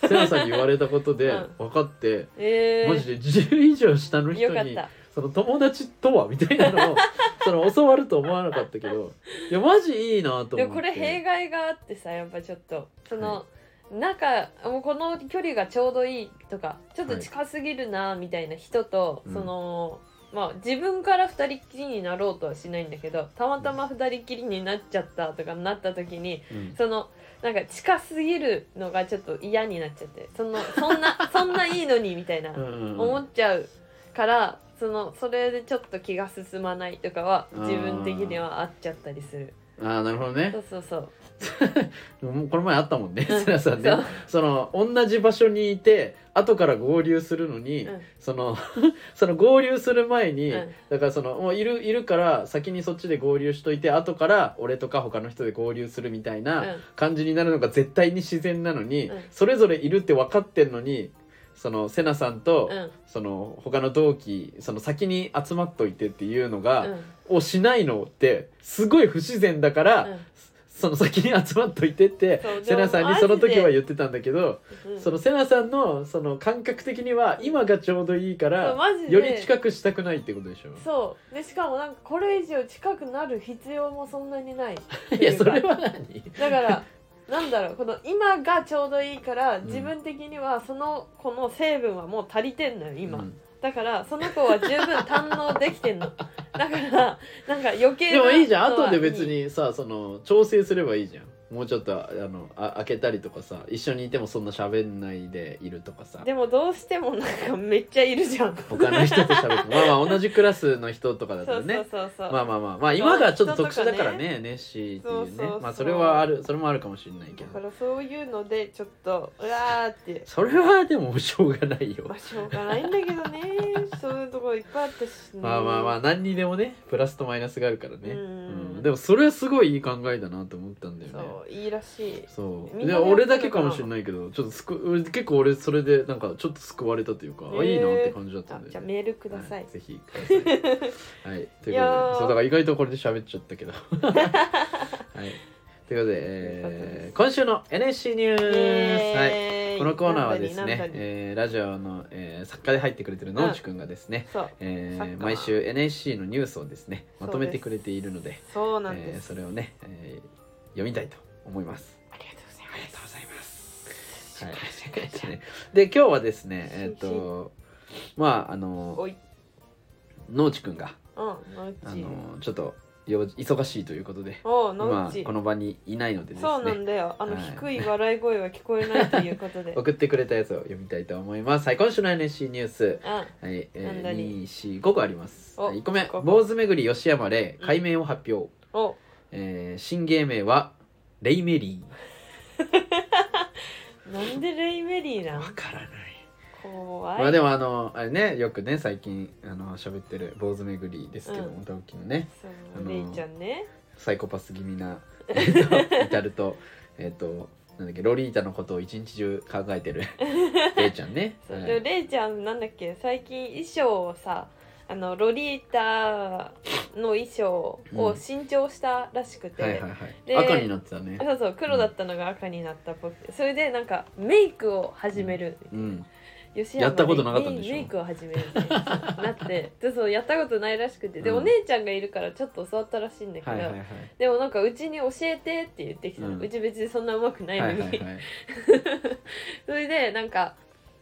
[SPEAKER 2] うセナさんに言われたことで
[SPEAKER 1] うん
[SPEAKER 2] 分かって、
[SPEAKER 1] え
[SPEAKER 2] マジ
[SPEAKER 1] ー
[SPEAKER 2] で10以上下の人
[SPEAKER 1] よかっ
[SPEAKER 2] に
[SPEAKER 1] た
[SPEAKER 2] その友達とはみたいな のをその教わると思わなかったけどいやマジいいなと思って
[SPEAKER 1] でもこれ弊害があってさやっぱちょっとその、なんかもうこの距離がちょうどいいとかちょっと近すぎるなみたいな人と、
[SPEAKER 2] うん
[SPEAKER 1] その、まあ自分から二人っきりになろうとはしないんだけどたまたま二人っきりになっちゃったとかなった時に
[SPEAKER 2] うん
[SPEAKER 1] そのなんか近すぎるのがちょっと嫌になっちゃってそのそん なそんないいのにみたいな
[SPEAKER 2] うんうんうん
[SPEAKER 1] 思っちゃうからそのそれでちょっと気が進まないとかは自分的にはあっちゃったりする
[SPEAKER 2] ああなるほどね
[SPEAKER 1] そうそうそう
[SPEAKER 2] もうこの前あったも んね
[SPEAKER 1] うん
[SPEAKER 2] セラさん
[SPEAKER 1] そ
[SPEAKER 2] ね
[SPEAKER 1] う
[SPEAKER 2] その同じ場所にいて後から合流するのに、
[SPEAKER 1] うん
[SPEAKER 2] その その合流する前に、
[SPEAKER 1] うん
[SPEAKER 2] だからそのもういるいるから先にそっちで合流しといて後から俺とか他の人で合流するみたいな
[SPEAKER 1] うん
[SPEAKER 2] 感じになるのが絶対に自然なのに、
[SPEAKER 1] うん
[SPEAKER 2] それぞれいるって分かってんのにそのセナさんと、
[SPEAKER 1] うん
[SPEAKER 2] その他の同期その先に集まっといてっていうの
[SPEAKER 1] う
[SPEAKER 2] が、
[SPEAKER 1] ん
[SPEAKER 2] をしないのってすごい不自然だから。
[SPEAKER 1] うん
[SPEAKER 2] その先に集まっといてって
[SPEAKER 1] そう
[SPEAKER 2] セナさんにその時は言ってたんだけど、
[SPEAKER 1] うん
[SPEAKER 2] そのセナさんのその感覚的には今がちょうどいいか
[SPEAKER 1] そう
[SPEAKER 2] ら
[SPEAKER 1] マジで
[SPEAKER 2] より近くしたくないってことでしょ
[SPEAKER 1] そうでしかもなんかこれ以上近くなる必要もそんなにない
[SPEAKER 2] いやそれは何
[SPEAKER 1] だから なんだろうこの今がちょうどいいから自分的にはその子の成分はもう足りてんのよ今、
[SPEAKER 2] うん
[SPEAKER 1] だからその子は十分堪能できてんのだからなんか余計な
[SPEAKER 2] でもいいじゃん
[SPEAKER 1] のは
[SPEAKER 2] 後で別にさその調整すればいいじゃんもうちょっとあのあ開けたりとかさ一緒にいてもそんな喋んないでいるとかさ
[SPEAKER 1] でもどうしてもなんかめっちゃいるじゃん
[SPEAKER 2] 他の人と喋ってまあまあ同じクラスの人とかだった
[SPEAKER 1] そ
[SPEAKER 2] ら
[SPEAKER 1] う
[SPEAKER 2] ね
[SPEAKER 1] そうそうそう、
[SPEAKER 2] まあまあまあまあ今がちょっと特殊だからねネッシーっていうね
[SPEAKER 1] そうそうそう
[SPEAKER 2] まあそれはあるそれもあるかもしれないけ
[SPEAKER 1] だか
[SPEAKER 2] ど
[SPEAKER 1] らそういうのでちょっとうわーって
[SPEAKER 2] それはでもしょうがないよ
[SPEAKER 1] まあしょうがないんだけど ねそういうところいっぱいあったし、ね、
[SPEAKER 2] まあまあまあ何にでもねプラスとマイナスがあるからね、
[SPEAKER 1] うん
[SPEAKER 2] うんでもそれはすごいいい考えだなと思ったんだよね
[SPEAKER 1] そういいらしい
[SPEAKER 2] そう
[SPEAKER 1] み
[SPEAKER 2] で
[SPEAKER 1] んなやって
[SPEAKER 2] 俺
[SPEAKER 1] るのかな
[SPEAKER 2] だけかもしれないけどちょっとすく俺結構俺それでなんかちょっと救われたというか、あ
[SPEAKER 1] へえ
[SPEAKER 2] いいなって感じだった
[SPEAKER 1] あ
[SPEAKER 2] んだ
[SPEAKER 1] じゃ
[SPEAKER 2] よ
[SPEAKER 1] あ
[SPEAKER 2] ね
[SPEAKER 1] メールくださ
[SPEAKER 2] はいい、ぜひくださいはいということ
[SPEAKER 1] い
[SPEAKER 2] で
[SPEAKER 1] やー
[SPEAKER 2] そうだから意外とこれで喋っちゃ ったけどはいということで、えー今週の NSC ニュー
[SPEAKER 1] イ
[SPEAKER 2] ス
[SPEAKER 1] エ
[SPEAKER 2] はい
[SPEAKER 1] ーイ
[SPEAKER 2] このコーナーはです
[SPEAKER 1] 何々
[SPEAKER 2] ね、えーラジオの、えー作家で入ってくれてるのんちくんがですね、
[SPEAKER 1] そう
[SPEAKER 2] えー
[SPEAKER 1] サッカー
[SPEAKER 2] 毎週 NSC のニュースをですねまとめてくれているので
[SPEAKER 1] そうなん
[SPEAKER 2] え
[SPEAKER 1] で
[SPEAKER 2] ー
[SPEAKER 1] す、
[SPEAKER 2] それをね、えー読みたいと思います。
[SPEAKER 1] ありがとうござい
[SPEAKER 2] ありがとうございます。はい
[SPEAKER 1] 感謝感謝、
[SPEAKER 2] で今日はですねえっ、とまああ
[SPEAKER 1] ますお
[SPEAKER 2] の
[SPEAKER 1] い
[SPEAKER 2] 農地くんが
[SPEAKER 1] うんのう
[SPEAKER 2] あ
[SPEAKER 1] ち
[SPEAKER 2] のちょっと用事忙しいということで
[SPEAKER 1] おうの
[SPEAKER 2] 今
[SPEAKER 1] うち
[SPEAKER 2] この場にいないのでです
[SPEAKER 1] そうな
[SPEAKER 2] ね
[SPEAKER 1] んだよあの、
[SPEAKER 2] はい
[SPEAKER 1] 低い笑い声は聞こえないという ことでうん
[SPEAKER 2] 送ってくれたやつを読みたいと思います。はい今週の NSC ニュースはい、
[SPEAKER 1] なん
[SPEAKER 2] え
[SPEAKER 1] だ
[SPEAKER 2] ー、
[SPEAKER 1] に
[SPEAKER 2] 2、4、5個あります。
[SPEAKER 1] お
[SPEAKER 2] 1個目
[SPEAKER 1] 五個、
[SPEAKER 2] 坊主巡り吉山で
[SPEAKER 1] うん
[SPEAKER 2] 改名を発表。
[SPEAKER 1] お
[SPEAKER 2] えー新芸名は、レイメリ
[SPEAKER 1] なんでレイメリー
[SPEAKER 2] ー。
[SPEAKER 1] な
[SPEAKER 2] わ
[SPEAKER 1] ん
[SPEAKER 2] からない。
[SPEAKER 1] 怖い、
[SPEAKER 2] まあでもあの、あれね、よくね、最近、あの、喋ってる坊主巡りですけど
[SPEAKER 1] う
[SPEAKER 2] も、同期のね、
[SPEAKER 1] そう
[SPEAKER 2] あの
[SPEAKER 1] レイちゃんね
[SPEAKER 2] サイコパス気味 な、えっと、至ると、えっと、なんだっけ、ロリータのことを一日中考 えてる、レイちゃんね。
[SPEAKER 1] そう
[SPEAKER 2] はい
[SPEAKER 1] でもレイちゃんなんだっけ最近衣装をさあのロリータの衣装を新調したらしくて、
[SPEAKER 2] はいはい
[SPEAKER 1] で
[SPEAKER 2] はい。赤になってたね
[SPEAKER 1] あ。そうそう黒だったのが赤になったっぽくてそれでなんかメイクを始める、
[SPEAKER 2] うん。
[SPEAKER 1] 吉
[SPEAKER 2] やったことなかったんでしょ
[SPEAKER 1] メイクを始めるってなっ てでそうやったことないらしくてで、
[SPEAKER 2] うん
[SPEAKER 1] お姉ちゃんがいるからちょっと教わったらしいんだけど、
[SPEAKER 2] はいはいはい。
[SPEAKER 1] でもなんかうちに教えてって言ってきたの、
[SPEAKER 2] う
[SPEAKER 1] うんち別にそんな上手くない
[SPEAKER 2] は
[SPEAKER 1] のに、
[SPEAKER 2] いはいはい。
[SPEAKER 1] それでなんか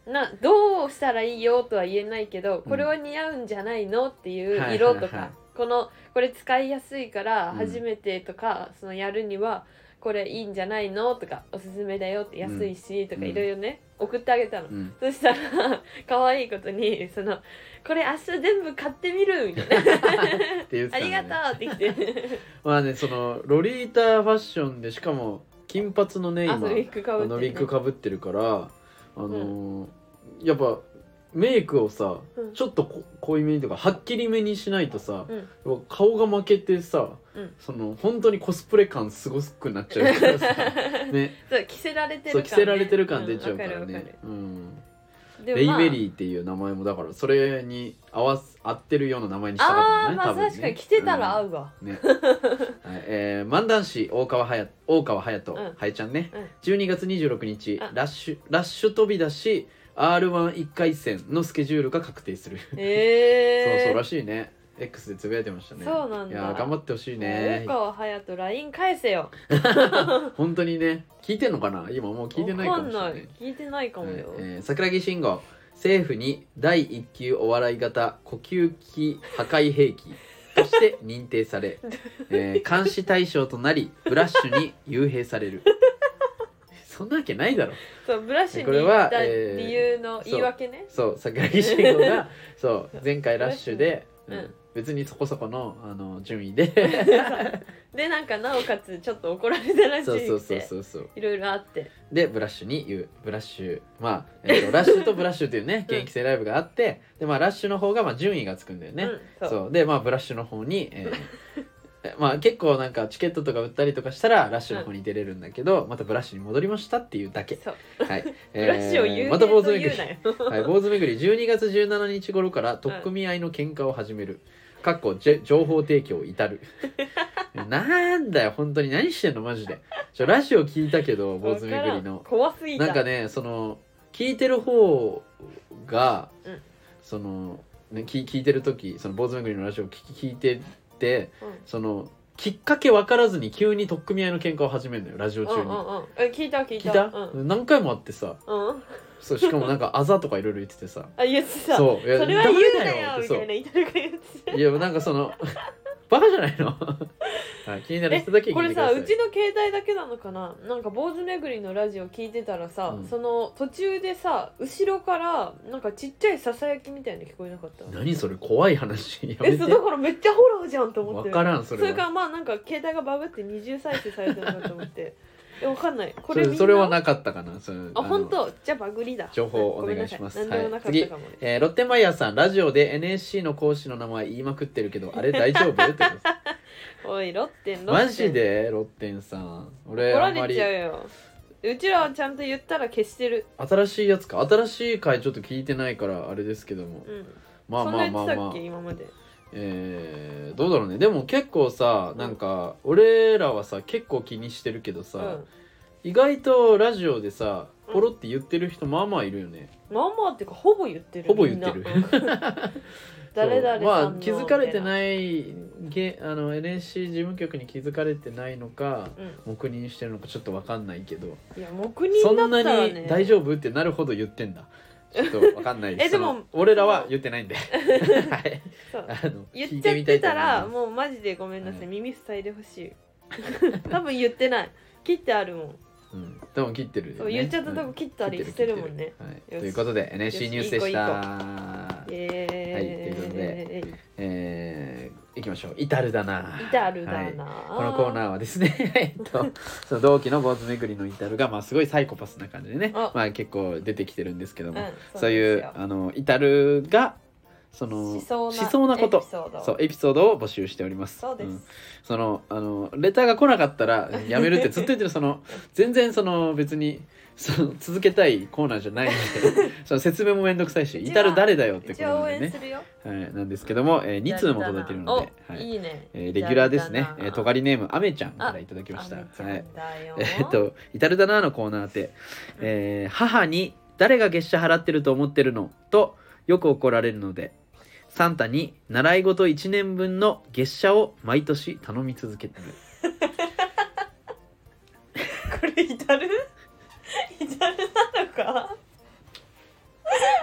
[SPEAKER 1] などうしたらいいよとは言えないけどこれは似合うんじゃないのっていう色と
[SPEAKER 2] はいはいはい
[SPEAKER 1] かこのこれ使いやすいから
[SPEAKER 2] うん
[SPEAKER 1] 初めてとか、そのやるにはこれいいんじゃないのとかおすすめだよって安いしとか
[SPEAKER 2] うん
[SPEAKER 1] いろいろね送ってあげたの。
[SPEAKER 2] うん。
[SPEAKER 1] そしたら 可愛いことにそのこれ明日全部買ってみるみたいな
[SPEAKER 2] って言って
[SPEAKER 1] あ
[SPEAKER 2] たの
[SPEAKER 1] り
[SPEAKER 2] ね
[SPEAKER 1] がとうって言 って
[SPEAKER 2] まあねそのロリータファッションでしかも金髪のね
[SPEAKER 1] あ
[SPEAKER 2] 今
[SPEAKER 1] のウィッグか
[SPEAKER 2] あ
[SPEAKER 1] ぶって
[SPEAKER 2] の
[SPEAKER 1] る
[SPEAKER 2] ウ
[SPEAKER 1] ね
[SPEAKER 2] ィッグかぶってるからあのーやっぱメイクをさ
[SPEAKER 1] うん
[SPEAKER 2] ちょっとこ濃いめにとかはっきりめにしないとさ
[SPEAKER 1] うん
[SPEAKER 2] 顔が負けてさ、
[SPEAKER 1] うん
[SPEAKER 2] その本当にコスプレ感すごくなっちゃ うからさね
[SPEAKER 1] そう着せられてる
[SPEAKER 2] そう
[SPEAKER 1] 感、ね、
[SPEAKER 2] 着せられてる感出ちゃうから
[SPEAKER 1] んわるわ
[SPEAKER 2] ね、うん
[SPEAKER 1] るで
[SPEAKER 2] レ
[SPEAKER 1] も
[SPEAKER 2] イ
[SPEAKER 1] まあ
[SPEAKER 2] メリーっていう名前もだからそれに合わす合ってるような名前にしたかった
[SPEAKER 1] あー
[SPEAKER 2] んだね
[SPEAKER 1] まあ
[SPEAKER 2] 多分ね
[SPEAKER 1] 確かに着てたら合
[SPEAKER 2] うん
[SPEAKER 1] うわ、
[SPEAKER 2] ね はいえー漫談師大川隼大川隼人、
[SPEAKER 1] うん
[SPEAKER 2] はやちゃんね、
[SPEAKER 1] うん
[SPEAKER 2] 12月26日
[SPEAKER 1] あ
[SPEAKER 2] ラッシュラッシュ飛び出し r 1 1回戦のスケジュールが確定する、
[SPEAKER 1] え
[SPEAKER 2] そう
[SPEAKER 1] え
[SPEAKER 2] そうら
[SPEAKER 1] し
[SPEAKER 2] しいね X でつぶやいてましたね
[SPEAKER 1] そうなんだ
[SPEAKER 2] いやー頑張ってほしいね
[SPEAKER 1] 大川隼人 LINE 返せよ
[SPEAKER 2] 本当にね聞いてんのかな今もう聞いてないかもしれ
[SPEAKER 1] わ
[SPEAKER 2] ない
[SPEAKER 1] ん聞いてないかも
[SPEAKER 2] はい
[SPEAKER 1] よ、
[SPEAKER 2] えー桜木慎吾政府に第1級お笑い型呼吸器破壊兵器 として認定され、えー監視対象となりブラッシュに幽閉される そんなわけないだろ
[SPEAKER 1] そうブラッシュに
[SPEAKER 2] これ
[SPEAKER 1] 行
[SPEAKER 2] は
[SPEAKER 1] った
[SPEAKER 2] えー
[SPEAKER 1] 理由の言い訳ね、
[SPEAKER 2] そう桜木慎吾がそう前回ラッシュで、
[SPEAKER 1] うん
[SPEAKER 2] うん別にそこそこのあの 順位で
[SPEAKER 1] でなんかなおかつちょっと怒られたらし
[SPEAKER 2] そうそう
[SPEAKER 1] く
[SPEAKER 2] そう
[SPEAKER 1] て
[SPEAKER 2] そうそう
[SPEAKER 1] いろいろあって
[SPEAKER 2] でブラッシュに言うブラッシュまあ、えっとラッシュとブラッシュというね現役生ライブがあってでまあラッシュの方がまあ順位がつくんだよね、
[SPEAKER 1] うん、
[SPEAKER 2] そう
[SPEAKER 1] そう
[SPEAKER 2] でまあブラッシュの方に、え ーまあ結構なんかチケットとか売ったりとかしたらラッシュの方に出れるんだけど、またブラッシュに戻りましたっていうだ け
[SPEAKER 1] そう
[SPEAKER 2] はい、えー
[SPEAKER 1] ブラッシュを言う
[SPEAKER 2] また坊主
[SPEAKER 1] と
[SPEAKER 2] めく
[SPEAKER 1] 言
[SPEAKER 2] り
[SPEAKER 1] うなよ
[SPEAKER 2] はい、坊主巡り12月17日頃から取っ組み合いの喧嘩を始める。かっこじぇ情報提供至 る。なんだよ、本当に何してんの、マジで。ちょラジオ聞いたけど、坊主巡り
[SPEAKER 1] わからん
[SPEAKER 2] の。
[SPEAKER 1] 怖すぎた
[SPEAKER 2] なんかね、その、聞いてる方が、
[SPEAKER 1] うん
[SPEAKER 2] その、ね、聞聞いてる時、その坊主巡りのラジオを聞き聞いてて、
[SPEAKER 1] うん
[SPEAKER 2] その、きっかけ分からずに急に取っ組み合いの喧嘩を始めるのよ、ラジオ中
[SPEAKER 1] う
[SPEAKER 2] に。
[SPEAKER 1] んうんうんえ聞いた聞い
[SPEAKER 2] 聞
[SPEAKER 1] た
[SPEAKER 2] いた、
[SPEAKER 1] うん
[SPEAKER 2] 何回もあってさ、
[SPEAKER 1] うん、
[SPEAKER 2] そうしかもな んかあざとかいろいろ言っててさ。
[SPEAKER 1] あ言ってた
[SPEAKER 2] そういや
[SPEAKER 1] それは言うなよみ
[SPEAKER 2] ダ
[SPEAKER 1] た
[SPEAKER 2] メ
[SPEAKER 1] い
[SPEAKER 2] だ
[SPEAKER 1] なイタリアが言って
[SPEAKER 2] ってそういやなんかその バカじゃないの はい気になる人だけ
[SPEAKER 1] たこ
[SPEAKER 2] 聞い
[SPEAKER 1] れ
[SPEAKER 2] てくだ
[SPEAKER 1] さ
[SPEAKER 2] さいう
[SPEAKER 1] ちの携帯だけなのかななんか坊主巡りのラジオ聞いてたらさ、
[SPEAKER 2] うん
[SPEAKER 1] その途中でさ後ろからなんかちっちゃいささやきみたいなの聞こえなかった
[SPEAKER 2] 何それ怖い話や
[SPEAKER 1] え
[SPEAKER 2] めて
[SPEAKER 1] そうだからめっちゃホラーじゃんと思っ
[SPEAKER 2] わ
[SPEAKER 1] て
[SPEAKER 2] からんそ
[SPEAKER 1] そ
[SPEAKER 2] れは
[SPEAKER 1] れからまあなんか携帯がバグって二重再生されたのかと思って えわかんないこ
[SPEAKER 2] そ
[SPEAKER 1] れ
[SPEAKER 2] れ
[SPEAKER 1] みんな
[SPEAKER 2] それはなかったかなそれ
[SPEAKER 1] あ
[SPEAKER 2] の
[SPEAKER 1] 本当じゃあバグりだ
[SPEAKER 2] 情報お願いします
[SPEAKER 1] ごめんなさい何でもなかったかもね、
[SPEAKER 2] えーロッテンマイヤーさんラジオで NSC の講師の名前言いまくってるけどあれ大丈夫って ことです
[SPEAKER 1] おいロッテンロッテン
[SPEAKER 2] マジでロッテンさん
[SPEAKER 1] 怒
[SPEAKER 2] 俺あ
[SPEAKER 1] ら
[SPEAKER 2] んま
[SPEAKER 1] れ
[SPEAKER 2] り
[SPEAKER 1] ちゃうようちらはちゃんと言ったら消してる
[SPEAKER 2] 新しいやつか新しい回ちょっと聞いてないからあれですけども
[SPEAKER 1] うん
[SPEAKER 2] まあまあまあ
[SPEAKER 1] そんなやつだ
[SPEAKER 2] まあ
[SPEAKER 1] っけ今まで
[SPEAKER 2] えーどうだろうねでも結構さなんか俺らはさ結構気にしてるけど
[SPEAKER 1] う
[SPEAKER 2] さ、
[SPEAKER 1] ん
[SPEAKER 2] 意外とラジオでさ
[SPEAKER 1] うん
[SPEAKER 2] ポロって言ってる人まあまあいるよね、
[SPEAKER 1] まあまあっていうかほぼ言ってる
[SPEAKER 2] ほぼ言ってる
[SPEAKER 1] みんなうん 誰々さんの
[SPEAKER 2] そうまあ気づかれて
[SPEAKER 1] い
[SPEAKER 2] ないげあの NSC 事務局に気づかれてないのか
[SPEAKER 1] な、
[SPEAKER 2] 黙認してるのかちょっと分かんないけど、
[SPEAKER 1] うん、いや黙
[SPEAKER 2] そ
[SPEAKER 1] 認だ
[SPEAKER 2] んな
[SPEAKER 1] ったら、ね、
[SPEAKER 2] に大丈夫ってなるほど言ってんだちょっと分かんない
[SPEAKER 1] えでも
[SPEAKER 2] その俺らは言ってな いんではい
[SPEAKER 1] そう
[SPEAKER 2] あの
[SPEAKER 1] 言っ
[SPEAKER 2] 聞い
[SPEAKER 1] ちゃ
[SPEAKER 2] み
[SPEAKER 1] ったて
[SPEAKER 2] い
[SPEAKER 1] た
[SPEAKER 2] と思い
[SPEAKER 1] ら
[SPEAKER 2] ます
[SPEAKER 1] もうマジでごめんなさい、
[SPEAKER 2] はい
[SPEAKER 1] 耳塞いでほし い多分言ってない切ってあるもん
[SPEAKER 2] うん、でも切ってるよね、
[SPEAKER 1] そう言っちゃったと
[SPEAKER 2] う
[SPEAKER 1] こ
[SPEAKER 2] ん
[SPEAKER 1] 切ったりしてるもんね、
[SPEAKER 2] はい、と
[SPEAKER 1] よし
[SPEAKER 2] いうことで NSC ニュースでした。
[SPEAKER 1] イエ
[SPEAKER 2] はいということ
[SPEAKER 1] ーイ、
[SPEAKER 2] でえー、いきましょう。イタルだな。
[SPEAKER 1] イタルだな、
[SPEAKER 2] はいこのコーナーはですね、えっと、その同期の坊主巡りのイタルが、まあ、すごいサイコパスな感じでね、
[SPEAKER 1] あ
[SPEAKER 2] まあ、結構出てきてるんですけども、
[SPEAKER 1] うん
[SPEAKER 2] そういうあのイタルがその
[SPEAKER 1] 思想
[SPEAKER 2] しそうなことそ
[SPEAKER 1] そう
[SPEAKER 2] うエピソードを募集しております。
[SPEAKER 1] そうです
[SPEAKER 2] んそのあのレターが来なかったらやめる ってずっと言ってるその全然その別にその続けたいコーナーじゃないんで その説明もめんどくさいし
[SPEAKER 1] う
[SPEAKER 2] 「
[SPEAKER 1] ちは
[SPEAKER 2] 至る誰だよ」ってこ
[SPEAKER 1] 一
[SPEAKER 2] と
[SPEAKER 1] 応応
[SPEAKER 2] なんで
[SPEAKER 1] 援
[SPEAKER 2] ね、
[SPEAKER 1] するよ、
[SPEAKER 2] はい、なんですけども、え2通も届いてるので、
[SPEAKER 1] お
[SPEAKER 2] はい
[SPEAKER 1] い、いね、
[SPEAKER 2] えーレギュラーですね
[SPEAKER 1] イタルだな
[SPEAKER 2] えーとがりネームあめちゃんからいただきました。
[SPEAKER 1] あめちゃ
[SPEAKER 2] はい
[SPEAKER 1] んだよ
[SPEAKER 2] えーっと「至るだな」のコーナーって、えー母に「誰が月謝払ってると思ってるの?」とよく怒られるのでサンタに習い事1年分の月謝を毎年頼み続けてる
[SPEAKER 1] これ至る至るなのか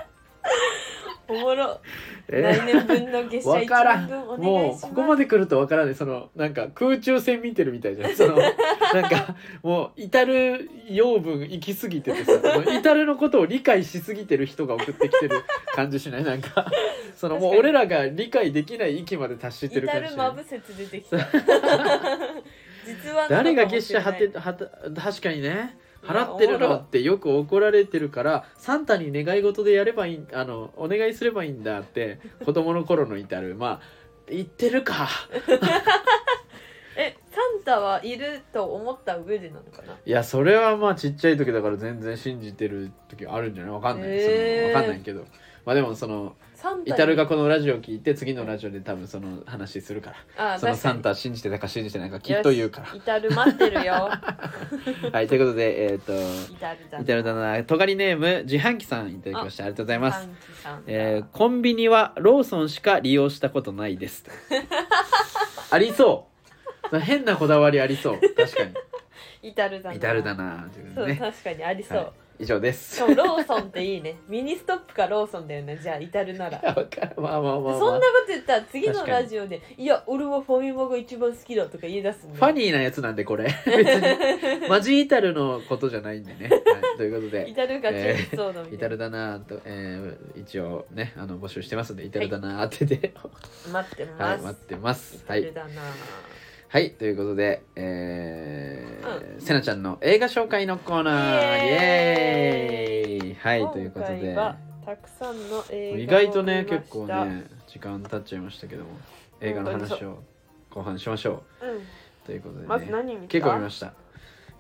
[SPEAKER 1] おもろ、来年分の月謝
[SPEAKER 2] わから
[SPEAKER 1] 1年
[SPEAKER 2] ん
[SPEAKER 1] 分お願い
[SPEAKER 2] も
[SPEAKER 1] しま
[SPEAKER 2] うこ
[SPEAKER 1] す
[SPEAKER 2] こまで来るとわからないそのなんか空中戦見てるみた いじゃんそのなんかもう至る養分行き過ぎててさその至るのことを理解しすぎてる人が送ってきてる感じしないなんか そのもう
[SPEAKER 1] 確か
[SPEAKER 2] 俺らが理解できない域まで達してる
[SPEAKER 1] 至
[SPEAKER 2] 感じ
[SPEAKER 1] る
[SPEAKER 2] しな
[SPEAKER 1] まぶ
[SPEAKER 2] い
[SPEAKER 1] 説出 てきた実はな
[SPEAKER 2] 誰
[SPEAKER 1] の
[SPEAKER 2] が
[SPEAKER 1] かも
[SPEAKER 2] 月
[SPEAKER 1] しれ
[SPEAKER 2] 謝
[SPEAKER 1] な
[SPEAKER 2] 張
[SPEAKER 1] い
[SPEAKER 2] ってはた確かに
[SPEAKER 1] い
[SPEAKER 2] ね
[SPEAKER 1] や
[SPEAKER 2] 払ってるのってよく怒られてるからサンタに願い事でやればいいあのお願いすればいいんだって子供の頃の至るまあ言ってるか
[SPEAKER 1] えサンタはいると思った上でなのかない
[SPEAKER 2] やそれはまあちっちゃい時だから全然信じてる時あるんじゃないわかんない、
[SPEAKER 1] へー
[SPEAKER 2] そのわかんないけどまあでもその
[SPEAKER 1] サンタに
[SPEAKER 2] 至るがこのラジオ聞いて次のラジオで多分その話するから
[SPEAKER 1] あ
[SPEAKER 2] そのサン
[SPEAKER 1] タ
[SPEAKER 2] タ信じてたか信じてないかきっと言うか
[SPEAKER 1] 至る待ってるよ
[SPEAKER 2] らはいということでえっ、と
[SPEAKER 1] 至るだ
[SPEAKER 2] いただいたのはとがりネーム自販機さんいただきましたありがとうございます、
[SPEAKER 1] サンキさん
[SPEAKER 2] えーコンビニはローソンしか利用したことないですありそう変 なこだわりありそう確かに
[SPEAKER 1] 至るだな
[SPEAKER 2] 至るだなということ
[SPEAKER 1] そう
[SPEAKER 2] でね
[SPEAKER 1] 確かにありそう、
[SPEAKER 2] はい以上で
[SPEAKER 1] し
[SPEAKER 2] す
[SPEAKER 1] かもローソンっていい ねミニストップかローソンだよねじゃあ至るなら
[SPEAKER 2] い やわかるまあまあまあ、まあ、
[SPEAKER 1] そんなこと言ったら次の
[SPEAKER 2] 確かに
[SPEAKER 1] ラジオで「いや俺はファミマが一番好きだ」とか言い出すん
[SPEAKER 2] ファニーなやつなんでこれ別にマジイタルのことじゃないんでね、はい、というこ とで
[SPEAKER 1] 至るがエピソードみ
[SPEAKER 2] イ
[SPEAKER 1] た
[SPEAKER 2] タ
[SPEAKER 1] いな、
[SPEAKER 2] ルだなぁと、えー、一応ねあの募集してますんでイタルだなぁっ てで、
[SPEAKER 1] 待って
[SPEAKER 2] は
[SPEAKER 1] ま
[SPEAKER 2] い、
[SPEAKER 1] す、
[SPEAKER 2] 待ってますは
[SPEAKER 1] 至
[SPEAKER 2] い
[SPEAKER 1] る、だな、
[SPEAKER 2] はい、ということでえーせなちゃんの映画紹介のコーナーイ
[SPEAKER 1] イ
[SPEAKER 2] エ
[SPEAKER 1] エ
[SPEAKER 2] ーイはいということ
[SPEAKER 1] 今
[SPEAKER 2] で
[SPEAKER 1] 回はたくさんの映画を
[SPEAKER 2] 意外とね
[SPEAKER 1] 見ました
[SPEAKER 2] 結構ね時間経っちゃいましたけども映画の話を後半しましょ
[SPEAKER 1] う
[SPEAKER 2] うということで、
[SPEAKER 1] ん、
[SPEAKER 2] ね、
[SPEAKER 1] まず何見た
[SPEAKER 2] 結構見ました、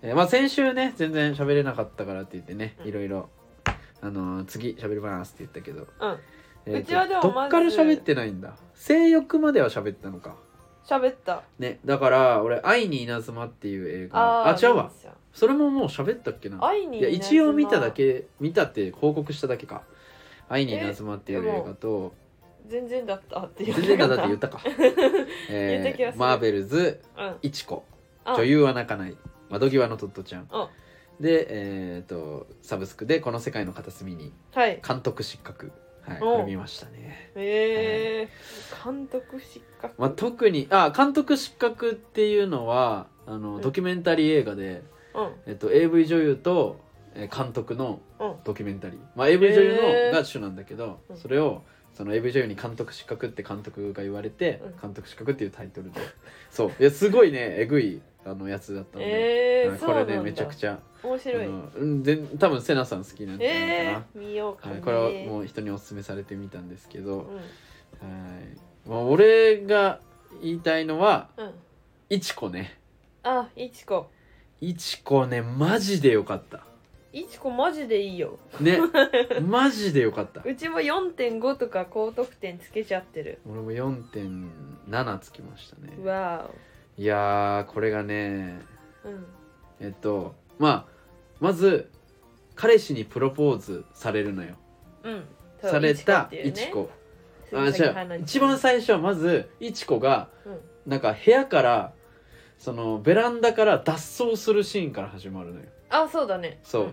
[SPEAKER 2] えーまあ、先週ね全然喋れなかったからって言ってね、
[SPEAKER 1] うん
[SPEAKER 2] いろいろあのー次喋りますって言ったけど、
[SPEAKER 1] うん
[SPEAKER 2] えーと
[SPEAKER 1] うちはでもまず
[SPEAKER 2] どっから喋ってないんだ性欲までは喋ったのか
[SPEAKER 1] 喋った
[SPEAKER 2] ねだから俺「愛に稲妻」っていう映画あ
[SPEAKER 1] ー
[SPEAKER 2] 違う
[SPEAKER 1] いい
[SPEAKER 2] わ
[SPEAKER 1] ですよ
[SPEAKER 2] それももう喋ったっけな
[SPEAKER 1] 愛に
[SPEAKER 2] いや一応見ただけ見たって報告しただけか「愛に稲妻」っていう
[SPEAKER 1] えで
[SPEAKER 2] 映
[SPEAKER 1] も
[SPEAKER 2] 画と
[SPEAKER 1] 全然だったっていう
[SPEAKER 2] 全然だって言ったか、えー
[SPEAKER 1] 言った気がする
[SPEAKER 2] マーベルズ
[SPEAKER 1] うん
[SPEAKER 2] いちこ
[SPEAKER 1] あ
[SPEAKER 2] 女優は泣かない窓際のトットちゃん
[SPEAKER 1] うん
[SPEAKER 2] でえっ、とサブスクで「この世界の片隅に
[SPEAKER 1] はい
[SPEAKER 2] 監督失格」はい
[SPEAKER 1] お
[SPEAKER 2] これ見ましたね、
[SPEAKER 1] えー監督失格、
[SPEAKER 2] まあ、特にあ監督失格っていうのはあの
[SPEAKER 1] ん
[SPEAKER 2] ドキュメンタリー映画で、
[SPEAKER 1] うん
[SPEAKER 2] えっと AV 女優とえー監督の
[SPEAKER 1] うん
[SPEAKER 2] ドキュメンタリー、まあ、AV 女優
[SPEAKER 1] へー
[SPEAKER 2] のが主なんだけど、
[SPEAKER 1] うん
[SPEAKER 2] それをその AV 女優に監督失格って監督が言われて、
[SPEAKER 1] うん
[SPEAKER 2] 監督失格っていうタイトルでそういやすごいねえぐいあのやつだったんで、
[SPEAKER 1] え
[SPEAKER 2] は
[SPEAKER 1] ー、
[SPEAKER 2] い
[SPEAKER 1] そ
[SPEAKER 2] こ
[SPEAKER 1] うな
[SPEAKER 2] れ
[SPEAKER 1] んだ
[SPEAKER 2] ねめちゃくちゃ
[SPEAKER 1] 面白い、
[SPEAKER 2] うん、全多分セナさん好きなんじゃないか
[SPEAKER 1] え
[SPEAKER 2] な、
[SPEAKER 1] ー、見ようか
[SPEAKER 2] は
[SPEAKER 1] ね、
[SPEAKER 2] い、これはもう人にお勧めされてみたんですけど、
[SPEAKER 1] うん
[SPEAKER 2] はいまあ、俺が言いたいのは
[SPEAKER 1] うん
[SPEAKER 2] いちこね
[SPEAKER 1] あいちこ
[SPEAKER 2] いちこねマジでよかった
[SPEAKER 1] いちこマジでいいよ
[SPEAKER 2] ねマジでよかった
[SPEAKER 1] うちも4.5とか高得点つけちゃってる
[SPEAKER 2] 俺も4.7つきましたね
[SPEAKER 1] わ
[SPEAKER 2] いやーこれがね
[SPEAKER 1] おうん
[SPEAKER 2] えっとまあまず彼氏にプロポーズされるのよ
[SPEAKER 1] うん
[SPEAKER 2] されたい
[SPEAKER 1] い
[SPEAKER 2] ち
[SPEAKER 1] ち
[SPEAKER 2] こ
[SPEAKER 1] こ
[SPEAKER 2] あ違う一番最初はまずいちこが
[SPEAKER 1] うん
[SPEAKER 2] なんか部屋からそのベランダから脱走するシーンから始まるのよ
[SPEAKER 1] あそうだね
[SPEAKER 2] そう、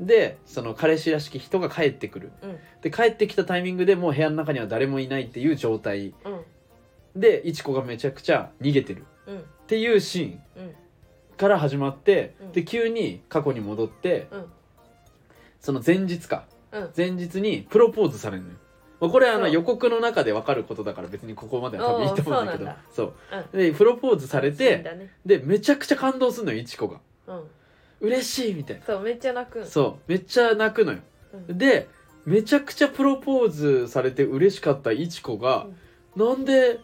[SPEAKER 2] でその彼氏らしき人が帰ってくる
[SPEAKER 1] うん
[SPEAKER 2] で帰ってきたタイミングでもう部屋の中には誰もいないっていう状態
[SPEAKER 1] うん
[SPEAKER 2] でいちこがめちゃくちゃ逃げてる
[SPEAKER 1] うん
[SPEAKER 2] っていうシーン
[SPEAKER 1] うん
[SPEAKER 2] から始まって、
[SPEAKER 1] うん
[SPEAKER 2] で急に過去に戻って、
[SPEAKER 1] うん
[SPEAKER 2] その前日か
[SPEAKER 1] うん
[SPEAKER 2] 前日にプロポーズされるのよまあこれはあの
[SPEAKER 1] そう
[SPEAKER 2] 予告の中で分かることだから別にここまでは多分いいと思うんだけど
[SPEAKER 1] おー
[SPEAKER 2] そう
[SPEAKER 1] なんだ
[SPEAKER 2] でプロポーズされ
[SPEAKER 1] 死ん
[SPEAKER 2] て
[SPEAKER 1] だね
[SPEAKER 2] でめちゃくちゃ感動するのよいちこが
[SPEAKER 1] うん
[SPEAKER 2] 嬉しいみたいな、
[SPEAKER 1] そうめっちゃ泣くん
[SPEAKER 2] そうめっちゃ泣くのよ
[SPEAKER 1] うん
[SPEAKER 2] でめちゃくちゃプロポーズされて嬉しかったいちこが、なんで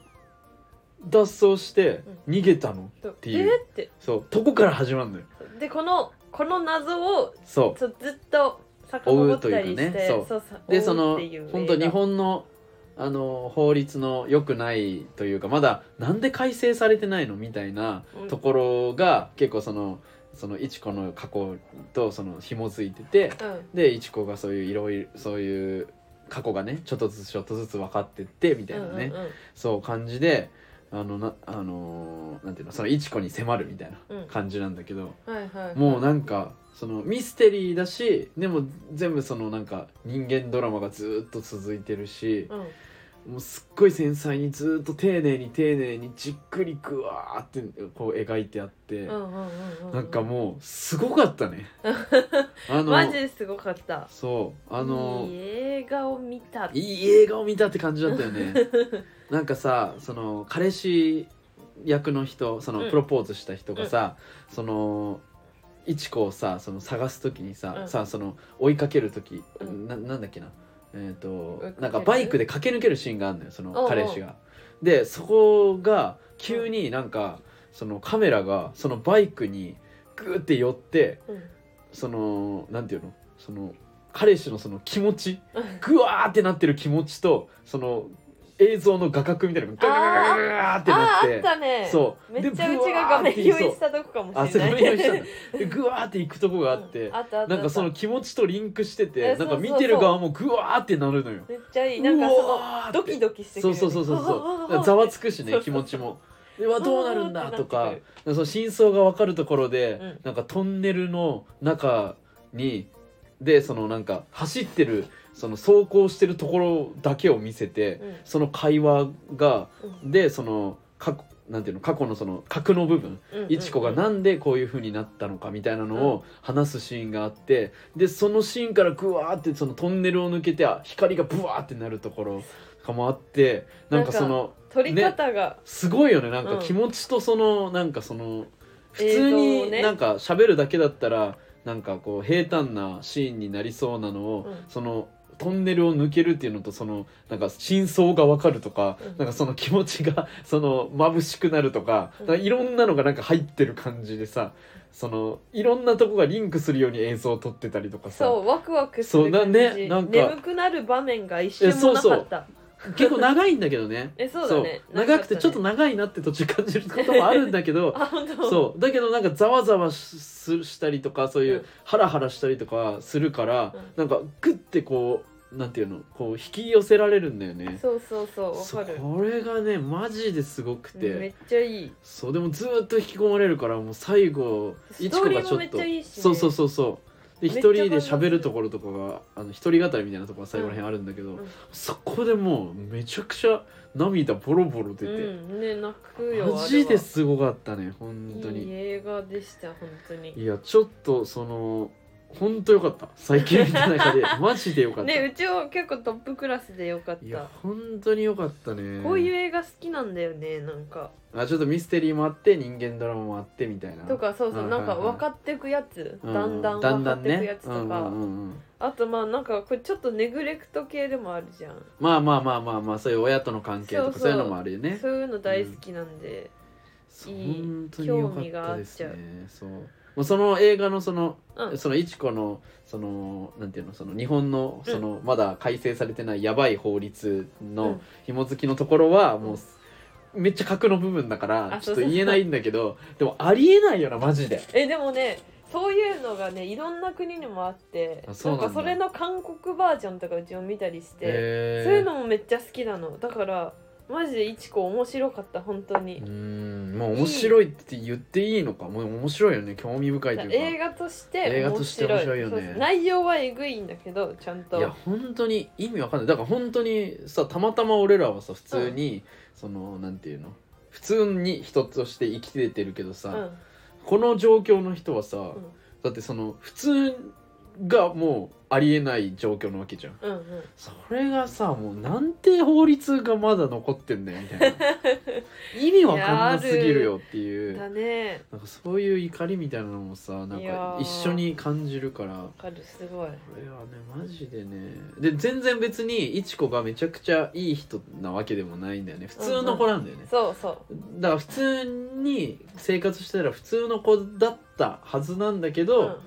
[SPEAKER 2] 脱走して逃げたの、
[SPEAKER 1] そう
[SPEAKER 2] て
[SPEAKER 1] え
[SPEAKER 2] いう
[SPEAKER 1] ーって
[SPEAKER 2] そうとこから始まるのよ
[SPEAKER 1] でこのこの謎を
[SPEAKER 2] そ
[SPEAKER 1] そうずっと遡ったりし
[SPEAKER 2] 追うというかね
[SPEAKER 1] て
[SPEAKER 2] そう
[SPEAKER 1] そうそう
[SPEAKER 2] うでそ
[SPEAKER 1] 追うっ
[SPEAKER 2] の
[SPEAKER 1] ていう映画
[SPEAKER 2] 本当日本のあの法律の良くないというかまだなんで改正されてないのみたいな
[SPEAKER 1] うん
[SPEAKER 2] ところが結構そのそのいちこの過去とその紐づいてて
[SPEAKER 1] うん
[SPEAKER 2] でいちこがそういういろいろそういう過去がねちょっとずつちょっとずつ分かってってみたいなね、
[SPEAKER 1] うんうん
[SPEAKER 2] そう感じであのなあのーなんていうのそのいちこに迫るみたいな感じなんだけど、
[SPEAKER 1] うんはいはい
[SPEAKER 2] もうなんかそのミステリーだしでも全部そのなんか人間ドラマがずっと続いてるし、
[SPEAKER 1] うん
[SPEAKER 2] もうすっごい繊細にずっと丁寧に丁寧にじっくりぐわーってこう描いてあって、
[SPEAKER 1] うんうんうんうん
[SPEAKER 2] なん かもうすごかったねあの
[SPEAKER 1] マジですごかった
[SPEAKER 2] そうあの
[SPEAKER 1] いい映画を見た
[SPEAKER 2] いい映画を見たって感じだったよね なんかさその彼氏役の人その
[SPEAKER 1] うん
[SPEAKER 2] プロポーズした人がさ、そのいちこをさその探す時にさ,、
[SPEAKER 1] うん
[SPEAKER 2] さその追いかける時、
[SPEAKER 1] うん
[SPEAKER 2] ななんだっけなえっ、
[SPEAKER 1] 追いか
[SPEAKER 2] と
[SPEAKER 1] ける
[SPEAKER 2] なんかバイクで駆け抜けるシーンがあるのよそ
[SPEAKER 1] おうお
[SPEAKER 2] の
[SPEAKER 1] う
[SPEAKER 2] 彼氏が。でそこが急になんかそのカメラがそのバイクにグーって寄って
[SPEAKER 1] うん
[SPEAKER 2] そのなんていうのその彼氏のその気持ちグワーってなってる気持ちとその映像の画角みたいなのがガガガガガガってな
[SPEAKER 1] あ
[SPEAKER 2] っ
[SPEAKER 1] ーあってたね
[SPEAKER 2] そう
[SPEAKER 1] めっちゃ
[SPEAKER 2] で
[SPEAKER 1] うちが画面
[SPEAKER 2] ブ
[SPEAKER 1] 用
[SPEAKER 2] ワーっ
[SPEAKER 1] 意
[SPEAKER 2] て
[SPEAKER 1] したとこかも
[SPEAKER 2] あ
[SPEAKER 1] し
[SPEAKER 2] そ
[SPEAKER 1] れな
[SPEAKER 2] れ
[SPEAKER 1] い
[SPEAKER 2] も用意したんだでグワーって行くとこがあって、
[SPEAKER 1] うんあ ったあった
[SPEAKER 2] なんかそ
[SPEAKER 1] あ
[SPEAKER 2] の
[SPEAKER 1] った
[SPEAKER 2] 気持ちとリンクしてて
[SPEAKER 1] え
[SPEAKER 2] な
[SPEAKER 1] そ
[SPEAKER 2] ん
[SPEAKER 1] う
[SPEAKER 2] か
[SPEAKER 1] そうそう
[SPEAKER 2] 見てる側もグワーってなるのよ
[SPEAKER 1] めっちゃいいなんかそうの
[SPEAKER 2] わーって
[SPEAKER 1] ドキドキしてく
[SPEAKER 2] そ
[SPEAKER 1] るよ
[SPEAKER 2] う
[SPEAKER 1] ね
[SPEAKER 2] そうそうそうそ うだからざわつくしね
[SPEAKER 1] そうそうそう
[SPEAKER 2] 気持ちもでわどうなるんだと
[SPEAKER 1] うわ
[SPEAKER 2] か
[SPEAKER 1] ーってなって
[SPEAKER 2] その真相が分かるところで、
[SPEAKER 1] うん
[SPEAKER 2] なんかトンネルの中にでそのなんか走ってるその走行してるところだけを見せて、
[SPEAKER 1] うん
[SPEAKER 2] その会話が
[SPEAKER 1] うん
[SPEAKER 2] でその過去なんていうの過去のその核の部分
[SPEAKER 1] うん
[SPEAKER 2] いちこがなんでこういう風になったのかみたいなのを話すシーンがあってでそのシーンからグワーってそのトンネルを抜けてあ光がブワーってなるところとかもあってなんかそ
[SPEAKER 1] な
[SPEAKER 2] の
[SPEAKER 1] 取り方が、
[SPEAKER 2] すごいよねなんか
[SPEAKER 1] うん
[SPEAKER 2] 気持ちとそのなんかその普
[SPEAKER 1] 映
[SPEAKER 2] 通
[SPEAKER 1] 像をね
[SPEAKER 2] になんか喋るだけだったらなんかこう平坦なシーンになりそうなのを
[SPEAKER 1] うん
[SPEAKER 2] そのトンネルを抜けるっていうのとそのなんか真相がわかるとか
[SPEAKER 1] うん
[SPEAKER 2] なんかその気持ちが その眩しくなるとか
[SPEAKER 1] うん
[SPEAKER 2] なんかいろんなのがなんか入ってる感じでさそのいろんなとこがリンクするように映像を撮ってたりとかさ
[SPEAKER 1] そうワクワクす
[SPEAKER 2] そう
[SPEAKER 1] る
[SPEAKER 2] な
[SPEAKER 1] 感じ
[SPEAKER 2] ねなんか
[SPEAKER 1] 眠くなる場面が一瞬もなかった
[SPEAKER 2] 結構長いんだけどね
[SPEAKER 1] えそうだね
[SPEAKER 2] そう長くてちょっと長いなって途中感じることもあるんだ けど
[SPEAKER 1] あ本当
[SPEAKER 2] そうだけどなんかざわざわしすしたりとかそういううんハラハラしたりとかするから、
[SPEAKER 1] うん
[SPEAKER 2] なんかグッてこうなんていうのこう引き寄せられるんだよね。
[SPEAKER 1] そうそうそう
[SPEAKER 2] そう
[SPEAKER 1] わかる
[SPEAKER 2] これがねマジですごくて、
[SPEAKER 1] うんめっちゃいい
[SPEAKER 2] そうでもずーっと引き込まれるからもう最後
[SPEAKER 1] ストーリーもめっちゃいいしね
[SPEAKER 2] そうそうそうそう
[SPEAKER 1] め
[SPEAKER 2] で一
[SPEAKER 1] っちゃ
[SPEAKER 2] 人で喋るところとかがあの一人語りみたいなところが最後らへんあるんだけど、
[SPEAKER 1] んうん
[SPEAKER 2] そこでもうめちゃくちゃ涙ボロボロ出て、
[SPEAKER 1] うんね泣くよ
[SPEAKER 2] マジで
[SPEAKER 1] あ
[SPEAKER 2] すごかったね本
[SPEAKER 1] れ
[SPEAKER 2] 当
[SPEAKER 1] は
[SPEAKER 2] に
[SPEAKER 1] いい映画でした本当に
[SPEAKER 2] いやちょっとその本当良かった最近見た中 でマジで良かった、
[SPEAKER 1] ねうちは結構トップクラスでよかっ
[SPEAKER 2] い
[SPEAKER 1] た
[SPEAKER 2] や本当に良かったね
[SPEAKER 1] こういう映画好きなんだよねなんか
[SPEAKER 2] あちょっとミステリーもあって人間ドラマもあってみたいな
[SPEAKER 1] とかそうそううんなんか
[SPEAKER 2] はいはい
[SPEAKER 1] 分かってくやつ
[SPEAKER 2] う
[SPEAKER 1] だんだん
[SPEAKER 2] だん
[SPEAKER 1] 分か
[SPEAKER 2] だ
[SPEAKER 1] っ
[SPEAKER 2] ん
[SPEAKER 1] てく
[SPEAKER 2] ね
[SPEAKER 1] やつとか
[SPEAKER 2] うんうんうんうん
[SPEAKER 1] あとまあなんかこれちょっとネグレクト系でもあるじゃん
[SPEAKER 2] まあまあまあまあまあそういう親との関係とか
[SPEAKER 1] そう
[SPEAKER 2] そ
[SPEAKER 1] そう
[SPEAKER 2] ういうのもあるよね
[SPEAKER 1] そういうの大好きなんで、いい
[SPEAKER 2] 本当に良かったです
[SPEAKER 1] 興味
[SPEAKER 2] ねそうもうその映画のその
[SPEAKER 1] うん
[SPEAKER 2] そのいちこのそのなんていうのその日本のそのまだ改正されてないやばい法律
[SPEAKER 1] うん
[SPEAKER 2] の紐付きのところは
[SPEAKER 1] ん
[SPEAKER 2] もうめっちゃ格の部分だから
[SPEAKER 1] あ
[SPEAKER 2] ち
[SPEAKER 1] そ
[SPEAKER 2] ょ
[SPEAKER 1] う
[SPEAKER 2] っ
[SPEAKER 1] そ
[SPEAKER 2] と
[SPEAKER 1] うそう
[SPEAKER 2] 言えないんだけどでもありえないよなマジで
[SPEAKER 1] えでもねそういうのがねいろんな国にもあって
[SPEAKER 2] あそうなんだ
[SPEAKER 1] かそれの韓国バージョンとかうちも見たりして、
[SPEAKER 2] へー
[SPEAKER 1] そういうのもめっちゃ好きなのだからマジでいちこ面白かった本当に
[SPEAKER 2] う、んもう面白いって言っていいのかもう面白いよね興味深いというか
[SPEAKER 1] 映画として
[SPEAKER 2] 映画
[SPEAKER 1] 面
[SPEAKER 2] として
[SPEAKER 1] 白い
[SPEAKER 2] 面白いよね
[SPEAKER 1] そうそう内容はえぐいんだけどちゃんと
[SPEAKER 2] いや本当に意味わかんないだから本当にさたまたま俺らはさ普通に、そのなんていうの普通に人として生きててるけどさ、
[SPEAKER 1] うんうん
[SPEAKER 2] この状況の人はさ、だってその普通がもうありえない状況なわけじゃん
[SPEAKER 1] うんうん
[SPEAKER 2] それがさもうなんて法律がまだ残ってんだよみ たいな意味わかんなすぎるよっていう
[SPEAKER 1] だね
[SPEAKER 2] なんかそういう怒りみたいなのもさなん
[SPEAKER 1] いや
[SPEAKER 2] か
[SPEAKER 1] ー
[SPEAKER 2] 一緒に感じるから
[SPEAKER 1] わかるすごい
[SPEAKER 2] これはねマジでねで全然別にいちこがめちゃくちゃいい人なわけでもないんだよね普通の子なんだよね、
[SPEAKER 1] そうそう
[SPEAKER 2] だから普通に生活してたら普通の子だったはずなんだけど、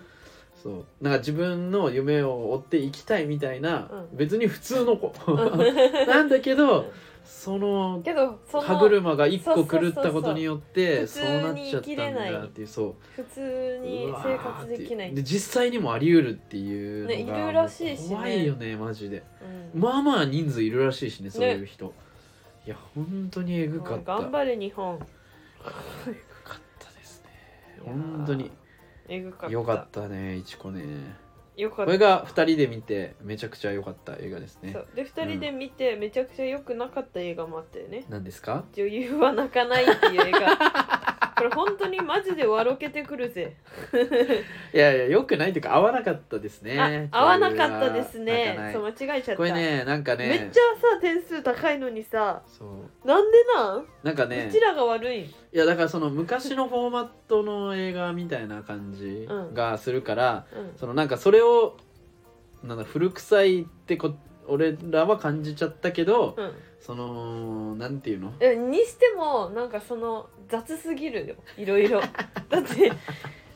[SPEAKER 2] そうなんか自分の夢を追っていきたいみたいな、
[SPEAKER 1] う
[SPEAKER 2] 別に普通の子
[SPEAKER 1] うん
[SPEAKER 2] なんだけど、
[SPEAKER 1] うん
[SPEAKER 2] その
[SPEAKER 1] けどそ
[SPEAKER 2] 歯
[SPEAKER 1] の
[SPEAKER 2] 車が一
[SPEAKER 1] そ
[SPEAKER 2] 個
[SPEAKER 1] うそう
[SPEAKER 2] 狂
[SPEAKER 1] そうそう
[SPEAKER 2] ったことによってそうなっちゃ
[SPEAKER 1] 普通に生
[SPEAKER 2] ったん
[SPEAKER 1] きれ
[SPEAKER 2] だ
[SPEAKER 1] ない
[SPEAKER 2] っていうそう
[SPEAKER 1] 普通に
[SPEAKER 2] うわ
[SPEAKER 1] 生
[SPEAKER 2] ー
[SPEAKER 1] 活
[SPEAKER 2] って
[SPEAKER 1] できない
[SPEAKER 2] で実際にもあり得るっていうのが
[SPEAKER 1] ねいるらしいしね
[SPEAKER 2] 怖いよねマジで
[SPEAKER 1] うん
[SPEAKER 2] まあまあ人数いるらしいしねそういう人、いや本当にえぐかった
[SPEAKER 1] 頑張れ日本
[SPEAKER 2] えぐかったですね本当に
[SPEAKER 1] えぐかった
[SPEAKER 2] よかったねいちこね
[SPEAKER 1] よか
[SPEAKER 2] こ
[SPEAKER 1] った
[SPEAKER 2] れが2人で見てめちゃくちゃ良かった映画ですね
[SPEAKER 1] そうで2人で見て、めちゃくちゃ良くなかった映画もあったよね
[SPEAKER 2] 何ですか
[SPEAKER 1] 女優は泣かないっていう映画 これ本当にマジで笑けてくるぜ
[SPEAKER 2] いやいや良くないというか合わなかったですね
[SPEAKER 1] あ合わなかったです
[SPEAKER 2] 合わな
[SPEAKER 1] ね
[SPEAKER 2] い
[SPEAKER 1] そう間違えちゃった
[SPEAKER 2] これねなんかね
[SPEAKER 1] めっちゃさ点数高いのにさ
[SPEAKER 2] そう
[SPEAKER 1] なんでなん、
[SPEAKER 2] なんかね
[SPEAKER 1] うちらが悪いん
[SPEAKER 2] いやだからその昔のフォーマットの映画みたいな感じ
[SPEAKER 1] うん
[SPEAKER 2] がするから、
[SPEAKER 1] うん
[SPEAKER 2] そのなんかそれをなんだ古臭いってこ俺らは感じちゃったけど、
[SPEAKER 1] うん
[SPEAKER 2] そのなんていうの
[SPEAKER 1] えにしてもなんかその雑すぎるよいろい ろだって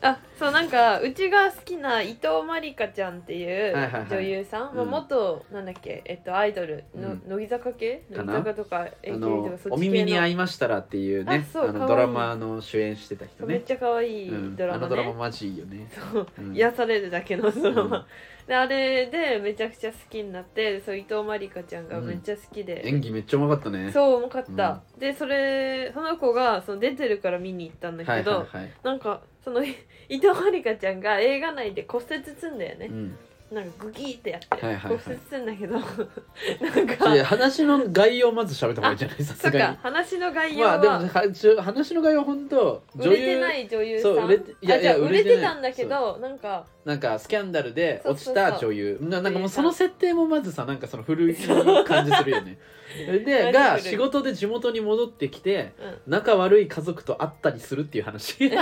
[SPEAKER 1] あそうなんかうちが好きな伊藤まりかちゃんっていう
[SPEAKER 2] はいはいはい
[SPEAKER 1] 女優さん、
[SPEAKER 2] うん
[SPEAKER 1] まあ、元なんだっけえっとアイドルの、
[SPEAKER 2] うん
[SPEAKER 1] 乃木坂系乃
[SPEAKER 2] か
[SPEAKER 1] 木
[SPEAKER 2] な
[SPEAKER 1] 坂とか AKB
[SPEAKER 2] あ
[SPEAKER 1] とか
[SPEAKER 2] の
[SPEAKER 1] そっち系の
[SPEAKER 2] お耳に合いましたらっていうね
[SPEAKER 1] あ
[SPEAKER 2] あ
[SPEAKER 1] そう可愛
[SPEAKER 2] の
[SPEAKER 1] い
[SPEAKER 2] ドラマの主演してた人
[SPEAKER 1] めっ
[SPEAKER 2] ね
[SPEAKER 1] ちゃ可愛い
[SPEAKER 2] うん
[SPEAKER 1] ドラ
[SPEAKER 2] あ
[SPEAKER 1] マ
[SPEAKER 2] のド
[SPEAKER 1] ね、
[SPEAKER 2] ラママジいいよね、
[SPEAKER 1] そう
[SPEAKER 2] うん
[SPEAKER 1] 癒されるだけのドラマ、
[SPEAKER 2] うん
[SPEAKER 1] であれでめちゃくちゃ好きになってそう伊藤まりかちゃんがめっちゃ好きで、
[SPEAKER 2] 演技めっちゃうまかったね
[SPEAKER 1] そう重かった、でそれその子がその出てるから見に行ったんだ
[SPEAKER 2] は
[SPEAKER 1] け
[SPEAKER 2] い
[SPEAKER 1] ど、
[SPEAKER 2] はいはい、
[SPEAKER 1] なんかその伊藤まりかちゃんが映画内で骨折すんだよね、
[SPEAKER 2] うん
[SPEAKER 1] なんかグキーってやって
[SPEAKER 2] はいはいはい
[SPEAKER 1] 骨折するんだけど なん
[SPEAKER 2] いや
[SPEAKER 1] か
[SPEAKER 2] 話の概要をまず喋った方がいいんじゃない さ
[SPEAKER 1] そ
[SPEAKER 2] す
[SPEAKER 1] っ
[SPEAKER 2] が
[SPEAKER 1] か話の概
[SPEAKER 2] に
[SPEAKER 1] 要
[SPEAKER 2] ま
[SPEAKER 1] は,、
[SPEAKER 2] あでもはちょ話の概要は本当
[SPEAKER 1] 売れてない女優さん
[SPEAKER 2] そう売れていや
[SPEAKER 1] あじゃあ
[SPEAKER 2] いや
[SPEAKER 1] 売
[SPEAKER 2] 売
[SPEAKER 1] れ
[SPEAKER 2] れてない
[SPEAKER 1] てたんだけどなん か
[SPEAKER 2] なんかスキャンダルで
[SPEAKER 1] そう
[SPEAKER 2] 落
[SPEAKER 1] そ
[SPEAKER 2] ち
[SPEAKER 1] うそう
[SPEAKER 2] た女優ななんかもうそ
[SPEAKER 1] 女優
[SPEAKER 2] の
[SPEAKER 1] さ
[SPEAKER 2] 設定もまずさなんかその古い感じするよ ねでが
[SPEAKER 1] 何それ
[SPEAKER 2] 仕事で地元に戻ってきて
[SPEAKER 1] う
[SPEAKER 2] 仲悪い家族と会ったりするっていう 話
[SPEAKER 1] ん、で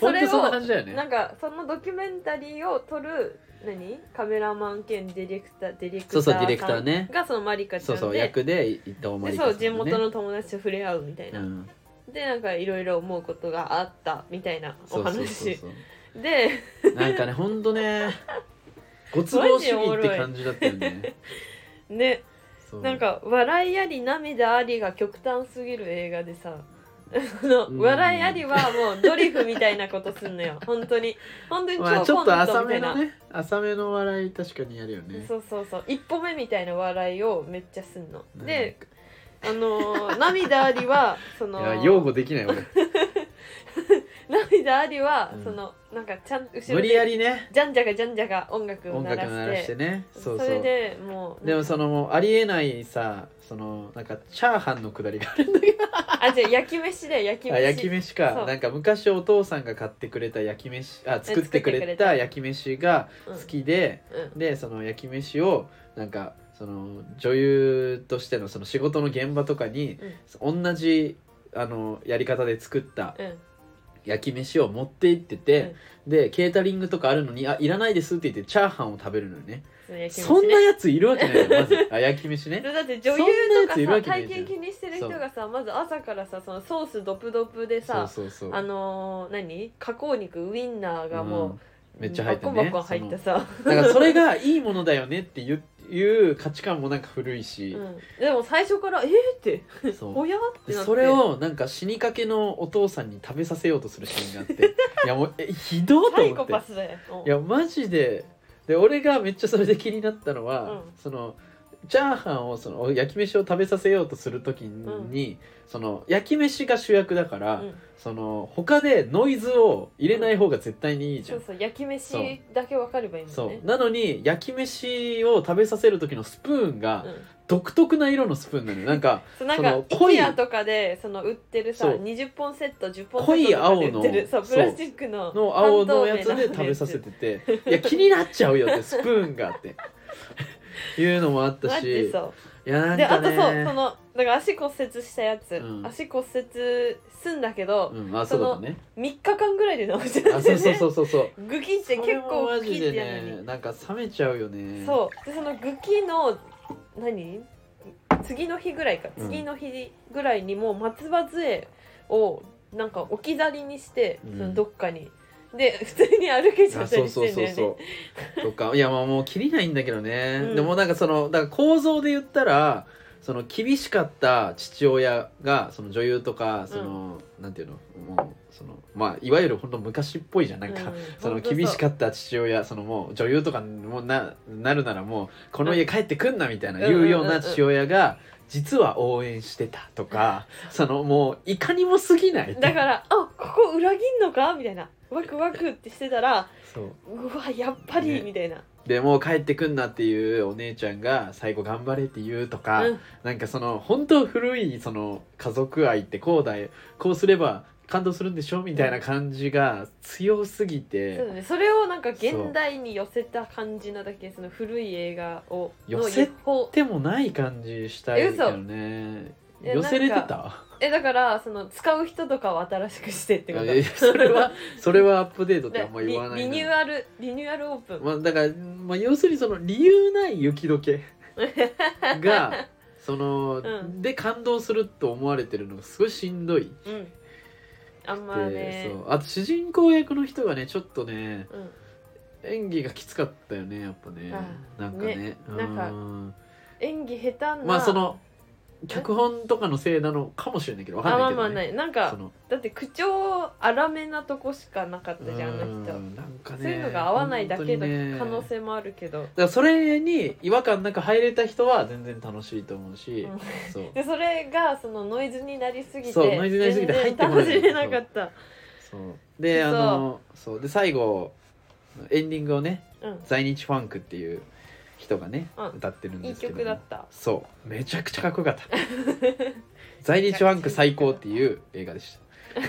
[SPEAKER 1] そ
[SPEAKER 2] 本
[SPEAKER 1] れ
[SPEAKER 2] 当そんな
[SPEAKER 1] を
[SPEAKER 2] 感 じだよね
[SPEAKER 1] なんかそのドキュメンタリーを撮る何カメラマン兼ディレクターディレクタ
[SPEAKER 2] そう
[SPEAKER 1] ー
[SPEAKER 2] そ
[SPEAKER 1] さ
[SPEAKER 2] うんディレクターね
[SPEAKER 1] がそのマリカちゃん
[SPEAKER 2] そ
[SPEAKER 1] で
[SPEAKER 2] うそう役で伊藤真
[SPEAKER 1] で
[SPEAKER 2] 理
[SPEAKER 1] そ
[SPEAKER 2] 香
[SPEAKER 1] う
[SPEAKER 2] さんだ
[SPEAKER 1] 地
[SPEAKER 2] ね
[SPEAKER 1] 元の友達と触れ合うみたいうな、
[SPEAKER 2] ん
[SPEAKER 1] でなんかいろいろ思うことがあったみたいな
[SPEAKER 2] そ
[SPEAKER 1] お
[SPEAKER 2] うそう
[SPEAKER 1] 話
[SPEAKER 2] そうそう
[SPEAKER 1] で
[SPEAKER 2] なんかねほん とねご都合主義って感じだったよね
[SPEAKER 1] ね
[SPEAKER 2] そう
[SPEAKER 1] なんか笑いあり涙ありが極端すぎる映画でさあの
[SPEAKER 2] うん
[SPEAKER 1] 笑いありはもうドリフみたいなことすんの よ本当に本当に
[SPEAKER 2] まあち
[SPEAKER 1] 超
[SPEAKER 2] ょ
[SPEAKER 1] コ
[SPEAKER 2] っ
[SPEAKER 1] ント
[SPEAKER 2] と
[SPEAKER 1] みた
[SPEAKER 2] 浅め
[SPEAKER 1] いな、
[SPEAKER 2] のね浅めの笑い確かにやるよね
[SPEAKER 1] そうそうそう一歩目みたいな笑いをめっちゃすんの
[SPEAKER 2] なんか
[SPEAKER 1] であのー 涙ありはその
[SPEAKER 2] いや擁護できない俺
[SPEAKER 1] 涙ありは、
[SPEAKER 2] うん
[SPEAKER 1] そのなんかちゃん後ろで
[SPEAKER 2] 無理やりね
[SPEAKER 1] じゃんじゃがじゃんじゃが音楽を
[SPEAKER 2] 音
[SPEAKER 1] 鳴ら
[SPEAKER 2] 楽
[SPEAKER 1] して
[SPEAKER 2] 鳴らしてね
[SPEAKER 1] そ
[SPEAKER 2] そうそ
[SPEAKER 1] れ
[SPEAKER 2] う
[SPEAKER 1] でもう
[SPEAKER 2] でもそのもうありえないさそのなんかチャーハンのくだりがあるんだけ
[SPEAKER 1] あじゃあ焼き飯だよ焼き
[SPEAKER 2] どあ
[SPEAKER 1] 飯
[SPEAKER 2] 焼き飯
[SPEAKER 1] そ
[SPEAKER 2] か
[SPEAKER 1] う
[SPEAKER 2] なんか昔お父さんが買ってくれた焼き飯あ作ってく
[SPEAKER 1] 作ってくれ
[SPEAKER 2] れ
[SPEAKER 1] た
[SPEAKER 2] た焼き飯が
[SPEAKER 1] う
[SPEAKER 2] 好
[SPEAKER 1] ん
[SPEAKER 2] きで、
[SPEAKER 1] うん
[SPEAKER 2] でその焼き飯をなんかその女優としてのその仕事の現場とかに同じあのやり方で作った
[SPEAKER 1] うん
[SPEAKER 2] 焼き飯を持って行ってて、でケータリングとかあるのに「あいらないです」って言ってチャーハンを食べるのよね
[SPEAKER 1] うん焼き飯ね
[SPEAKER 2] そんなやついるわけないよまずあ焼き飯ね
[SPEAKER 1] だって女優とか
[SPEAKER 2] そんなやついる
[SPEAKER 1] さ
[SPEAKER 2] わけない
[SPEAKER 1] 体
[SPEAKER 2] じゃん
[SPEAKER 1] 型気にしてる人がさまず朝からさそのソースドプドプで
[SPEAKER 2] そう
[SPEAKER 1] さ
[SPEAKER 2] そうそう
[SPEAKER 1] あのー何加工肉ウインナーが
[SPEAKER 2] う
[SPEAKER 1] も
[SPEAKER 2] ん
[SPEAKER 1] う
[SPEAKER 2] めっちゃ入った
[SPEAKER 1] バ
[SPEAKER 2] ね
[SPEAKER 1] コバコ入ったさ、
[SPEAKER 2] そのだからそれがいいものだよねっていういう価値観もなんか古いし
[SPEAKER 1] う、ん、でも最初から「えー、って「
[SPEAKER 2] そう
[SPEAKER 1] おや?」って
[SPEAKER 2] で
[SPEAKER 1] なって
[SPEAKER 2] それをなんか死にかけのお父さんに食べさせようとするシーンがあって いやもうえひどい
[SPEAKER 1] サ
[SPEAKER 2] と
[SPEAKER 1] イコ
[SPEAKER 2] 思
[SPEAKER 1] パ
[SPEAKER 2] って
[SPEAKER 1] スだようん
[SPEAKER 2] いやマジでで俺がめっちゃそれで気になったのは、
[SPEAKER 1] うん
[SPEAKER 2] そのチャーハンをその焼き飯を食べさせようとする時に、その焼き飯が主役だから、
[SPEAKER 1] うん
[SPEAKER 2] その他でノイズを入れない方が絶対にいいじゃ
[SPEAKER 1] そ
[SPEAKER 2] ん
[SPEAKER 1] う、そう焼き飯だけ分かればいいもん
[SPEAKER 2] そ
[SPEAKER 1] ね
[SPEAKER 2] うなのに焼き飯を食べさせる時のスプーンが
[SPEAKER 1] うん
[SPEAKER 2] 独特な色のスプーンなのよなんか
[SPEAKER 1] そうなん
[SPEAKER 2] その
[SPEAKER 1] か
[SPEAKER 2] 濃い
[SPEAKER 1] IKEA とかでその売ってるさ
[SPEAKER 2] そう
[SPEAKER 1] 20本セット10本セ
[SPEAKER 2] 濃い
[SPEAKER 1] ットとかで売ってる
[SPEAKER 2] 青
[SPEAKER 1] そう
[SPEAKER 2] の
[SPEAKER 1] プラスチックの
[SPEAKER 2] の青のや
[SPEAKER 1] 半透
[SPEAKER 2] つ
[SPEAKER 1] 明な
[SPEAKER 2] で食べさせてていや気になっちゃうよってスプーンがって いうのもあっ
[SPEAKER 1] マ
[SPEAKER 2] た
[SPEAKER 1] ジで
[SPEAKER 2] し
[SPEAKER 1] そ
[SPEAKER 2] いやな
[SPEAKER 1] うんであ
[SPEAKER 2] か
[SPEAKER 1] とそう
[SPEAKER 2] ね
[SPEAKER 1] そのだから足骨折したやつ、
[SPEAKER 2] うん
[SPEAKER 1] 足骨折すんだけど、
[SPEAKER 2] うん、あそうだったね
[SPEAKER 1] 3日間ぐらいで治しちゃ
[SPEAKER 2] あ
[SPEAKER 1] っ
[SPEAKER 2] そ
[SPEAKER 1] て
[SPEAKER 2] うそう
[SPEAKER 1] ね
[SPEAKER 2] そうそうそう
[SPEAKER 1] グキって結構
[SPEAKER 2] それもマ
[SPEAKER 1] 大き
[SPEAKER 2] ジ
[SPEAKER 1] いっ
[SPEAKER 2] で
[SPEAKER 1] てやの
[SPEAKER 2] ね
[SPEAKER 1] に
[SPEAKER 2] なんか冷めちゃうよね
[SPEAKER 1] そうでそのグキの何次の日ぐらいか
[SPEAKER 2] うん
[SPEAKER 1] 次の日ぐらいにもう松葉杖をなんか置き去りにして、
[SPEAKER 2] うん
[SPEAKER 1] そのどっかにで普通に歩けちゃ
[SPEAKER 2] あ
[SPEAKER 1] った
[SPEAKER 2] そう
[SPEAKER 1] りし
[SPEAKER 2] そう
[SPEAKER 1] てんだ
[SPEAKER 2] そう
[SPEAKER 1] よね
[SPEAKER 2] そうとかいやまあもう切りないんだけどね、
[SPEAKER 1] うん
[SPEAKER 2] でもなんかそのだから構造で言ったらその厳しかった父親がその女優とかその、なんていうのもうそのまあいわゆる本当昔っぽいじゃんなんか、
[SPEAKER 1] うん
[SPEAKER 2] その
[SPEAKER 1] 本当そう
[SPEAKER 2] 厳しかった父親そのもう女優とかもななるならもうこの家帰ってくんなみたいな
[SPEAKER 1] うん
[SPEAKER 2] 言うよう
[SPEAKER 1] うんうんうんう
[SPEAKER 2] なん父親が実は応援してたとかそのもういかにも過ぎない
[SPEAKER 1] だから「あここ裏切んのか?」みたいなワクワクってしてたら
[SPEAKER 2] そう
[SPEAKER 1] 「うわやっぱり」
[SPEAKER 2] ね
[SPEAKER 1] みたいな、
[SPEAKER 2] でもう帰ってくんなっていうお姉ちゃんが最後頑張れって言うとか、
[SPEAKER 1] うん
[SPEAKER 2] なんかその本当古いその家族愛ってこうだよこうすれば感動するんでしょみたいな感じが強すぎ
[SPEAKER 1] そうだ
[SPEAKER 2] て、
[SPEAKER 1] ね、それをなんか現代に寄せた感じなだけその古い映画をの
[SPEAKER 2] 寄せ
[SPEAKER 1] 違法
[SPEAKER 2] でもない感じしたいけどね
[SPEAKER 1] え嘘
[SPEAKER 2] 寄せれて
[SPEAKER 1] いやな
[SPEAKER 2] た
[SPEAKER 1] えだからその使う人とかを新しくしてってこ
[SPEAKER 2] いや
[SPEAKER 1] と
[SPEAKER 2] それ はそれはアップデートって
[SPEAKER 1] で
[SPEAKER 2] あんま言わない
[SPEAKER 1] リ
[SPEAKER 2] な
[SPEAKER 1] リニューアルリニューアルオープン、
[SPEAKER 2] まあ、だから、まあ、要するにその理由ない雪解け がその、
[SPEAKER 1] うん
[SPEAKER 2] で感動すると思われてるのがすごいしんどい。
[SPEAKER 1] うんあんまね
[SPEAKER 2] でそうあと主人公役の人がねちょっとね
[SPEAKER 1] うん
[SPEAKER 2] 演技がきつかったよねやっぱね
[SPEAKER 1] あ
[SPEAKER 2] なんかね
[SPEAKER 1] ね
[SPEAKER 2] う
[SPEAKER 1] なんか演技下手な
[SPEAKER 2] まあその脚本とかのせいなのかもしれないけどわか
[SPEAKER 1] あまあ
[SPEAKER 2] んないけ
[SPEAKER 1] ま
[SPEAKER 2] ど、
[SPEAKER 1] あ
[SPEAKER 2] ね、
[SPEAKER 1] ないなん
[SPEAKER 2] そ
[SPEAKER 1] か
[SPEAKER 2] の
[SPEAKER 1] だって口調荒めなとこしかなかったじゃんあの人
[SPEAKER 2] うんなんかね
[SPEAKER 1] そういうのが合わないだけの
[SPEAKER 2] 本当にね
[SPEAKER 1] 可能性もあるけど、
[SPEAKER 2] だからそれに違和感なく入れた人は全然楽しいと思うし、
[SPEAKER 1] うん
[SPEAKER 2] そう
[SPEAKER 1] でそれがそのノイズになりすぎて
[SPEAKER 2] そうノイズになりすぎて入ってこない
[SPEAKER 1] 全然楽しめなかった
[SPEAKER 2] そうであのそうで最後エンディングをね
[SPEAKER 1] うん
[SPEAKER 2] 在日ファンクっていう人がね、
[SPEAKER 1] うん
[SPEAKER 2] 歌ってるん
[SPEAKER 1] い
[SPEAKER 2] で
[SPEAKER 1] い
[SPEAKER 2] すけど
[SPEAKER 1] 曲だった
[SPEAKER 2] そうめちゃくちゃかっこよかった在日ファンク最高っていう映画でした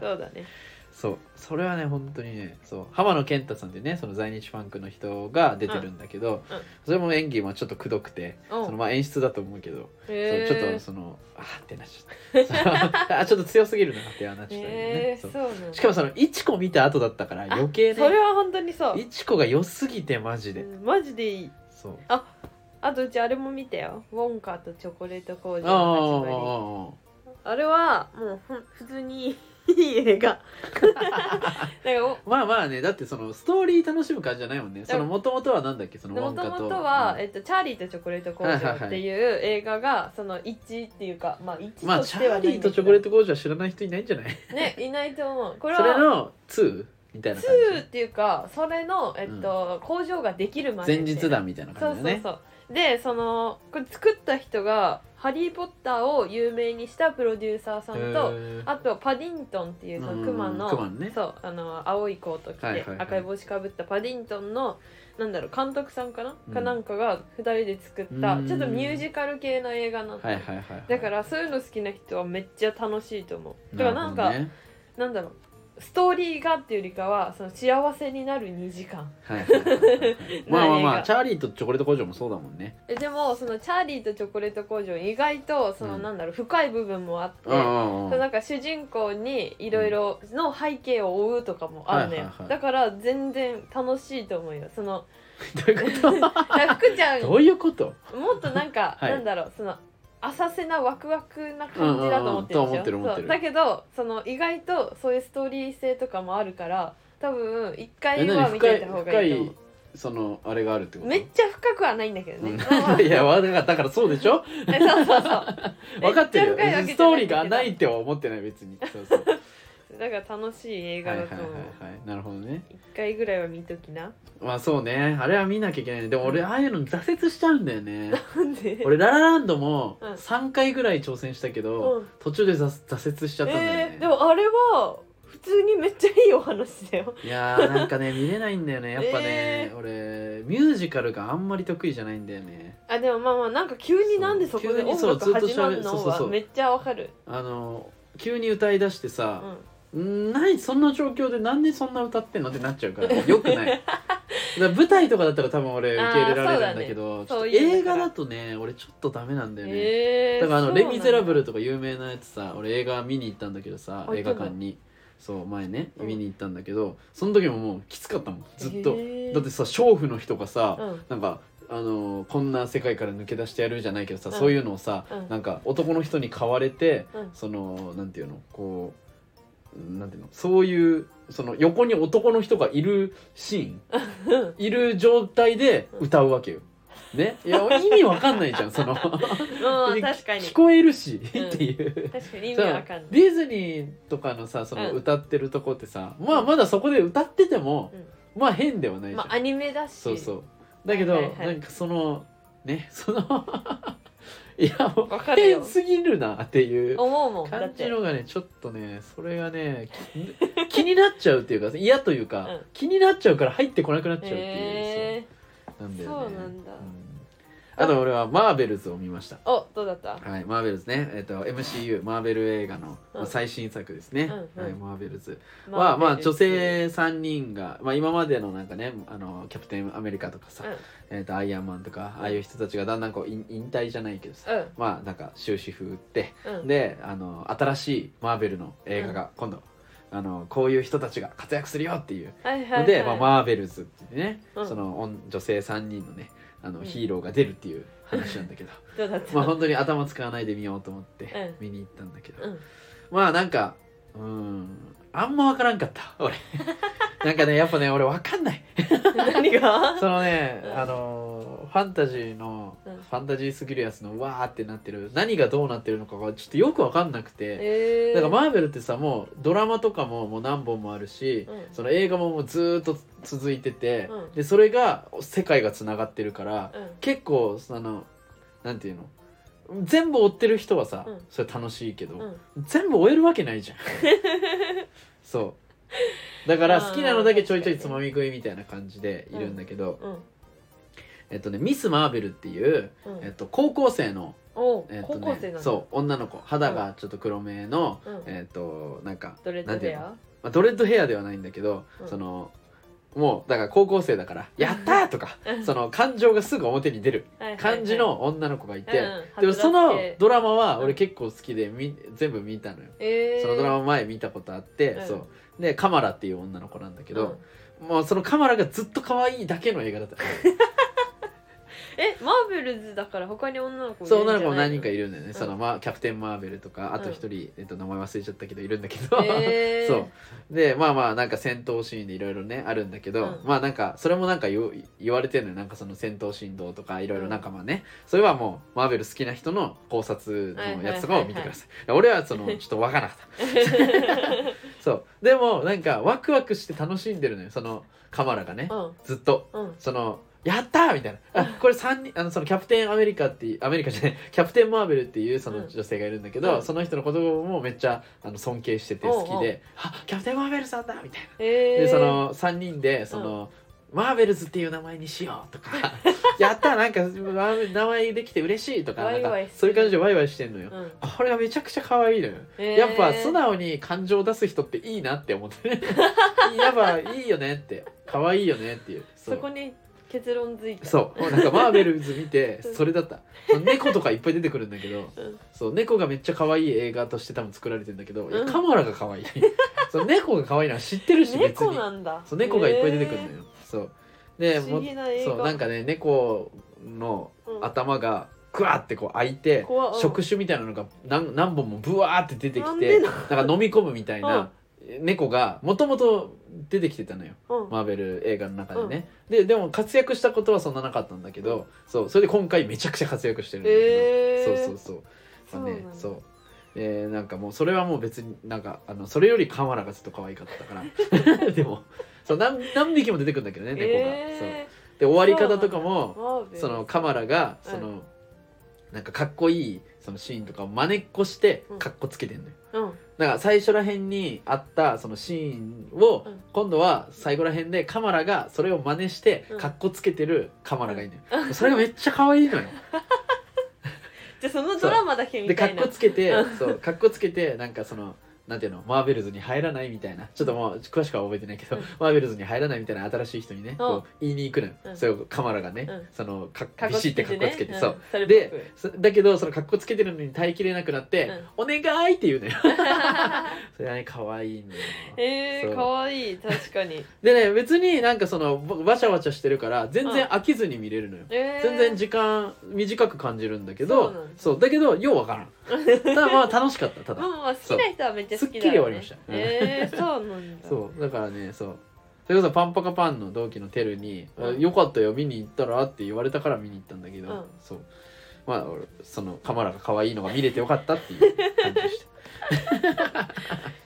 [SPEAKER 1] そうだね
[SPEAKER 2] そうそれはね本当にねそう浜野健太さんっていうねその在日ファンクの人が出てるんだけど、
[SPEAKER 1] うんうん
[SPEAKER 2] それも演技もちょっとくどくて、
[SPEAKER 1] うん
[SPEAKER 2] そのまあ演出だと思うけど、
[SPEAKER 1] へ
[SPEAKER 2] そうちょっとそのあーってなっちゃった そうあちょっと強すぎるなってはなっちゃったよ
[SPEAKER 1] えー、
[SPEAKER 2] ね、そ
[SPEAKER 1] そううなんだ
[SPEAKER 2] しかもそのいちこ見た後だったから余計
[SPEAKER 1] あそれ
[SPEAKER 2] ね
[SPEAKER 1] は本当にそう
[SPEAKER 2] いちこが良すぎてマジで、
[SPEAKER 1] うんマジでいい
[SPEAKER 2] そう
[SPEAKER 1] あとうちあれも見たよウォンカとチョコレート工場
[SPEAKER 2] ああ
[SPEAKER 1] の始まりあれはもうふん普通にいい映 画なんかお
[SPEAKER 2] まあまあねだってそのストーリー楽しむ感じじゃないもんねそのもともとはなんだっけその
[SPEAKER 1] も
[SPEAKER 2] ウォ
[SPEAKER 1] と
[SPEAKER 2] ンカと
[SPEAKER 1] もとは、
[SPEAKER 2] うん
[SPEAKER 1] えっと「チャーリーとチョコレート工場」っていう映画がその1っていうかまあ1としては
[SPEAKER 2] ま
[SPEAKER 1] な
[SPEAKER 2] あ
[SPEAKER 1] い
[SPEAKER 2] チャーリーとチョコレー
[SPEAKER 1] ト
[SPEAKER 2] ト工場は知らない人いないんじゃない
[SPEAKER 1] ねいないと思うこれ
[SPEAKER 2] それ
[SPEAKER 1] は
[SPEAKER 2] の 2? みたいな感
[SPEAKER 1] 2っていうかそれの、えっと工場ができるま
[SPEAKER 2] じ
[SPEAKER 1] で
[SPEAKER 2] 前日談みたいな
[SPEAKER 1] そ
[SPEAKER 2] 感
[SPEAKER 1] う
[SPEAKER 2] じ
[SPEAKER 1] そ
[SPEAKER 2] だ
[SPEAKER 1] う
[SPEAKER 2] ね
[SPEAKER 1] そうでそのこれ作った人が「ハリー・ポッター」を有名にしたプロデューサーさんと
[SPEAKER 2] へー
[SPEAKER 1] あとパディントンっていうそのクマ
[SPEAKER 2] う
[SPEAKER 1] の
[SPEAKER 2] んクマのね
[SPEAKER 1] そうあの青いコート着て、
[SPEAKER 2] はいはいはい
[SPEAKER 1] 赤い帽子かぶったパディントンのなんだろう監督さんかな、
[SPEAKER 2] うん
[SPEAKER 1] かなんかが2人で作った
[SPEAKER 2] うん
[SPEAKER 1] ちょっとミュージカル系の映画なの、
[SPEAKER 2] はいはいはいはい
[SPEAKER 1] だからそういうの好きな人はめっちゃ楽しいと思うだからなんか
[SPEAKER 2] る
[SPEAKER 1] な,、
[SPEAKER 2] ほどね
[SPEAKER 1] んだろうストーリーがっていうよりかはその幸せになる2時 間
[SPEAKER 2] はいはいはいはいまあまあま
[SPEAKER 1] ない
[SPEAKER 2] あ
[SPEAKER 1] 映画
[SPEAKER 2] チャーリーとチョコレート工場もそうだもんね
[SPEAKER 1] えでもそのチャーリーとチョコレート工場意外とその、
[SPEAKER 2] うん
[SPEAKER 1] なんだろう深い部分もあって、
[SPEAKER 2] うんうんうん
[SPEAKER 1] そうなんか主人公にいろいろの背景を追うとかもあるのよ、
[SPEAKER 2] はいはいはい
[SPEAKER 1] だから全然楽しいと思うよそ の
[SPEAKER 2] どういうこ
[SPEAKER 1] ラクちゃん
[SPEAKER 2] とどういう こと
[SPEAKER 1] もっとなんか、
[SPEAKER 2] はい
[SPEAKER 1] なんだろうその浅瀬なワクワクな感じだと思って
[SPEAKER 2] うんうんうんと思って
[SPEAKER 1] るで
[SPEAKER 2] る
[SPEAKER 1] し
[SPEAKER 2] 思
[SPEAKER 1] ょ
[SPEAKER 2] って
[SPEAKER 1] そ
[SPEAKER 2] る
[SPEAKER 1] うだけどその意外とそういうストーリー性とかもあるから多分一
[SPEAKER 2] え
[SPEAKER 1] 回
[SPEAKER 2] 何
[SPEAKER 1] は見て
[SPEAKER 2] 深
[SPEAKER 1] い
[SPEAKER 2] い
[SPEAKER 1] た方
[SPEAKER 2] 深
[SPEAKER 1] がいいと思
[SPEAKER 2] いそのあれがあるってこ
[SPEAKER 1] う
[SPEAKER 2] と
[SPEAKER 1] めっちゃ深くはないんだけどね、
[SPEAKER 2] うんいやわだからだからそうでしょ
[SPEAKER 1] えそうそうそう
[SPEAKER 2] 分かってるよ
[SPEAKER 1] めっちゃ深いわけじゃないけど
[SPEAKER 2] ストーリーがないっては思ってない別にそ うそうは
[SPEAKER 1] だから楽しい映
[SPEAKER 2] いは
[SPEAKER 1] 画
[SPEAKER 2] いは
[SPEAKER 1] だ
[SPEAKER 2] い
[SPEAKER 1] と思う
[SPEAKER 2] はいなるほどね
[SPEAKER 1] 一回ぐらいは見ときな
[SPEAKER 2] まあそうねあれは見なきゃいけないねでも俺
[SPEAKER 1] うん
[SPEAKER 2] ああいうの挫折しちゃうんだ よね
[SPEAKER 1] なんで
[SPEAKER 2] 俺ララランドも
[SPEAKER 1] うん
[SPEAKER 2] 3回ぐらい挑戦したけど、
[SPEAKER 1] うん
[SPEAKER 2] 途中で挫挫折しちゃったんだよね
[SPEAKER 1] え、ーでもあれは普通にめっちゃいいお話だよ
[SPEAKER 2] いやーなんか ね見れないんだよねやっぱね、
[SPEAKER 1] え
[SPEAKER 2] 俺ミュージカルがあんまり得意じゃないんだよね
[SPEAKER 1] あでもまあまあなんか急になんでそこで音楽始まる
[SPEAKER 2] そう急にそうずっと喋るそう
[SPEAKER 1] の
[SPEAKER 2] そうそ
[SPEAKER 1] は
[SPEAKER 2] う
[SPEAKER 1] めっちゃわかる
[SPEAKER 2] あの急に歌い出して
[SPEAKER 1] う
[SPEAKER 2] さ、
[SPEAKER 1] ん
[SPEAKER 2] うん、何そんな状況でなんでそんな歌ってんのってなっちゃうからよ くないだから舞台とかだったら多分俺受け入れられるんだけど
[SPEAKER 1] あーそうだね
[SPEAKER 2] ちょっと
[SPEAKER 1] そういう
[SPEAKER 2] 映
[SPEAKER 1] のだ
[SPEAKER 2] 画
[SPEAKER 1] から
[SPEAKER 2] だとね俺ちょっとダメなんだよね、
[SPEAKER 1] えー
[SPEAKER 2] だからあの
[SPEAKER 1] そ
[SPEAKER 2] 「
[SPEAKER 1] うな
[SPEAKER 2] レ・
[SPEAKER 1] んだ
[SPEAKER 2] ミゼラブル」とか有名なやつさ俺映画見に行ったんだけどさ
[SPEAKER 1] あ
[SPEAKER 2] 映画館にそう前ね
[SPEAKER 1] うん
[SPEAKER 2] 見に行ったんだけどその時ももうきつかったもんずっと
[SPEAKER 1] へー
[SPEAKER 2] だってさ娼婦の人が
[SPEAKER 1] う
[SPEAKER 2] さ
[SPEAKER 1] ん
[SPEAKER 2] なんかあのーこんな世界から抜け出してやるじゃないけどさ
[SPEAKER 1] うん
[SPEAKER 2] そういうのをさ
[SPEAKER 1] うん
[SPEAKER 2] なんか男の人に買われて
[SPEAKER 1] うん
[SPEAKER 2] そのなんていうのこうなんていうのそういうその横に男の人がいるシー ンいる状態で歌うわけよ。ね、いや意味わかんないじゃんその
[SPEAKER 1] うん確かに
[SPEAKER 2] 聞こえるし、
[SPEAKER 1] うん
[SPEAKER 2] ってい
[SPEAKER 1] 確
[SPEAKER 2] う。
[SPEAKER 1] かに意味
[SPEAKER 2] さ
[SPEAKER 1] わかんない
[SPEAKER 2] ディズニーとかのさその
[SPEAKER 1] うん
[SPEAKER 2] 歌ってるとこってさ、まあまだそこで歌ってても、まあ変ではないじゃ
[SPEAKER 1] ま
[SPEAKER 2] ん、
[SPEAKER 1] あアニメだし
[SPEAKER 2] そうそうだけど、
[SPEAKER 1] はいはいはい
[SPEAKER 2] なんかそのね そのいやもう
[SPEAKER 1] わかる
[SPEAKER 2] 変
[SPEAKER 1] よ
[SPEAKER 2] すぎるなっていう
[SPEAKER 1] 思うもんだっ
[SPEAKER 2] 感
[SPEAKER 1] て
[SPEAKER 2] じのがねちょっとねそれがねき 気になっちゃうっていうか嫌というか、
[SPEAKER 1] うん
[SPEAKER 2] 気になっちゃうから入ってこなくなっちゃうっていう、
[SPEAKER 1] え
[SPEAKER 2] そうなんだよ
[SPEAKER 1] そ
[SPEAKER 2] ね
[SPEAKER 1] うなんだ
[SPEAKER 2] あと俺はマーベルズを見ました
[SPEAKER 1] ーおどうだった
[SPEAKER 2] はい、マーベルズね、えっと MCU マーベル映画の、まあ
[SPEAKER 1] うん
[SPEAKER 2] 最新作ですね、
[SPEAKER 1] うんうん
[SPEAKER 2] はい、マーベルズは、まあ、女
[SPEAKER 1] うん
[SPEAKER 2] 性3人が、まあ、今までのなんかねあのキャプテンアメリカとかさ、えっとアイアンマンとかああいう人たちがだんだんこう引引退じゃないけどさ、
[SPEAKER 1] うん
[SPEAKER 2] まあなんか終止符打って
[SPEAKER 1] うん
[SPEAKER 2] であの新しいマーベルの映画が今度、あのこういう人たちが活躍するよっていう
[SPEAKER 1] はいはいは
[SPEAKER 2] の
[SPEAKER 1] い
[SPEAKER 2] で、まあ、マーベルズってね、
[SPEAKER 1] うん
[SPEAKER 2] その女女性3人のねあの
[SPEAKER 1] うん
[SPEAKER 2] ヒーローが出るっていう話なんだ けど。
[SPEAKER 1] どうだった
[SPEAKER 2] まあ本当に頭使わないで見ようと思って
[SPEAKER 1] う
[SPEAKER 2] 見に行ったんだけど、
[SPEAKER 1] うん
[SPEAKER 2] まあなんかうんあんま分からんかった 俺なんかねやっぱね俺分かんない
[SPEAKER 1] 何が
[SPEAKER 2] そのね、
[SPEAKER 1] うん
[SPEAKER 2] あのーファンタジーの、
[SPEAKER 1] うん
[SPEAKER 2] ファンタジーすぎるやつのわーってなってる何がどうなってるのかがちょっとよく分かんなくて、
[SPEAKER 1] えー
[SPEAKER 2] だからマーベルってさもうドラマとかももう何本もあるし、
[SPEAKER 1] うん
[SPEAKER 2] その映画ももうずーっと続いてて、
[SPEAKER 1] うん
[SPEAKER 2] でそれが世界がつながってるから、
[SPEAKER 1] うん
[SPEAKER 2] 結構そのなんていうの全部追ってる人はさ、
[SPEAKER 1] うん
[SPEAKER 2] それ楽しいけど、
[SPEAKER 1] うん
[SPEAKER 2] 全部追えるわけないじゃんそうだから好きなのだけちょいちょいつまみ食いみたいな感じでいるんだけど、
[SPEAKER 1] うん
[SPEAKER 2] えっとねミス・マーベルっていう、
[SPEAKER 1] うん
[SPEAKER 2] えっと、高校生の、
[SPEAKER 1] おう
[SPEAKER 2] えっ
[SPEAKER 1] 高
[SPEAKER 2] とね、
[SPEAKER 1] 校生なんだ
[SPEAKER 2] そう女の子肌がちょっと黒めの、
[SPEAKER 1] うん
[SPEAKER 2] えっとなんか
[SPEAKER 1] ドレッドヘア
[SPEAKER 2] まあ、ドレッドヘアではないんだけど、
[SPEAKER 1] うん
[SPEAKER 2] そのもうだから高校生だから「やった!」とかその感情がすぐ表に出る
[SPEAKER 1] はいはいはい
[SPEAKER 2] 感じの女の子がいて、
[SPEAKER 1] うん
[SPEAKER 2] でもその
[SPEAKER 1] はつらつ系
[SPEAKER 2] ドラマは
[SPEAKER 1] うん
[SPEAKER 2] 俺結構好きでみ全部見たのよ、
[SPEAKER 1] えー
[SPEAKER 2] そのドラマ前見たことあって、
[SPEAKER 1] うん
[SPEAKER 2] そうでカマラっていう女の子なんだけど、もうそのカマラがずっと可愛いだけの映画だった
[SPEAKER 1] えマーベルズだから他に女の子い
[SPEAKER 2] そう
[SPEAKER 1] るんじ
[SPEAKER 2] 女
[SPEAKER 1] ゃない
[SPEAKER 2] の子も何人か
[SPEAKER 1] い
[SPEAKER 2] いるんだよね、そのまあキャプテン・マーベルとかあと一人、えっと、名前忘れちゃったけどいるんだけど、
[SPEAKER 1] えー、
[SPEAKER 2] そう でまあまあなんか戦闘シーンでいろいろねあるんだけど、
[SPEAKER 1] うん
[SPEAKER 2] まあなんかそれもなんか言う言われてるのよなんかその戦闘振動とかいろいろなんかまあね、それはもうマーベル好きな人の考察のやつとかを見てください,、俺はそのちょっとわからなかったそうでもなんかワクワクして楽しんでるのよそのカマラがね、
[SPEAKER 1] うん
[SPEAKER 2] ずっと
[SPEAKER 1] うん
[SPEAKER 2] そのやったーみたいなあこれ三人あのそのキャプテンアメリカっていうアメリカじゃない キャプテンマーベルっていうそうの
[SPEAKER 1] ん
[SPEAKER 2] 女性がいるんだけど、
[SPEAKER 1] うん
[SPEAKER 2] その人のこともめっちゃあの尊敬してて好きで
[SPEAKER 1] おうおう
[SPEAKER 2] あキャプテンマーベルさんだみたいな、
[SPEAKER 1] えー、
[SPEAKER 2] でその3人でその、マーベルズっていう名前にしようとか やったーなんかまあ名前できて嬉しいとか
[SPEAKER 1] ワイワイ
[SPEAKER 2] なんか
[SPEAKER 1] する
[SPEAKER 2] そういう感じでワイワイしてんのよ、
[SPEAKER 1] うん
[SPEAKER 2] これがめちゃくちゃ可愛いのよ
[SPEAKER 1] えー
[SPEAKER 2] やっぱ素直に感情を出す人っていいなって思って ねやっぱいいよねって可愛いよねっていうそう
[SPEAKER 1] そこに結論づいた
[SPEAKER 2] そうなんかマーベルズ見て
[SPEAKER 1] うん
[SPEAKER 2] それだった猫とかいっぱい出てくるんだけど
[SPEAKER 1] うん
[SPEAKER 2] そう猫がめっちゃ可愛い映画として多分作られてんだけど、いや
[SPEAKER 1] うん
[SPEAKER 2] カマラが可 愛いそう猫が可愛いのは知ってるし別
[SPEAKER 1] 猫
[SPEAKER 2] に
[SPEAKER 1] なんだ
[SPEAKER 2] そう猫がいっぱい出てくるのよ、そう
[SPEAKER 1] え
[SPEAKER 2] で
[SPEAKER 1] ー不
[SPEAKER 2] も
[SPEAKER 1] 思議な映画
[SPEAKER 2] そうなんかね猫の
[SPEAKER 1] うん
[SPEAKER 2] 頭がクワってこう開いて
[SPEAKER 1] 怖うん
[SPEAKER 2] 触手みたいなのが何何本もブワーって出て
[SPEAKER 1] な
[SPEAKER 2] き
[SPEAKER 1] ん
[SPEAKER 2] て
[SPEAKER 1] で
[SPEAKER 2] な
[SPEAKER 1] なん
[SPEAKER 2] か飲み込むみたいな猫がもともと出てきてたのよ
[SPEAKER 1] うん
[SPEAKER 2] マーベル映画の中でね、ででも活躍したことはそんななかったんだけど、そうそれで今回めちゃくちゃ活躍してるんだけ
[SPEAKER 1] え
[SPEAKER 2] ど、
[SPEAKER 1] ー、
[SPEAKER 2] そうそうそうまあね
[SPEAKER 1] そうなんだ
[SPEAKER 2] そうえー、なんかもうそれはもう別になんかあのそれよりカマラがずっと可愛かったから でもそう何何匹も出てくるんだけどね猫が、そう
[SPEAKER 1] え
[SPEAKER 2] で終わり方とか
[SPEAKER 1] ー、
[SPEAKER 2] も
[SPEAKER 1] マーベル
[SPEAKER 2] そのカマラがその、なんかかっこいいそのシーンとかを真似っこして
[SPEAKER 1] うん
[SPEAKER 2] かっこつけてんのよ、
[SPEAKER 1] うん
[SPEAKER 2] だから最初らへんにあったそのシーンを
[SPEAKER 1] うん
[SPEAKER 2] 今度は最後らへんでカマラがそれを真似して
[SPEAKER 1] うん
[SPEAKER 2] かっこつけてるカマラがいるのよ、それがめっちゃ可愛いのよ
[SPEAKER 1] じゃあそのドラマだけ
[SPEAKER 2] で
[SPEAKER 1] み
[SPEAKER 2] か
[SPEAKER 1] た
[SPEAKER 2] っ
[SPEAKER 1] い
[SPEAKER 2] こ
[SPEAKER 1] な
[SPEAKER 2] つけて
[SPEAKER 1] うん
[SPEAKER 2] そうかっこつけてなんかそのなんていうのマーベルズに入らないみたいなちょっともう詳しくは覚えてないけど、
[SPEAKER 1] うん
[SPEAKER 2] マーベルズに入らないみたいな新しい人にねこう言いに行くのよ、
[SPEAKER 1] うん
[SPEAKER 2] それをカマラがね、
[SPEAKER 1] うん
[SPEAKER 2] そのか
[SPEAKER 1] かっ
[SPEAKER 2] ビ
[SPEAKER 1] こ
[SPEAKER 2] シ
[SPEAKER 1] つ
[SPEAKER 2] って
[SPEAKER 1] け
[SPEAKER 2] かってこ
[SPEAKER 1] ね
[SPEAKER 2] つけて、そう
[SPEAKER 1] うんそれっぽ
[SPEAKER 2] でそだけどそのかっこつけてるのに耐えきれなくなって「お願い!」って言う のよそれはね可愛いんだよ
[SPEAKER 1] くえ
[SPEAKER 2] そう
[SPEAKER 1] ー、かわいい確か に、
[SPEAKER 2] でね別になんかそのわわちゃわちゃしてるから全然飽きずに見れるのよ、
[SPEAKER 1] えー、
[SPEAKER 2] 全然時間短く感じるんだけど
[SPEAKER 1] そうなんだ
[SPEAKER 2] そうだけどようわから んただまあ楽しかったた
[SPEAKER 1] ま
[SPEAKER 2] だ
[SPEAKER 1] あまあ好きな人はめっちゃ好きだ、ね、
[SPEAKER 2] そうすっきり終わりました
[SPEAKER 1] えー、そうなんだ
[SPEAKER 2] そうだからねそうそれこそパンパカパンの同期のテルに「
[SPEAKER 1] うん
[SPEAKER 2] よかったよ見に行ったら?」って言われたから見に行ったんだけど、
[SPEAKER 1] うん
[SPEAKER 2] そうまあ俺そのカマラが可愛いのが見れてよかったっていう感じでした、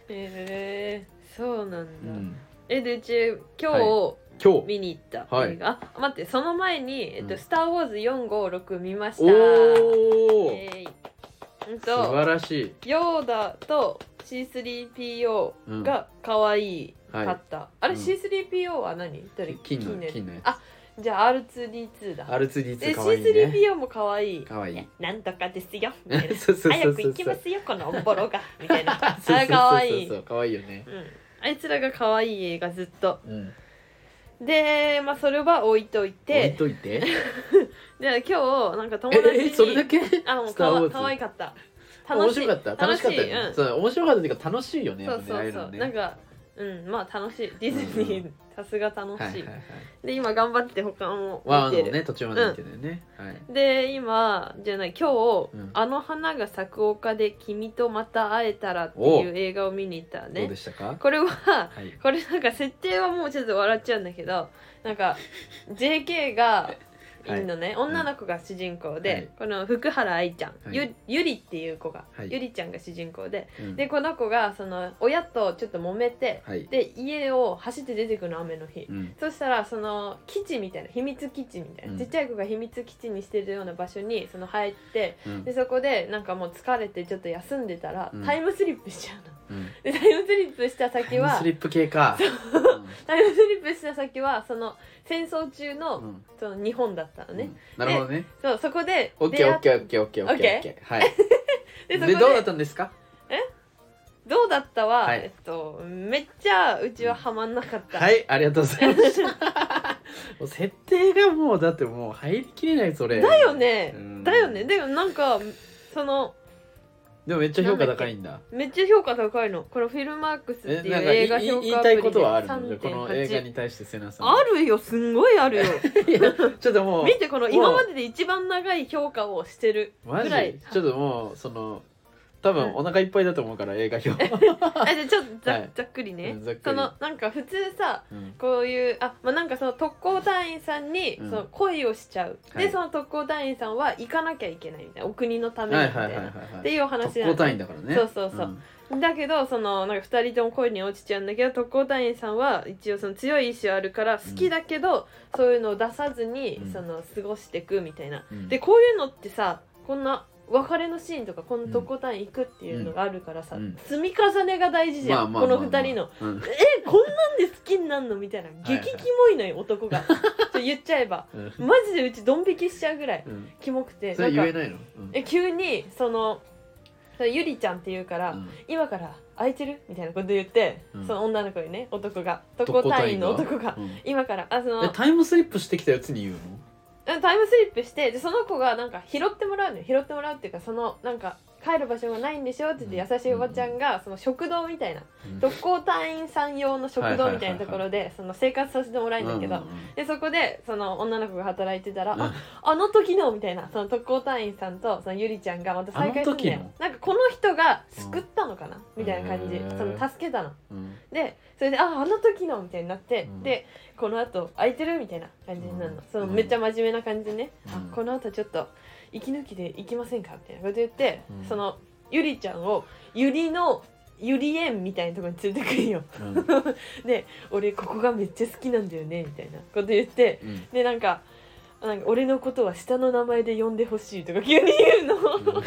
[SPEAKER 1] えー、 そうなん
[SPEAKER 2] う
[SPEAKER 1] だ、
[SPEAKER 2] ん、
[SPEAKER 1] えでうち今
[SPEAKER 2] は
[SPEAKER 1] 日
[SPEAKER 2] 今日
[SPEAKER 1] 見に行った
[SPEAKER 2] はい
[SPEAKER 1] 映画、あ待ってその前に「えっと
[SPEAKER 2] うん
[SPEAKER 1] スター・ウォーズ456」見ました
[SPEAKER 2] おお、
[SPEAKER 1] えいうん
[SPEAKER 2] 素
[SPEAKER 1] と
[SPEAKER 2] 晴らしい、
[SPEAKER 1] ヨーダと C3PO
[SPEAKER 2] うん、
[SPEAKER 1] が可愛い
[SPEAKER 2] はい
[SPEAKER 1] かった、あれ
[SPEAKER 2] うん
[SPEAKER 1] C3PO は何誰
[SPEAKER 2] 金の
[SPEAKER 1] ね
[SPEAKER 2] 金のや
[SPEAKER 1] あじゃあ R2D2 だ、
[SPEAKER 2] つ
[SPEAKER 1] で
[SPEAKER 2] R2D2 可愛いね
[SPEAKER 1] C3PO も可愛い
[SPEAKER 2] 可愛い
[SPEAKER 1] なんとかですよみたいな
[SPEAKER 2] そうそうそうそ
[SPEAKER 1] 早
[SPEAKER 2] う
[SPEAKER 1] く行きますよこのおぼろがみ たいな
[SPEAKER 2] そう
[SPEAKER 1] あ
[SPEAKER 2] そうそうそう
[SPEAKER 1] れ可愛い
[SPEAKER 2] そう可愛いよね。
[SPEAKER 1] うんあいつらが可愛い映画ずっと
[SPEAKER 2] うん。
[SPEAKER 1] でまあそれは置いとい
[SPEAKER 2] 置い
[SPEAKER 1] て
[SPEAKER 2] といて。
[SPEAKER 1] で今日なんか友達に
[SPEAKER 2] ええそれだけ？
[SPEAKER 1] あもう
[SPEAKER 2] スタ
[SPEAKER 1] か
[SPEAKER 2] ーウォー
[SPEAKER 1] わ
[SPEAKER 2] ズ
[SPEAKER 1] 可愛かった
[SPEAKER 2] 面白かった。楽しかったよね。
[SPEAKER 1] 楽しい
[SPEAKER 2] そう面白かったっていうか楽しいよね。
[SPEAKER 1] うん、そ
[SPEAKER 2] や
[SPEAKER 1] うそ
[SPEAKER 2] っぱねああいうう
[SPEAKER 1] そ
[SPEAKER 2] の
[SPEAKER 1] う、
[SPEAKER 2] ね
[SPEAKER 1] なんかうんまあ楽しいディズニー、
[SPEAKER 2] う
[SPEAKER 1] さすが楽しい、
[SPEAKER 2] はいはいはい。
[SPEAKER 1] で今頑張って他も
[SPEAKER 2] ワ
[SPEAKER 1] 見て
[SPEAKER 2] ンの
[SPEAKER 1] る、
[SPEAKER 2] ね途中まで見てたよね。はい。
[SPEAKER 1] で今じゃない今日、
[SPEAKER 2] うん
[SPEAKER 1] あの花が咲く丘で君とまた会えたら」って
[SPEAKER 2] お
[SPEAKER 1] いうう映画を見に行った
[SPEAKER 2] どう
[SPEAKER 1] ね
[SPEAKER 2] でしたか？
[SPEAKER 1] これは
[SPEAKER 2] はい。
[SPEAKER 1] これなんか設定はもうちょっと笑っちゃうんだけどなんか JK がいるのね、女の子が主人公で、
[SPEAKER 2] はい
[SPEAKER 1] この福原愛ちゃん、
[SPEAKER 2] はい
[SPEAKER 1] ゆゆりっていう子が、
[SPEAKER 2] はい
[SPEAKER 1] ゆりちゃんが主人公で
[SPEAKER 2] うん
[SPEAKER 1] でこの子がその親とちょっと揉めて、
[SPEAKER 2] はい。
[SPEAKER 1] で家を走って出てくるの雨の日、
[SPEAKER 2] うん
[SPEAKER 1] そしたらその基地みたいな秘密基地みたいな、
[SPEAKER 2] うん
[SPEAKER 1] ちっちゃい子が秘密基地にしてるような場所にその入って
[SPEAKER 2] うん
[SPEAKER 1] で。そこでなんかもう疲れてちょっと休んでたら、
[SPEAKER 2] うん
[SPEAKER 1] タイムスリップしちゃうの。
[SPEAKER 2] うん
[SPEAKER 1] でタイムスリップした先
[SPEAKER 2] タイム
[SPEAKER 1] は
[SPEAKER 2] スリップ系か
[SPEAKER 1] タイムスリップした先はその戦争中
[SPEAKER 2] う
[SPEAKER 1] の,、
[SPEAKER 2] んうん
[SPEAKER 1] その日本だったのね、
[SPEAKER 2] なるほどね
[SPEAKER 1] そうそこで
[SPEAKER 2] オッケ
[SPEAKER 1] 出
[SPEAKER 2] ーオ
[SPEAKER 1] 会
[SPEAKER 2] ッ
[SPEAKER 1] っ
[SPEAKER 2] ケーオッケーオッケーオッケーオッケーはい
[SPEAKER 1] でそ
[SPEAKER 2] で
[SPEAKER 1] こ
[SPEAKER 2] ど
[SPEAKER 1] で
[SPEAKER 2] うだったんですか
[SPEAKER 1] どうだったは、
[SPEAKER 2] はい
[SPEAKER 1] えっと、めっちゃうちはハマんなかった、
[SPEAKER 2] はいありがとうございました もう設定がもうだってもう入りきれないそれ
[SPEAKER 1] だよね、
[SPEAKER 2] うん
[SPEAKER 1] だよねでもなんかその
[SPEAKER 2] でもめっちゃ評価高いんだ
[SPEAKER 1] めっちゃ評価高いのこのフィルマークスって
[SPEAKER 2] え
[SPEAKER 1] いう
[SPEAKER 2] なんかい
[SPEAKER 1] 映画評
[SPEAKER 2] い言い
[SPEAKER 1] 価アプ
[SPEAKER 2] た
[SPEAKER 1] リ
[SPEAKER 2] い
[SPEAKER 1] で
[SPEAKER 2] ことはあるのじゃあこの映画
[SPEAKER 1] 3.8
[SPEAKER 2] に対して瀬名さん
[SPEAKER 1] あるよすんごい あるよ
[SPEAKER 2] いやちょっともう
[SPEAKER 1] 見てこの今までで一番長い評価をしてる
[SPEAKER 2] マ
[SPEAKER 1] ぐ
[SPEAKER 2] ジ
[SPEAKER 1] らい
[SPEAKER 2] ちょっともうその多分お腹いっぱいだと思うから映 画評価
[SPEAKER 1] あじゃあちょっとざ,、
[SPEAKER 2] はい
[SPEAKER 1] ざっくりね、
[SPEAKER 2] うんざっくり
[SPEAKER 1] そのなんか普通さ
[SPEAKER 2] うん
[SPEAKER 1] こういうあ、まあ、なんかその特攻隊員さんに、
[SPEAKER 2] うん
[SPEAKER 1] その恋をしちゃう、
[SPEAKER 2] は
[SPEAKER 1] で
[SPEAKER 2] い
[SPEAKER 1] その特攻隊員さんは行かなきゃいけないみたいなお国のために
[SPEAKER 2] は
[SPEAKER 1] み
[SPEAKER 2] い
[SPEAKER 1] た
[SPEAKER 2] はいいはい
[SPEAKER 1] なっ
[SPEAKER 2] は
[SPEAKER 1] て
[SPEAKER 2] い
[SPEAKER 1] いうお話な
[SPEAKER 2] 特攻
[SPEAKER 1] んだ
[SPEAKER 2] 隊員だからね
[SPEAKER 1] そうそうそうんだけどそのなんか2人とも恋に落ちちゃうんだけど特攻隊員さんは一応その強い意志はあるから好きだけど、そういうのを出さずに、
[SPEAKER 2] うん
[SPEAKER 1] その過ごしていくみたいな。
[SPEAKER 2] うん
[SPEAKER 1] でこういうのってさこんな別れのシーンとかこの特攻隊員行くっていうのがあるからさ、
[SPEAKER 2] うん
[SPEAKER 1] 積み重ねが大事じゃん、この2人の。
[SPEAKER 2] うん
[SPEAKER 1] えこんなんで好きになんのみたいな
[SPEAKER 2] はい
[SPEAKER 1] 激キモいのよ男 がと言っちゃえば
[SPEAKER 2] うん
[SPEAKER 1] マジでうちドン引きしちゃうぐらい
[SPEAKER 2] うん
[SPEAKER 1] キモくて
[SPEAKER 2] それ言
[SPEAKER 1] な
[SPEAKER 2] え
[SPEAKER 1] んか
[SPEAKER 2] ないのうん
[SPEAKER 1] え急にそのそれゆりちゃんって言うから、
[SPEAKER 2] うん
[SPEAKER 1] 今から空いてるみたいなこと言って、
[SPEAKER 2] うん
[SPEAKER 1] その女の子にね男が特攻
[SPEAKER 2] 特攻
[SPEAKER 1] 隊
[SPEAKER 2] 隊
[SPEAKER 1] 員
[SPEAKER 2] 員
[SPEAKER 1] の
[SPEAKER 2] が
[SPEAKER 1] 男が
[SPEAKER 2] うん
[SPEAKER 1] 今からあその
[SPEAKER 2] えタイムスリップしてきたやつに言うの
[SPEAKER 1] うんタイムスリップしてでその子がなんか拾ってもらうのよ拾ってもらうっていうかそのなんか帰る場所がないんでしょって言って優しいおばちゃんがその食堂みたいな
[SPEAKER 2] うん
[SPEAKER 1] 特攻隊員さん用の食堂みたいなところでその生活させてもらえるんだけど、
[SPEAKER 2] うんうんうん
[SPEAKER 1] でそこでその女の子が働いてたら「
[SPEAKER 2] うん
[SPEAKER 1] ああの時の」みたいなその特攻隊員さんとそのゆりちゃんがまた再会するんだ
[SPEAKER 2] あの
[SPEAKER 1] よ
[SPEAKER 2] 時の
[SPEAKER 1] なんかこの人が救ったのかな、みたいな感じ
[SPEAKER 2] へー
[SPEAKER 1] その助けたの。
[SPEAKER 2] うん
[SPEAKER 1] でそれで「ああの時の」みたいになって、
[SPEAKER 2] うん
[SPEAKER 1] でこのあと空いてるみたいな感じになるの,、
[SPEAKER 2] うん
[SPEAKER 1] そのめっちゃ真面目な感じでね、
[SPEAKER 2] うん
[SPEAKER 1] あこのあとちょっと息抜きで行きませんかみたいなこと言って、
[SPEAKER 2] うん
[SPEAKER 1] そのゆりちゃんをゆりのゆり園みたいなところに連れてくるよ
[SPEAKER 2] うん
[SPEAKER 1] で俺ここがめっちゃ好きなんだよねみたいなこと言って
[SPEAKER 2] うん
[SPEAKER 1] でなんかなんか俺のことは下の名前で呼んでほしいとか急に言うの、
[SPEAKER 2] うん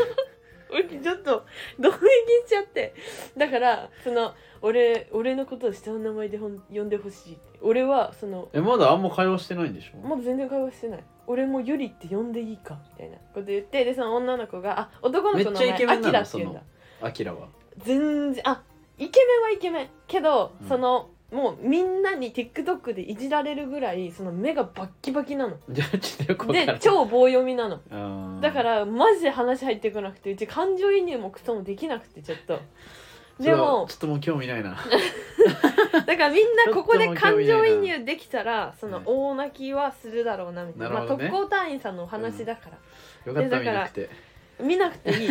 [SPEAKER 1] 俺ちょっとドン引きしちゃってだからその俺俺のことを下の名前でほん呼んでほしいって俺はその
[SPEAKER 2] えまだあんま会話してないんでしょ
[SPEAKER 1] まだ全然会話してない俺もユリって呼んでいいかみたいなこと言ってでその女の子があ男の子の
[SPEAKER 2] めっちゃイケ
[SPEAKER 1] 名
[SPEAKER 2] メ
[SPEAKER 1] 前
[SPEAKER 2] ン
[SPEAKER 1] ア
[SPEAKER 2] な
[SPEAKER 1] キラっ
[SPEAKER 2] の
[SPEAKER 1] て言うんだ
[SPEAKER 2] アキラは
[SPEAKER 1] 全然あイケメンはイケメンけど、
[SPEAKER 2] うん
[SPEAKER 1] そのもうみんなに TikTok でいじられるぐらいその目がバッキバキなの
[SPEAKER 2] じゃあちょっとよくわから
[SPEAKER 1] で
[SPEAKER 2] ん
[SPEAKER 1] 超棒読みなの
[SPEAKER 2] うん
[SPEAKER 1] だからマジで話入ってこなくてうち感情移入もクソもできなくてちょっとでも
[SPEAKER 2] ちょっともう興 味ないな。
[SPEAKER 1] だからみんなここで感情移入できたらそ
[SPEAKER 2] も興味な
[SPEAKER 1] の
[SPEAKER 2] いな
[SPEAKER 1] 大泣きはするだろうなみたいな
[SPEAKER 2] なるほどね
[SPEAKER 1] まあ、特攻隊員さんのお話だから、
[SPEAKER 2] よかっ
[SPEAKER 1] でだか
[SPEAKER 2] た見
[SPEAKER 1] ら
[SPEAKER 2] なくて。
[SPEAKER 1] 見なくて いい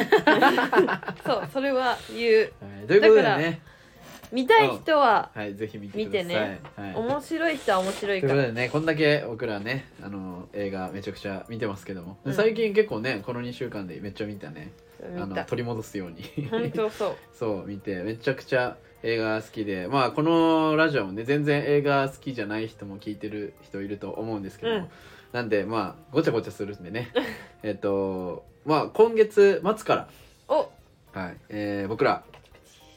[SPEAKER 1] そうそれは言う
[SPEAKER 2] はいということでね、
[SPEAKER 1] 見たい人は
[SPEAKER 2] はいぜひ見て
[SPEAKER 1] 見
[SPEAKER 2] く
[SPEAKER 1] て
[SPEAKER 2] ださい。
[SPEAKER 1] ね
[SPEAKER 2] はい。と
[SPEAKER 1] 面白い人は面白い
[SPEAKER 2] いうこ
[SPEAKER 1] か
[SPEAKER 2] と
[SPEAKER 1] ら
[SPEAKER 2] でね、こんだけ僕らね、あの映画めちゃくちゃ見てますけども、
[SPEAKER 1] うん
[SPEAKER 2] 最近結構ね、この2週間でめっちゃ見たね。あ
[SPEAKER 1] 見
[SPEAKER 2] の
[SPEAKER 1] た
[SPEAKER 2] 取り戻すように。
[SPEAKER 1] 本当そう
[SPEAKER 2] そう見てめちゃくちゃ映画好きでまあこのラジオもね全然映画好きじゃない人も聞いてる人いると思うんですけども、
[SPEAKER 1] うん
[SPEAKER 2] なんでまあごちゃごちゃするんでねえっとまあ今月末か
[SPEAKER 1] お
[SPEAKER 2] ら、はいえー僕ら、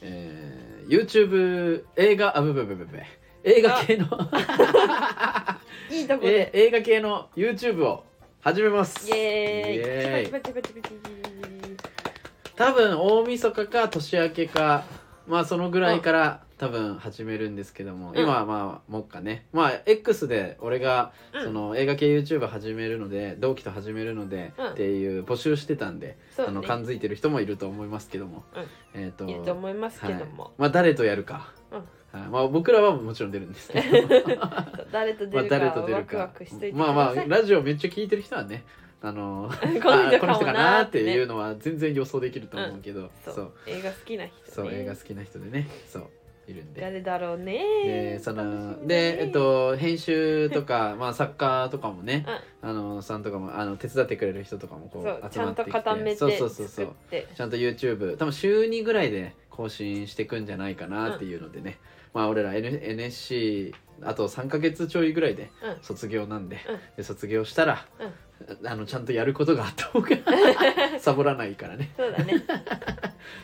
[SPEAKER 2] えー YouTube 映画あぶぶぶぶぶ映画系の
[SPEAKER 1] いいとこ
[SPEAKER 2] え
[SPEAKER 1] で
[SPEAKER 2] 映画系の YouTube を始めます
[SPEAKER 1] イエーイ
[SPEAKER 2] イエーイ
[SPEAKER 1] パチパチパチパチパチ
[SPEAKER 2] 多分大晦日か年明けかまあそのぐらいから多分始めるんですけども、
[SPEAKER 1] ん
[SPEAKER 2] 今はまあもっかねまあ X で俺が
[SPEAKER 1] うん
[SPEAKER 2] その映画系 YouTube 始めるので、同期と始めるので、
[SPEAKER 1] うん
[SPEAKER 2] っていう募集してたんで、
[SPEAKER 1] そう
[SPEAKER 2] あ
[SPEAKER 1] ね
[SPEAKER 2] の感づいてる人もいると思いますけども、
[SPEAKER 1] うん
[SPEAKER 2] えっ、と
[SPEAKER 1] いいと思いますけども、
[SPEAKER 2] はい、まあ誰とやるか、
[SPEAKER 1] うん
[SPEAKER 2] はいまあ僕らはもちろん出るんです けど
[SPEAKER 1] そう誰と
[SPEAKER 2] ま
[SPEAKER 1] 出
[SPEAKER 2] あ
[SPEAKER 1] るか
[SPEAKER 2] 誰
[SPEAKER 1] は
[SPEAKER 2] と出
[SPEAKER 1] ワ
[SPEAKER 2] る
[SPEAKER 1] ク
[SPEAKER 2] か
[SPEAKER 1] ワクしといてく
[SPEAKER 2] まあ
[SPEAKER 1] だ
[SPEAKER 2] まあ
[SPEAKER 1] さい、
[SPEAKER 2] ラジオめっちゃ聞いてる人はねあの
[SPEAKER 1] この
[SPEAKER 2] あ
[SPEAKER 1] 人か
[SPEAKER 2] この人
[SPEAKER 1] もな
[SPEAKER 2] かな
[SPEAKER 1] ーっ
[SPEAKER 2] ーってて
[SPEAKER 1] ね
[SPEAKER 2] いうのは全然予想できると思うけど、
[SPEAKER 1] そう
[SPEAKER 2] そう
[SPEAKER 1] 映画好きな人、ね、
[SPEAKER 2] そう映画好きな人でねそういるんで
[SPEAKER 1] 誰だろうね
[SPEAKER 2] でそ
[SPEAKER 1] 楽し
[SPEAKER 2] の
[SPEAKER 1] みだね
[SPEAKER 2] でえっと編集とか まあ作家とかもねあのさんとかもあの手伝ってくれる人とかも
[SPEAKER 1] う
[SPEAKER 2] こ
[SPEAKER 1] ん、そううち
[SPEAKER 2] 集
[SPEAKER 1] ゃ
[SPEAKER 2] ま
[SPEAKER 1] ん
[SPEAKER 2] っ
[SPEAKER 1] と
[SPEAKER 2] てきて
[SPEAKER 1] 固めて
[SPEAKER 2] そう
[SPEAKER 1] 作
[SPEAKER 2] そうそうそう
[SPEAKER 1] って
[SPEAKER 2] ちゃんと YouTube 多分週2ぐらいで更新してくんじゃないかなっていうのでね、まあ俺ら N NSC あと3ヶ月ちょいぐらいで
[SPEAKER 1] うん
[SPEAKER 2] 卒業なんで,、
[SPEAKER 1] うん
[SPEAKER 2] で卒業したら、 あのちゃんとやることがあった方がサボらないからね
[SPEAKER 1] そうだね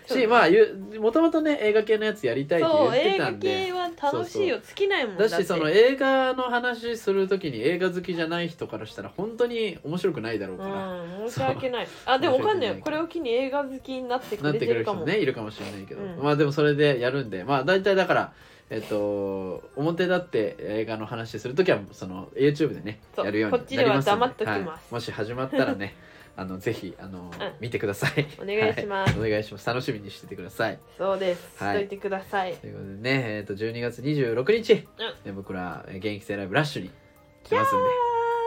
[SPEAKER 2] しまあもともとね映画系のやつやりたいって言
[SPEAKER 1] そう
[SPEAKER 2] って
[SPEAKER 1] 映
[SPEAKER 2] た
[SPEAKER 1] 画
[SPEAKER 2] んで
[SPEAKER 1] 系は楽しいよ尽きないもん
[SPEAKER 2] だ
[SPEAKER 1] って
[SPEAKER 2] しその映画の話する時に映画好きじゃない人からしたら本当に面白くないだろうから、
[SPEAKER 1] うん申し訳ないあでもわかんないよ
[SPEAKER 2] 申し訳ない
[SPEAKER 1] これを機に映画好きになって
[SPEAKER 2] な
[SPEAKER 1] くれ
[SPEAKER 2] って
[SPEAKER 1] て
[SPEAKER 2] くれる
[SPEAKER 1] るか
[SPEAKER 2] 人も
[SPEAKER 1] も
[SPEAKER 2] ねいるかもしれないけど、
[SPEAKER 1] うん
[SPEAKER 2] まあでもそれでやるんでまあ大体だからえっと表立って映画の話する時はその YouTube でね
[SPEAKER 1] そう
[SPEAKER 2] やるようになりま
[SPEAKER 1] こっち
[SPEAKER 2] すんで
[SPEAKER 1] では黙っときます
[SPEAKER 2] はいもし始まったらねあのぜひあの、
[SPEAKER 1] うん
[SPEAKER 2] 見てください
[SPEAKER 1] お願いします
[SPEAKER 2] はいお願いします楽しみにしててください
[SPEAKER 1] そうです、
[SPEAKER 2] はい
[SPEAKER 1] しといてください
[SPEAKER 2] ということでね、えー、と12月26日、
[SPEAKER 1] う
[SPEAKER 2] え僕らえー現役生ライブラッシュに来
[SPEAKER 1] キャ
[SPEAKER 2] ますんで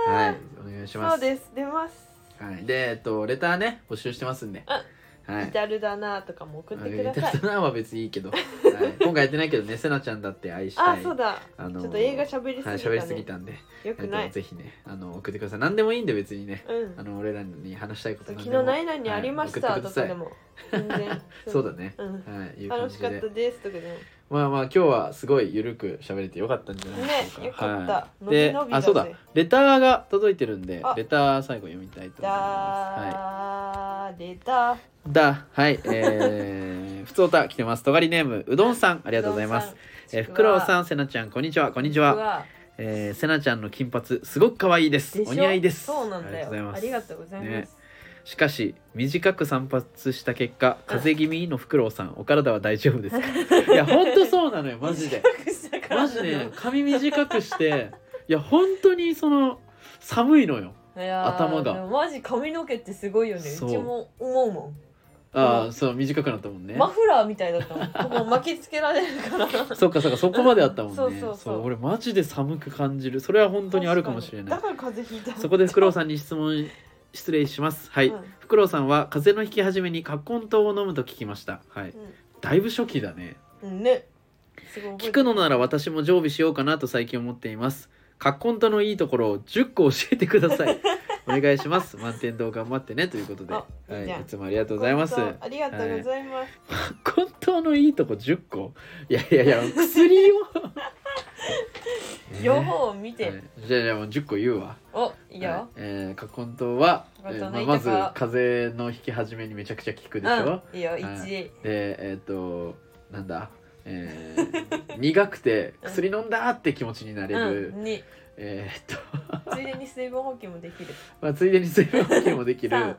[SPEAKER 1] ー
[SPEAKER 2] はいお願いします
[SPEAKER 1] そうです出ます
[SPEAKER 2] はい、で、えっと、レターね、募集してますんで。は
[SPEAKER 1] イ
[SPEAKER 2] い。
[SPEAKER 1] タルだなとかも送ってくだ
[SPEAKER 2] レタ
[SPEAKER 1] さい
[SPEAKER 2] ーなは別にいい けど、はい、今回やってないけどね、せなちゃんだって愛した
[SPEAKER 1] あ
[SPEAKER 2] い。
[SPEAKER 1] そうだ
[SPEAKER 2] あ
[SPEAKER 1] ち
[SPEAKER 2] の
[SPEAKER 1] ょっと映画喋りす
[SPEAKER 2] はい、
[SPEAKER 1] ぎた
[SPEAKER 2] 喋
[SPEAKER 1] ね
[SPEAKER 2] りすぎたんで、
[SPEAKER 1] よ
[SPEAKER 2] え
[SPEAKER 1] く
[SPEAKER 2] っ
[SPEAKER 1] ない
[SPEAKER 2] と、ぜひね、あの、送ってください。何でもいいんで、別にね、
[SPEAKER 1] うん
[SPEAKER 2] あの、俺らに話したいこと
[SPEAKER 1] 昨
[SPEAKER 2] 何
[SPEAKER 1] 日
[SPEAKER 2] でも
[SPEAKER 1] 何々ありましたとかで
[SPEAKER 2] も。
[SPEAKER 1] も全然
[SPEAKER 2] そうだね。
[SPEAKER 1] うん
[SPEAKER 2] はい、いう感
[SPEAKER 1] 楽
[SPEAKER 2] じ
[SPEAKER 1] しかっ
[SPEAKER 2] で
[SPEAKER 1] た。ですとかでも
[SPEAKER 2] まあまあ、今日はすごいゆるく喋れてよかったんじゃないでしょうか。
[SPEAKER 1] ねよかった
[SPEAKER 2] はい
[SPEAKER 1] 伸び
[SPEAKER 2] で
[SPEAKER 1] 伸び、だ
[SPEAKER 2] あ、
[SPEAKER 1] ぜ
[SPEAKER 2] そうだ。レターが届いてるんで
[SPEAKER 1] あ、
[SPEAKER 2] レター最後読みたいと思います。はい。
[SPEAKER 1] だー出たあ
[SPEAKER 2] だはいえー、ふ つおた来てますとがりネームうどんさんあり
[SPEAKER 1] り
[SPEAKER 2] がとうございますえーふくろうさんせなちゃんこんにちはこんにちは、えー、せなちゃんの金髪すごく可愛いですお似合いです
[SPEAKER 1] そうなんだよあ
[SPEAKER 2] あ
[SPEAKER 1] り
[SPEAKER 2] り
[SPEAKER 1] が
[SPEAKER 2] が
[SPEAKER 1] と
[SPEAKER 2] と
[SPEAKER 1] う
[SPEAKER 2] う
[SPEAKER 1] ご
[SPEAKER 2] ご
[SPEAKER 1] ざ
[SPEAKER 2] ざ
[SPEAKER 1] い
[SPEAKER 2] います
[SPEAKER 1] ます
[SPEAKER 2] しかし短く散髪した結果風邪気味のふくろうさんお体は大丈夫ですか いやほんとそうなのよマジでマジで髪短くしていや本当にその寒いのよ
[SPEAKER 1] 頭
[SPEAKER 2] 頭が
[SPEAKER 1] マジ髪の毛ってすごいよねう
[SPEAKER 2] そう
[SPEAKER 1] ちも思うもん
[SPEAKER 2] あ
[SPEAKER 1] う
[SPEAKER 2] あ
[SPEAKER 1] ん
[SPEAKER 2] そう短くなったもんね
[SPEAKER 1] マフラーみたいだったもんもう巻きつけられる から
[SPEAKER 2] そっかそっかそこまであったもんね
[SPEAKER 1] そ
[SPEAKER 2] そうう
[SPEAKER 1] そうそう
[SPEAKER 2] 俺マジで寒く感じるそれは本当にあるかもしれない
[SPEAKER 1] だから風邪ひいた
[SPEAKER 2] そこでフクロウさんに質問失礼しますはい、
[SPEAKER 1] うん
[SPEAKER 2] フクロウさんは風邪の引き始めにカッコン糖を飲むと聞きましたはいだいぶ初期だね
[SPEAKER 1] うんねすごい覚えて
[SPEAKER 2] 聞
[SPEAKER 1] る
[SPEAKER 2] くのなら私も常備しようかなと最近思っていますカッコン糖のいいところを10個教えてくだ さいお願いします満点どう頑張ってねということで、
[SPEAKER 1] あ
[SPEAKER 2] はい
[SPEAKER 1] いじゃん
[SPEAKER 2] い、いつもありがとうございます
[SPEAKER 1] 本当ありがとうございます
[SPEAKER 2] 本当のいいとこ10個いやいやいや 薬よ
[SPEAKER 1] 両方を見
[SPEAKER 2] は
[SPEAKER 1] て
[SPEAKER 2] い、じゃあじゃあもう10個言うわ
[SPEAKER 1] おいい
[SPEAKER 2] は
[SPEAKER 1] よ
[SPEAKER 2] えー、カッコン糖は、え
[SPEAKER 1] カッコン
[SPEAKER 2] ー
[SPEAKER 1] 糖の
[SPEAKER 2] ま
[SPEAKER 1] いいと
[SPEAKER 2] ま
[SPEAKER 1] こ
[SPEAKER 2] ず風邪の引き始めにめちゃくちゃ効くでしょ、
[SPEAKER 1] うんいいよ
[SPEAKER 2] い
[SPEAKER 1] 1
[SPEAKER 2] でえっ、となんだえー 苦くて薬飲んだって気持ちになれる、
[SPEAKER 1] うんに
[SPEAKER 2] えーっと、
[SPEAKER 1] ついでに水分補給もできる
[SPEAKER 2] まあ、ついでに水分補給もで きる、
[SPEAKER 1] 三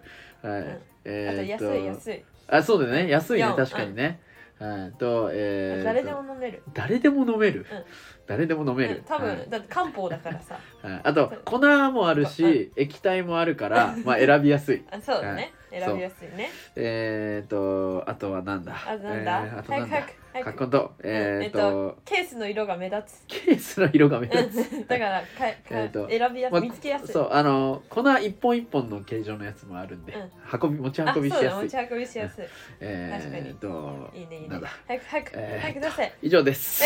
[SPEAKER 2] はい
[SPEAKER 1] んあと
[SPEAKER 2] えーっと
[SPEAKER 1] 安い安い
[SPEAKER 2] あそうだね安いね
[SPEAKER 1] 四
[SPEAKER 2] 確かにね、はいとえーっと
[SPEAKER 1] 誰でも飲める
[SPEAKER 2] 誰でも飲める、
[SPEAKER 1] うん
[SPEAKER 2] 誰でも飲める、
[SPEAKER 1] うん多
[SPEAKER 2] はい
[SPEAKER 1] 分だって漢方だからさ
[SPEAKER 2] はいあと粉もあるし液体もあるから、まあ、選びやすい
[SPEAKER 1] あそうだね選びやすいね
[SPEAKER 2] えー、とあとはなんだ
[SPEAKER 1] あなんだ
[SPEAKER 2] えーあと
[SPEAKER 1] 早
[SPEAKER 2] な
[SPEAKER 1] く
[SPEAKER 2] んだ
[SPEAKER 1] 早く早
[SPEAKER 2] カッ
[SPEAKER 1] く
[SPEAKER 2] コンとえー、と、
[SPEAKER 1] ケースの色が目立つ
[SPEAKER 2] ケースの色が目立つ
[SPEAKER 1] うんだからか
[SPEAKER 2] え
[SPEAKER 1] か
[SPEAKER 2] っと
[SPEAKER 1] 選びや
[SPEAKER 2] ますあ
[SPEAKER 1] 見つけやすい
[SPEAKER 2] そうあの粉一本一本の形状のやつもあるんで、
[SPEAKER 1] うん
[SPEAKER 2] 運び持ち
[SPEAKER 1] あそ
[SPEAKER 2] 運
[SPEAKER 1] う
[SPEAKER 2] びし
[SPEAKER 1] だ
[SPEAKER 2] や
[SPEAKER 1] 持
[SPEAKER 2] すい
[SPEAKER 1] ち運びしやすい
[SPEAKER 2] えー、と
[SPEAKER 1] いいねいい
[SPEAKER 2] な
[SPEAKER 1] ね
[SPEAKER 2] んだ
[SPEAKER 1] 早く早く
[SPEAKER 2] えー
[SPEAKER 1] 早く出せ
[SPEAKER 2] 以上です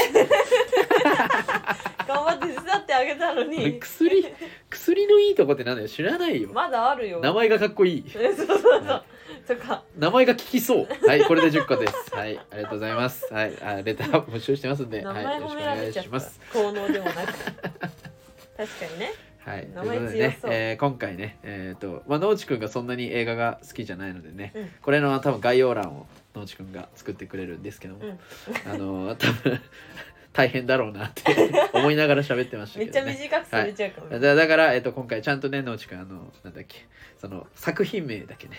[SPEAKER 1] 頑張って手伝ってあげたのに
[SPEAKER 2] 薬薬のいいとこってなんだよ知らないよ
[SPEAKER 1] まだあるよ
[SPEAKER 2] 名前がかっこいい
[SPEAKER 1] そうそうそうとか
[SPEAKER 2] 名前が聞きそうはいこれで10個ですはいありがとうございますはいあレター募集してますんで、
[SPEAKER 1] 名
[SPEAKER 2] はい、
[SPEAKER 1] 前
[SPEAKER 2] よろ
[SPEAKER 1] 褒
[SPEAKER 2] しくお
[SPEAKER 1] めら
[SPEAKER 2] 願
[SPEAKER 1] れ
[SPEAKER 2] い
[SPEAKER 1] ちゃっ
[SPEAKER 2] し
[SPEAKER 1] た
[SPEAKER 2] ます
[SPEAKER 1] 効能でもなく確かにね
[SPEAKER 2] はい、
[SPEAKER 1] 名前強そう
[SPEAKER 2] ということでね、えー今回ね、えーとまあ、野内くんがそんなに映画が好きじゃないのでね、
[SPEAKER 1] うん
[SPEAKER 2] これの多分概要欄を野内くんが作ってくれるんですけども、
[SPEAKER 1] うん
[SPEAKER 2] あの多分大変だろうなって 思いながら喋ってました
[SPEAKER 1] め
[SPEAKER 2] け
[SPEAKER 1] っちゃ
[SPEAKER 2] どね。
[SPEAKER 1] 短くされちゃうかも、
[SPEAKER 2] だだから、えー、と今回ちゃんとね野内くんあのなんだっけその作品名だ けね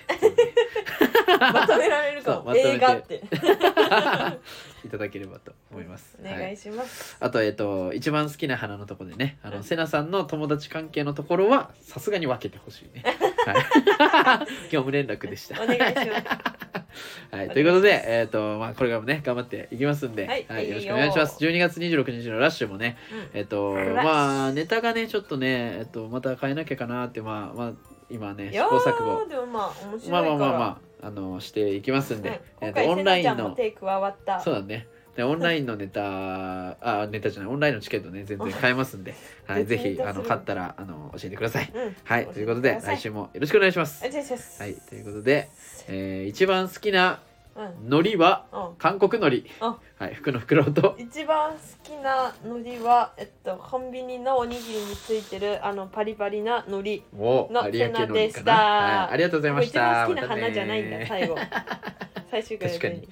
[SPEAKER 1] まとめられるかも、
[SPEAKER 2] そうまとめて
[SPEAKER 1] 映画って
[SPEAKER 2] いただければと思います。
[SPEAKER 1] お
[SPEAKER 2] は
[SPEAKER 1] 願
[SPEAKER 2] い
[SPEAKER 1] いします、
[SPEAKER 2] あと、えっと、一番好きな花のとこでね、あ
[SPEAKER 1] うん
[SPEAKER 2] の、セナさんの友達関係のところは、さすがに分けてほ しいね。 はい。業務連絡でした。
[SPEAKER 1] お願いし ま
[SPEAKER 2] はい。ということで、えっと、まあ、これからもね、頑張っていきますんで、
[SPEAKER 1] はいいいよ
[SPEAKER 2] よろしくお願いします。12月26日のラッシュもね、
[SPEAKER 1] す、うん
[SPEAKER 2] えっと、
[SPEAKER 1] ラッシュ
[SPEAKER 2] まあ、ネタがね、ちょっとね、えっと、また変えなきゃかなって、まあ、まあ、今ね、
[SPEAKER 1] い
[SPEAKER 2] 試
[SPEAKER 1] や
[SPEAKER 2] 行錯誤
[SPEAKER 1] ー、でもまあ面白いか
[SPEAKER 2] まあ
[SPEAKER 1] ら
[SPEAKER 2] まあまあまあ、あの、していきますんで、
[SPEAKER 1] うん
[SPEAKER 2] え
[SPEAKER 1] 今
[SPEAKER 2] っと、
[SPEAKER 1] 回
[SPEAKER 2] オ
[SPEAKER 1] せ
[SPEAKER 2] ンラ
[SPEAKER 1] な
[SPEAKER 2] イ
[SPEAKER 1] ちゃ
[SPEAKER 2] ン
[SPEAKER 1] んも
[SPEAKER 2] の、
[SPEAKER 1] 手加わった
[SPEAKER 2] そうだね。でオンラインのネタ、あ、ネタじゃない、オンラインのチケットね、全然買えますんで、はい、ぜ
[SPEAKER 1] 別ネ
[SPEAKER 2] ひ、
[SPEAKER 1] タ
[SPEAKER 2] あ
[SPEAKER 1] する
[SPEAKER 2] の、買ったら、あの、教えてください。
[SPEAKER 1] うん
[SPEAKER 2] はい、ということで、来週もよろしくお願いします
[SPEAKER 1] お。願いします
[SPEAKER 2] はい、ということで、えー一番好きな
[SPEAKER 1] うん
[SPEAKER 2] 海苔は
[SPEAKER 1] うん
[SPEAKER 2] 韓国海苔。
[SPEAKER 1] あ
[SPEAKER 2] はい、福の袋と、
[SPEAKER 1] 一番好きな海苔は、えっと、コンビニのおにぎりについてるあのパリパリな海苔
[SPEAKER 2] お、
[SPEAKER 1] の
[SPEAKER 2] 有
[SPEAKER 1] セ
[SPEAKER 2] 明海
[SPEAKER 1] ナで
[SPEAKER 2] 苔
[SPEAKER 1] し
[SPEAKER 2] か
[SPEAKER 1] た
[SPEAKER 2] な。はい、ありがとうございまし
[SPEAKER 1] 一
[SPEAKER 2] た。
[SPEAKER 1] 番好きな花じゃないん
[SPEAKER 2] また
[SPEAKER 1] だ
[SPEAKER 2] ね
[SPEAKER 1] 最後最終回だけに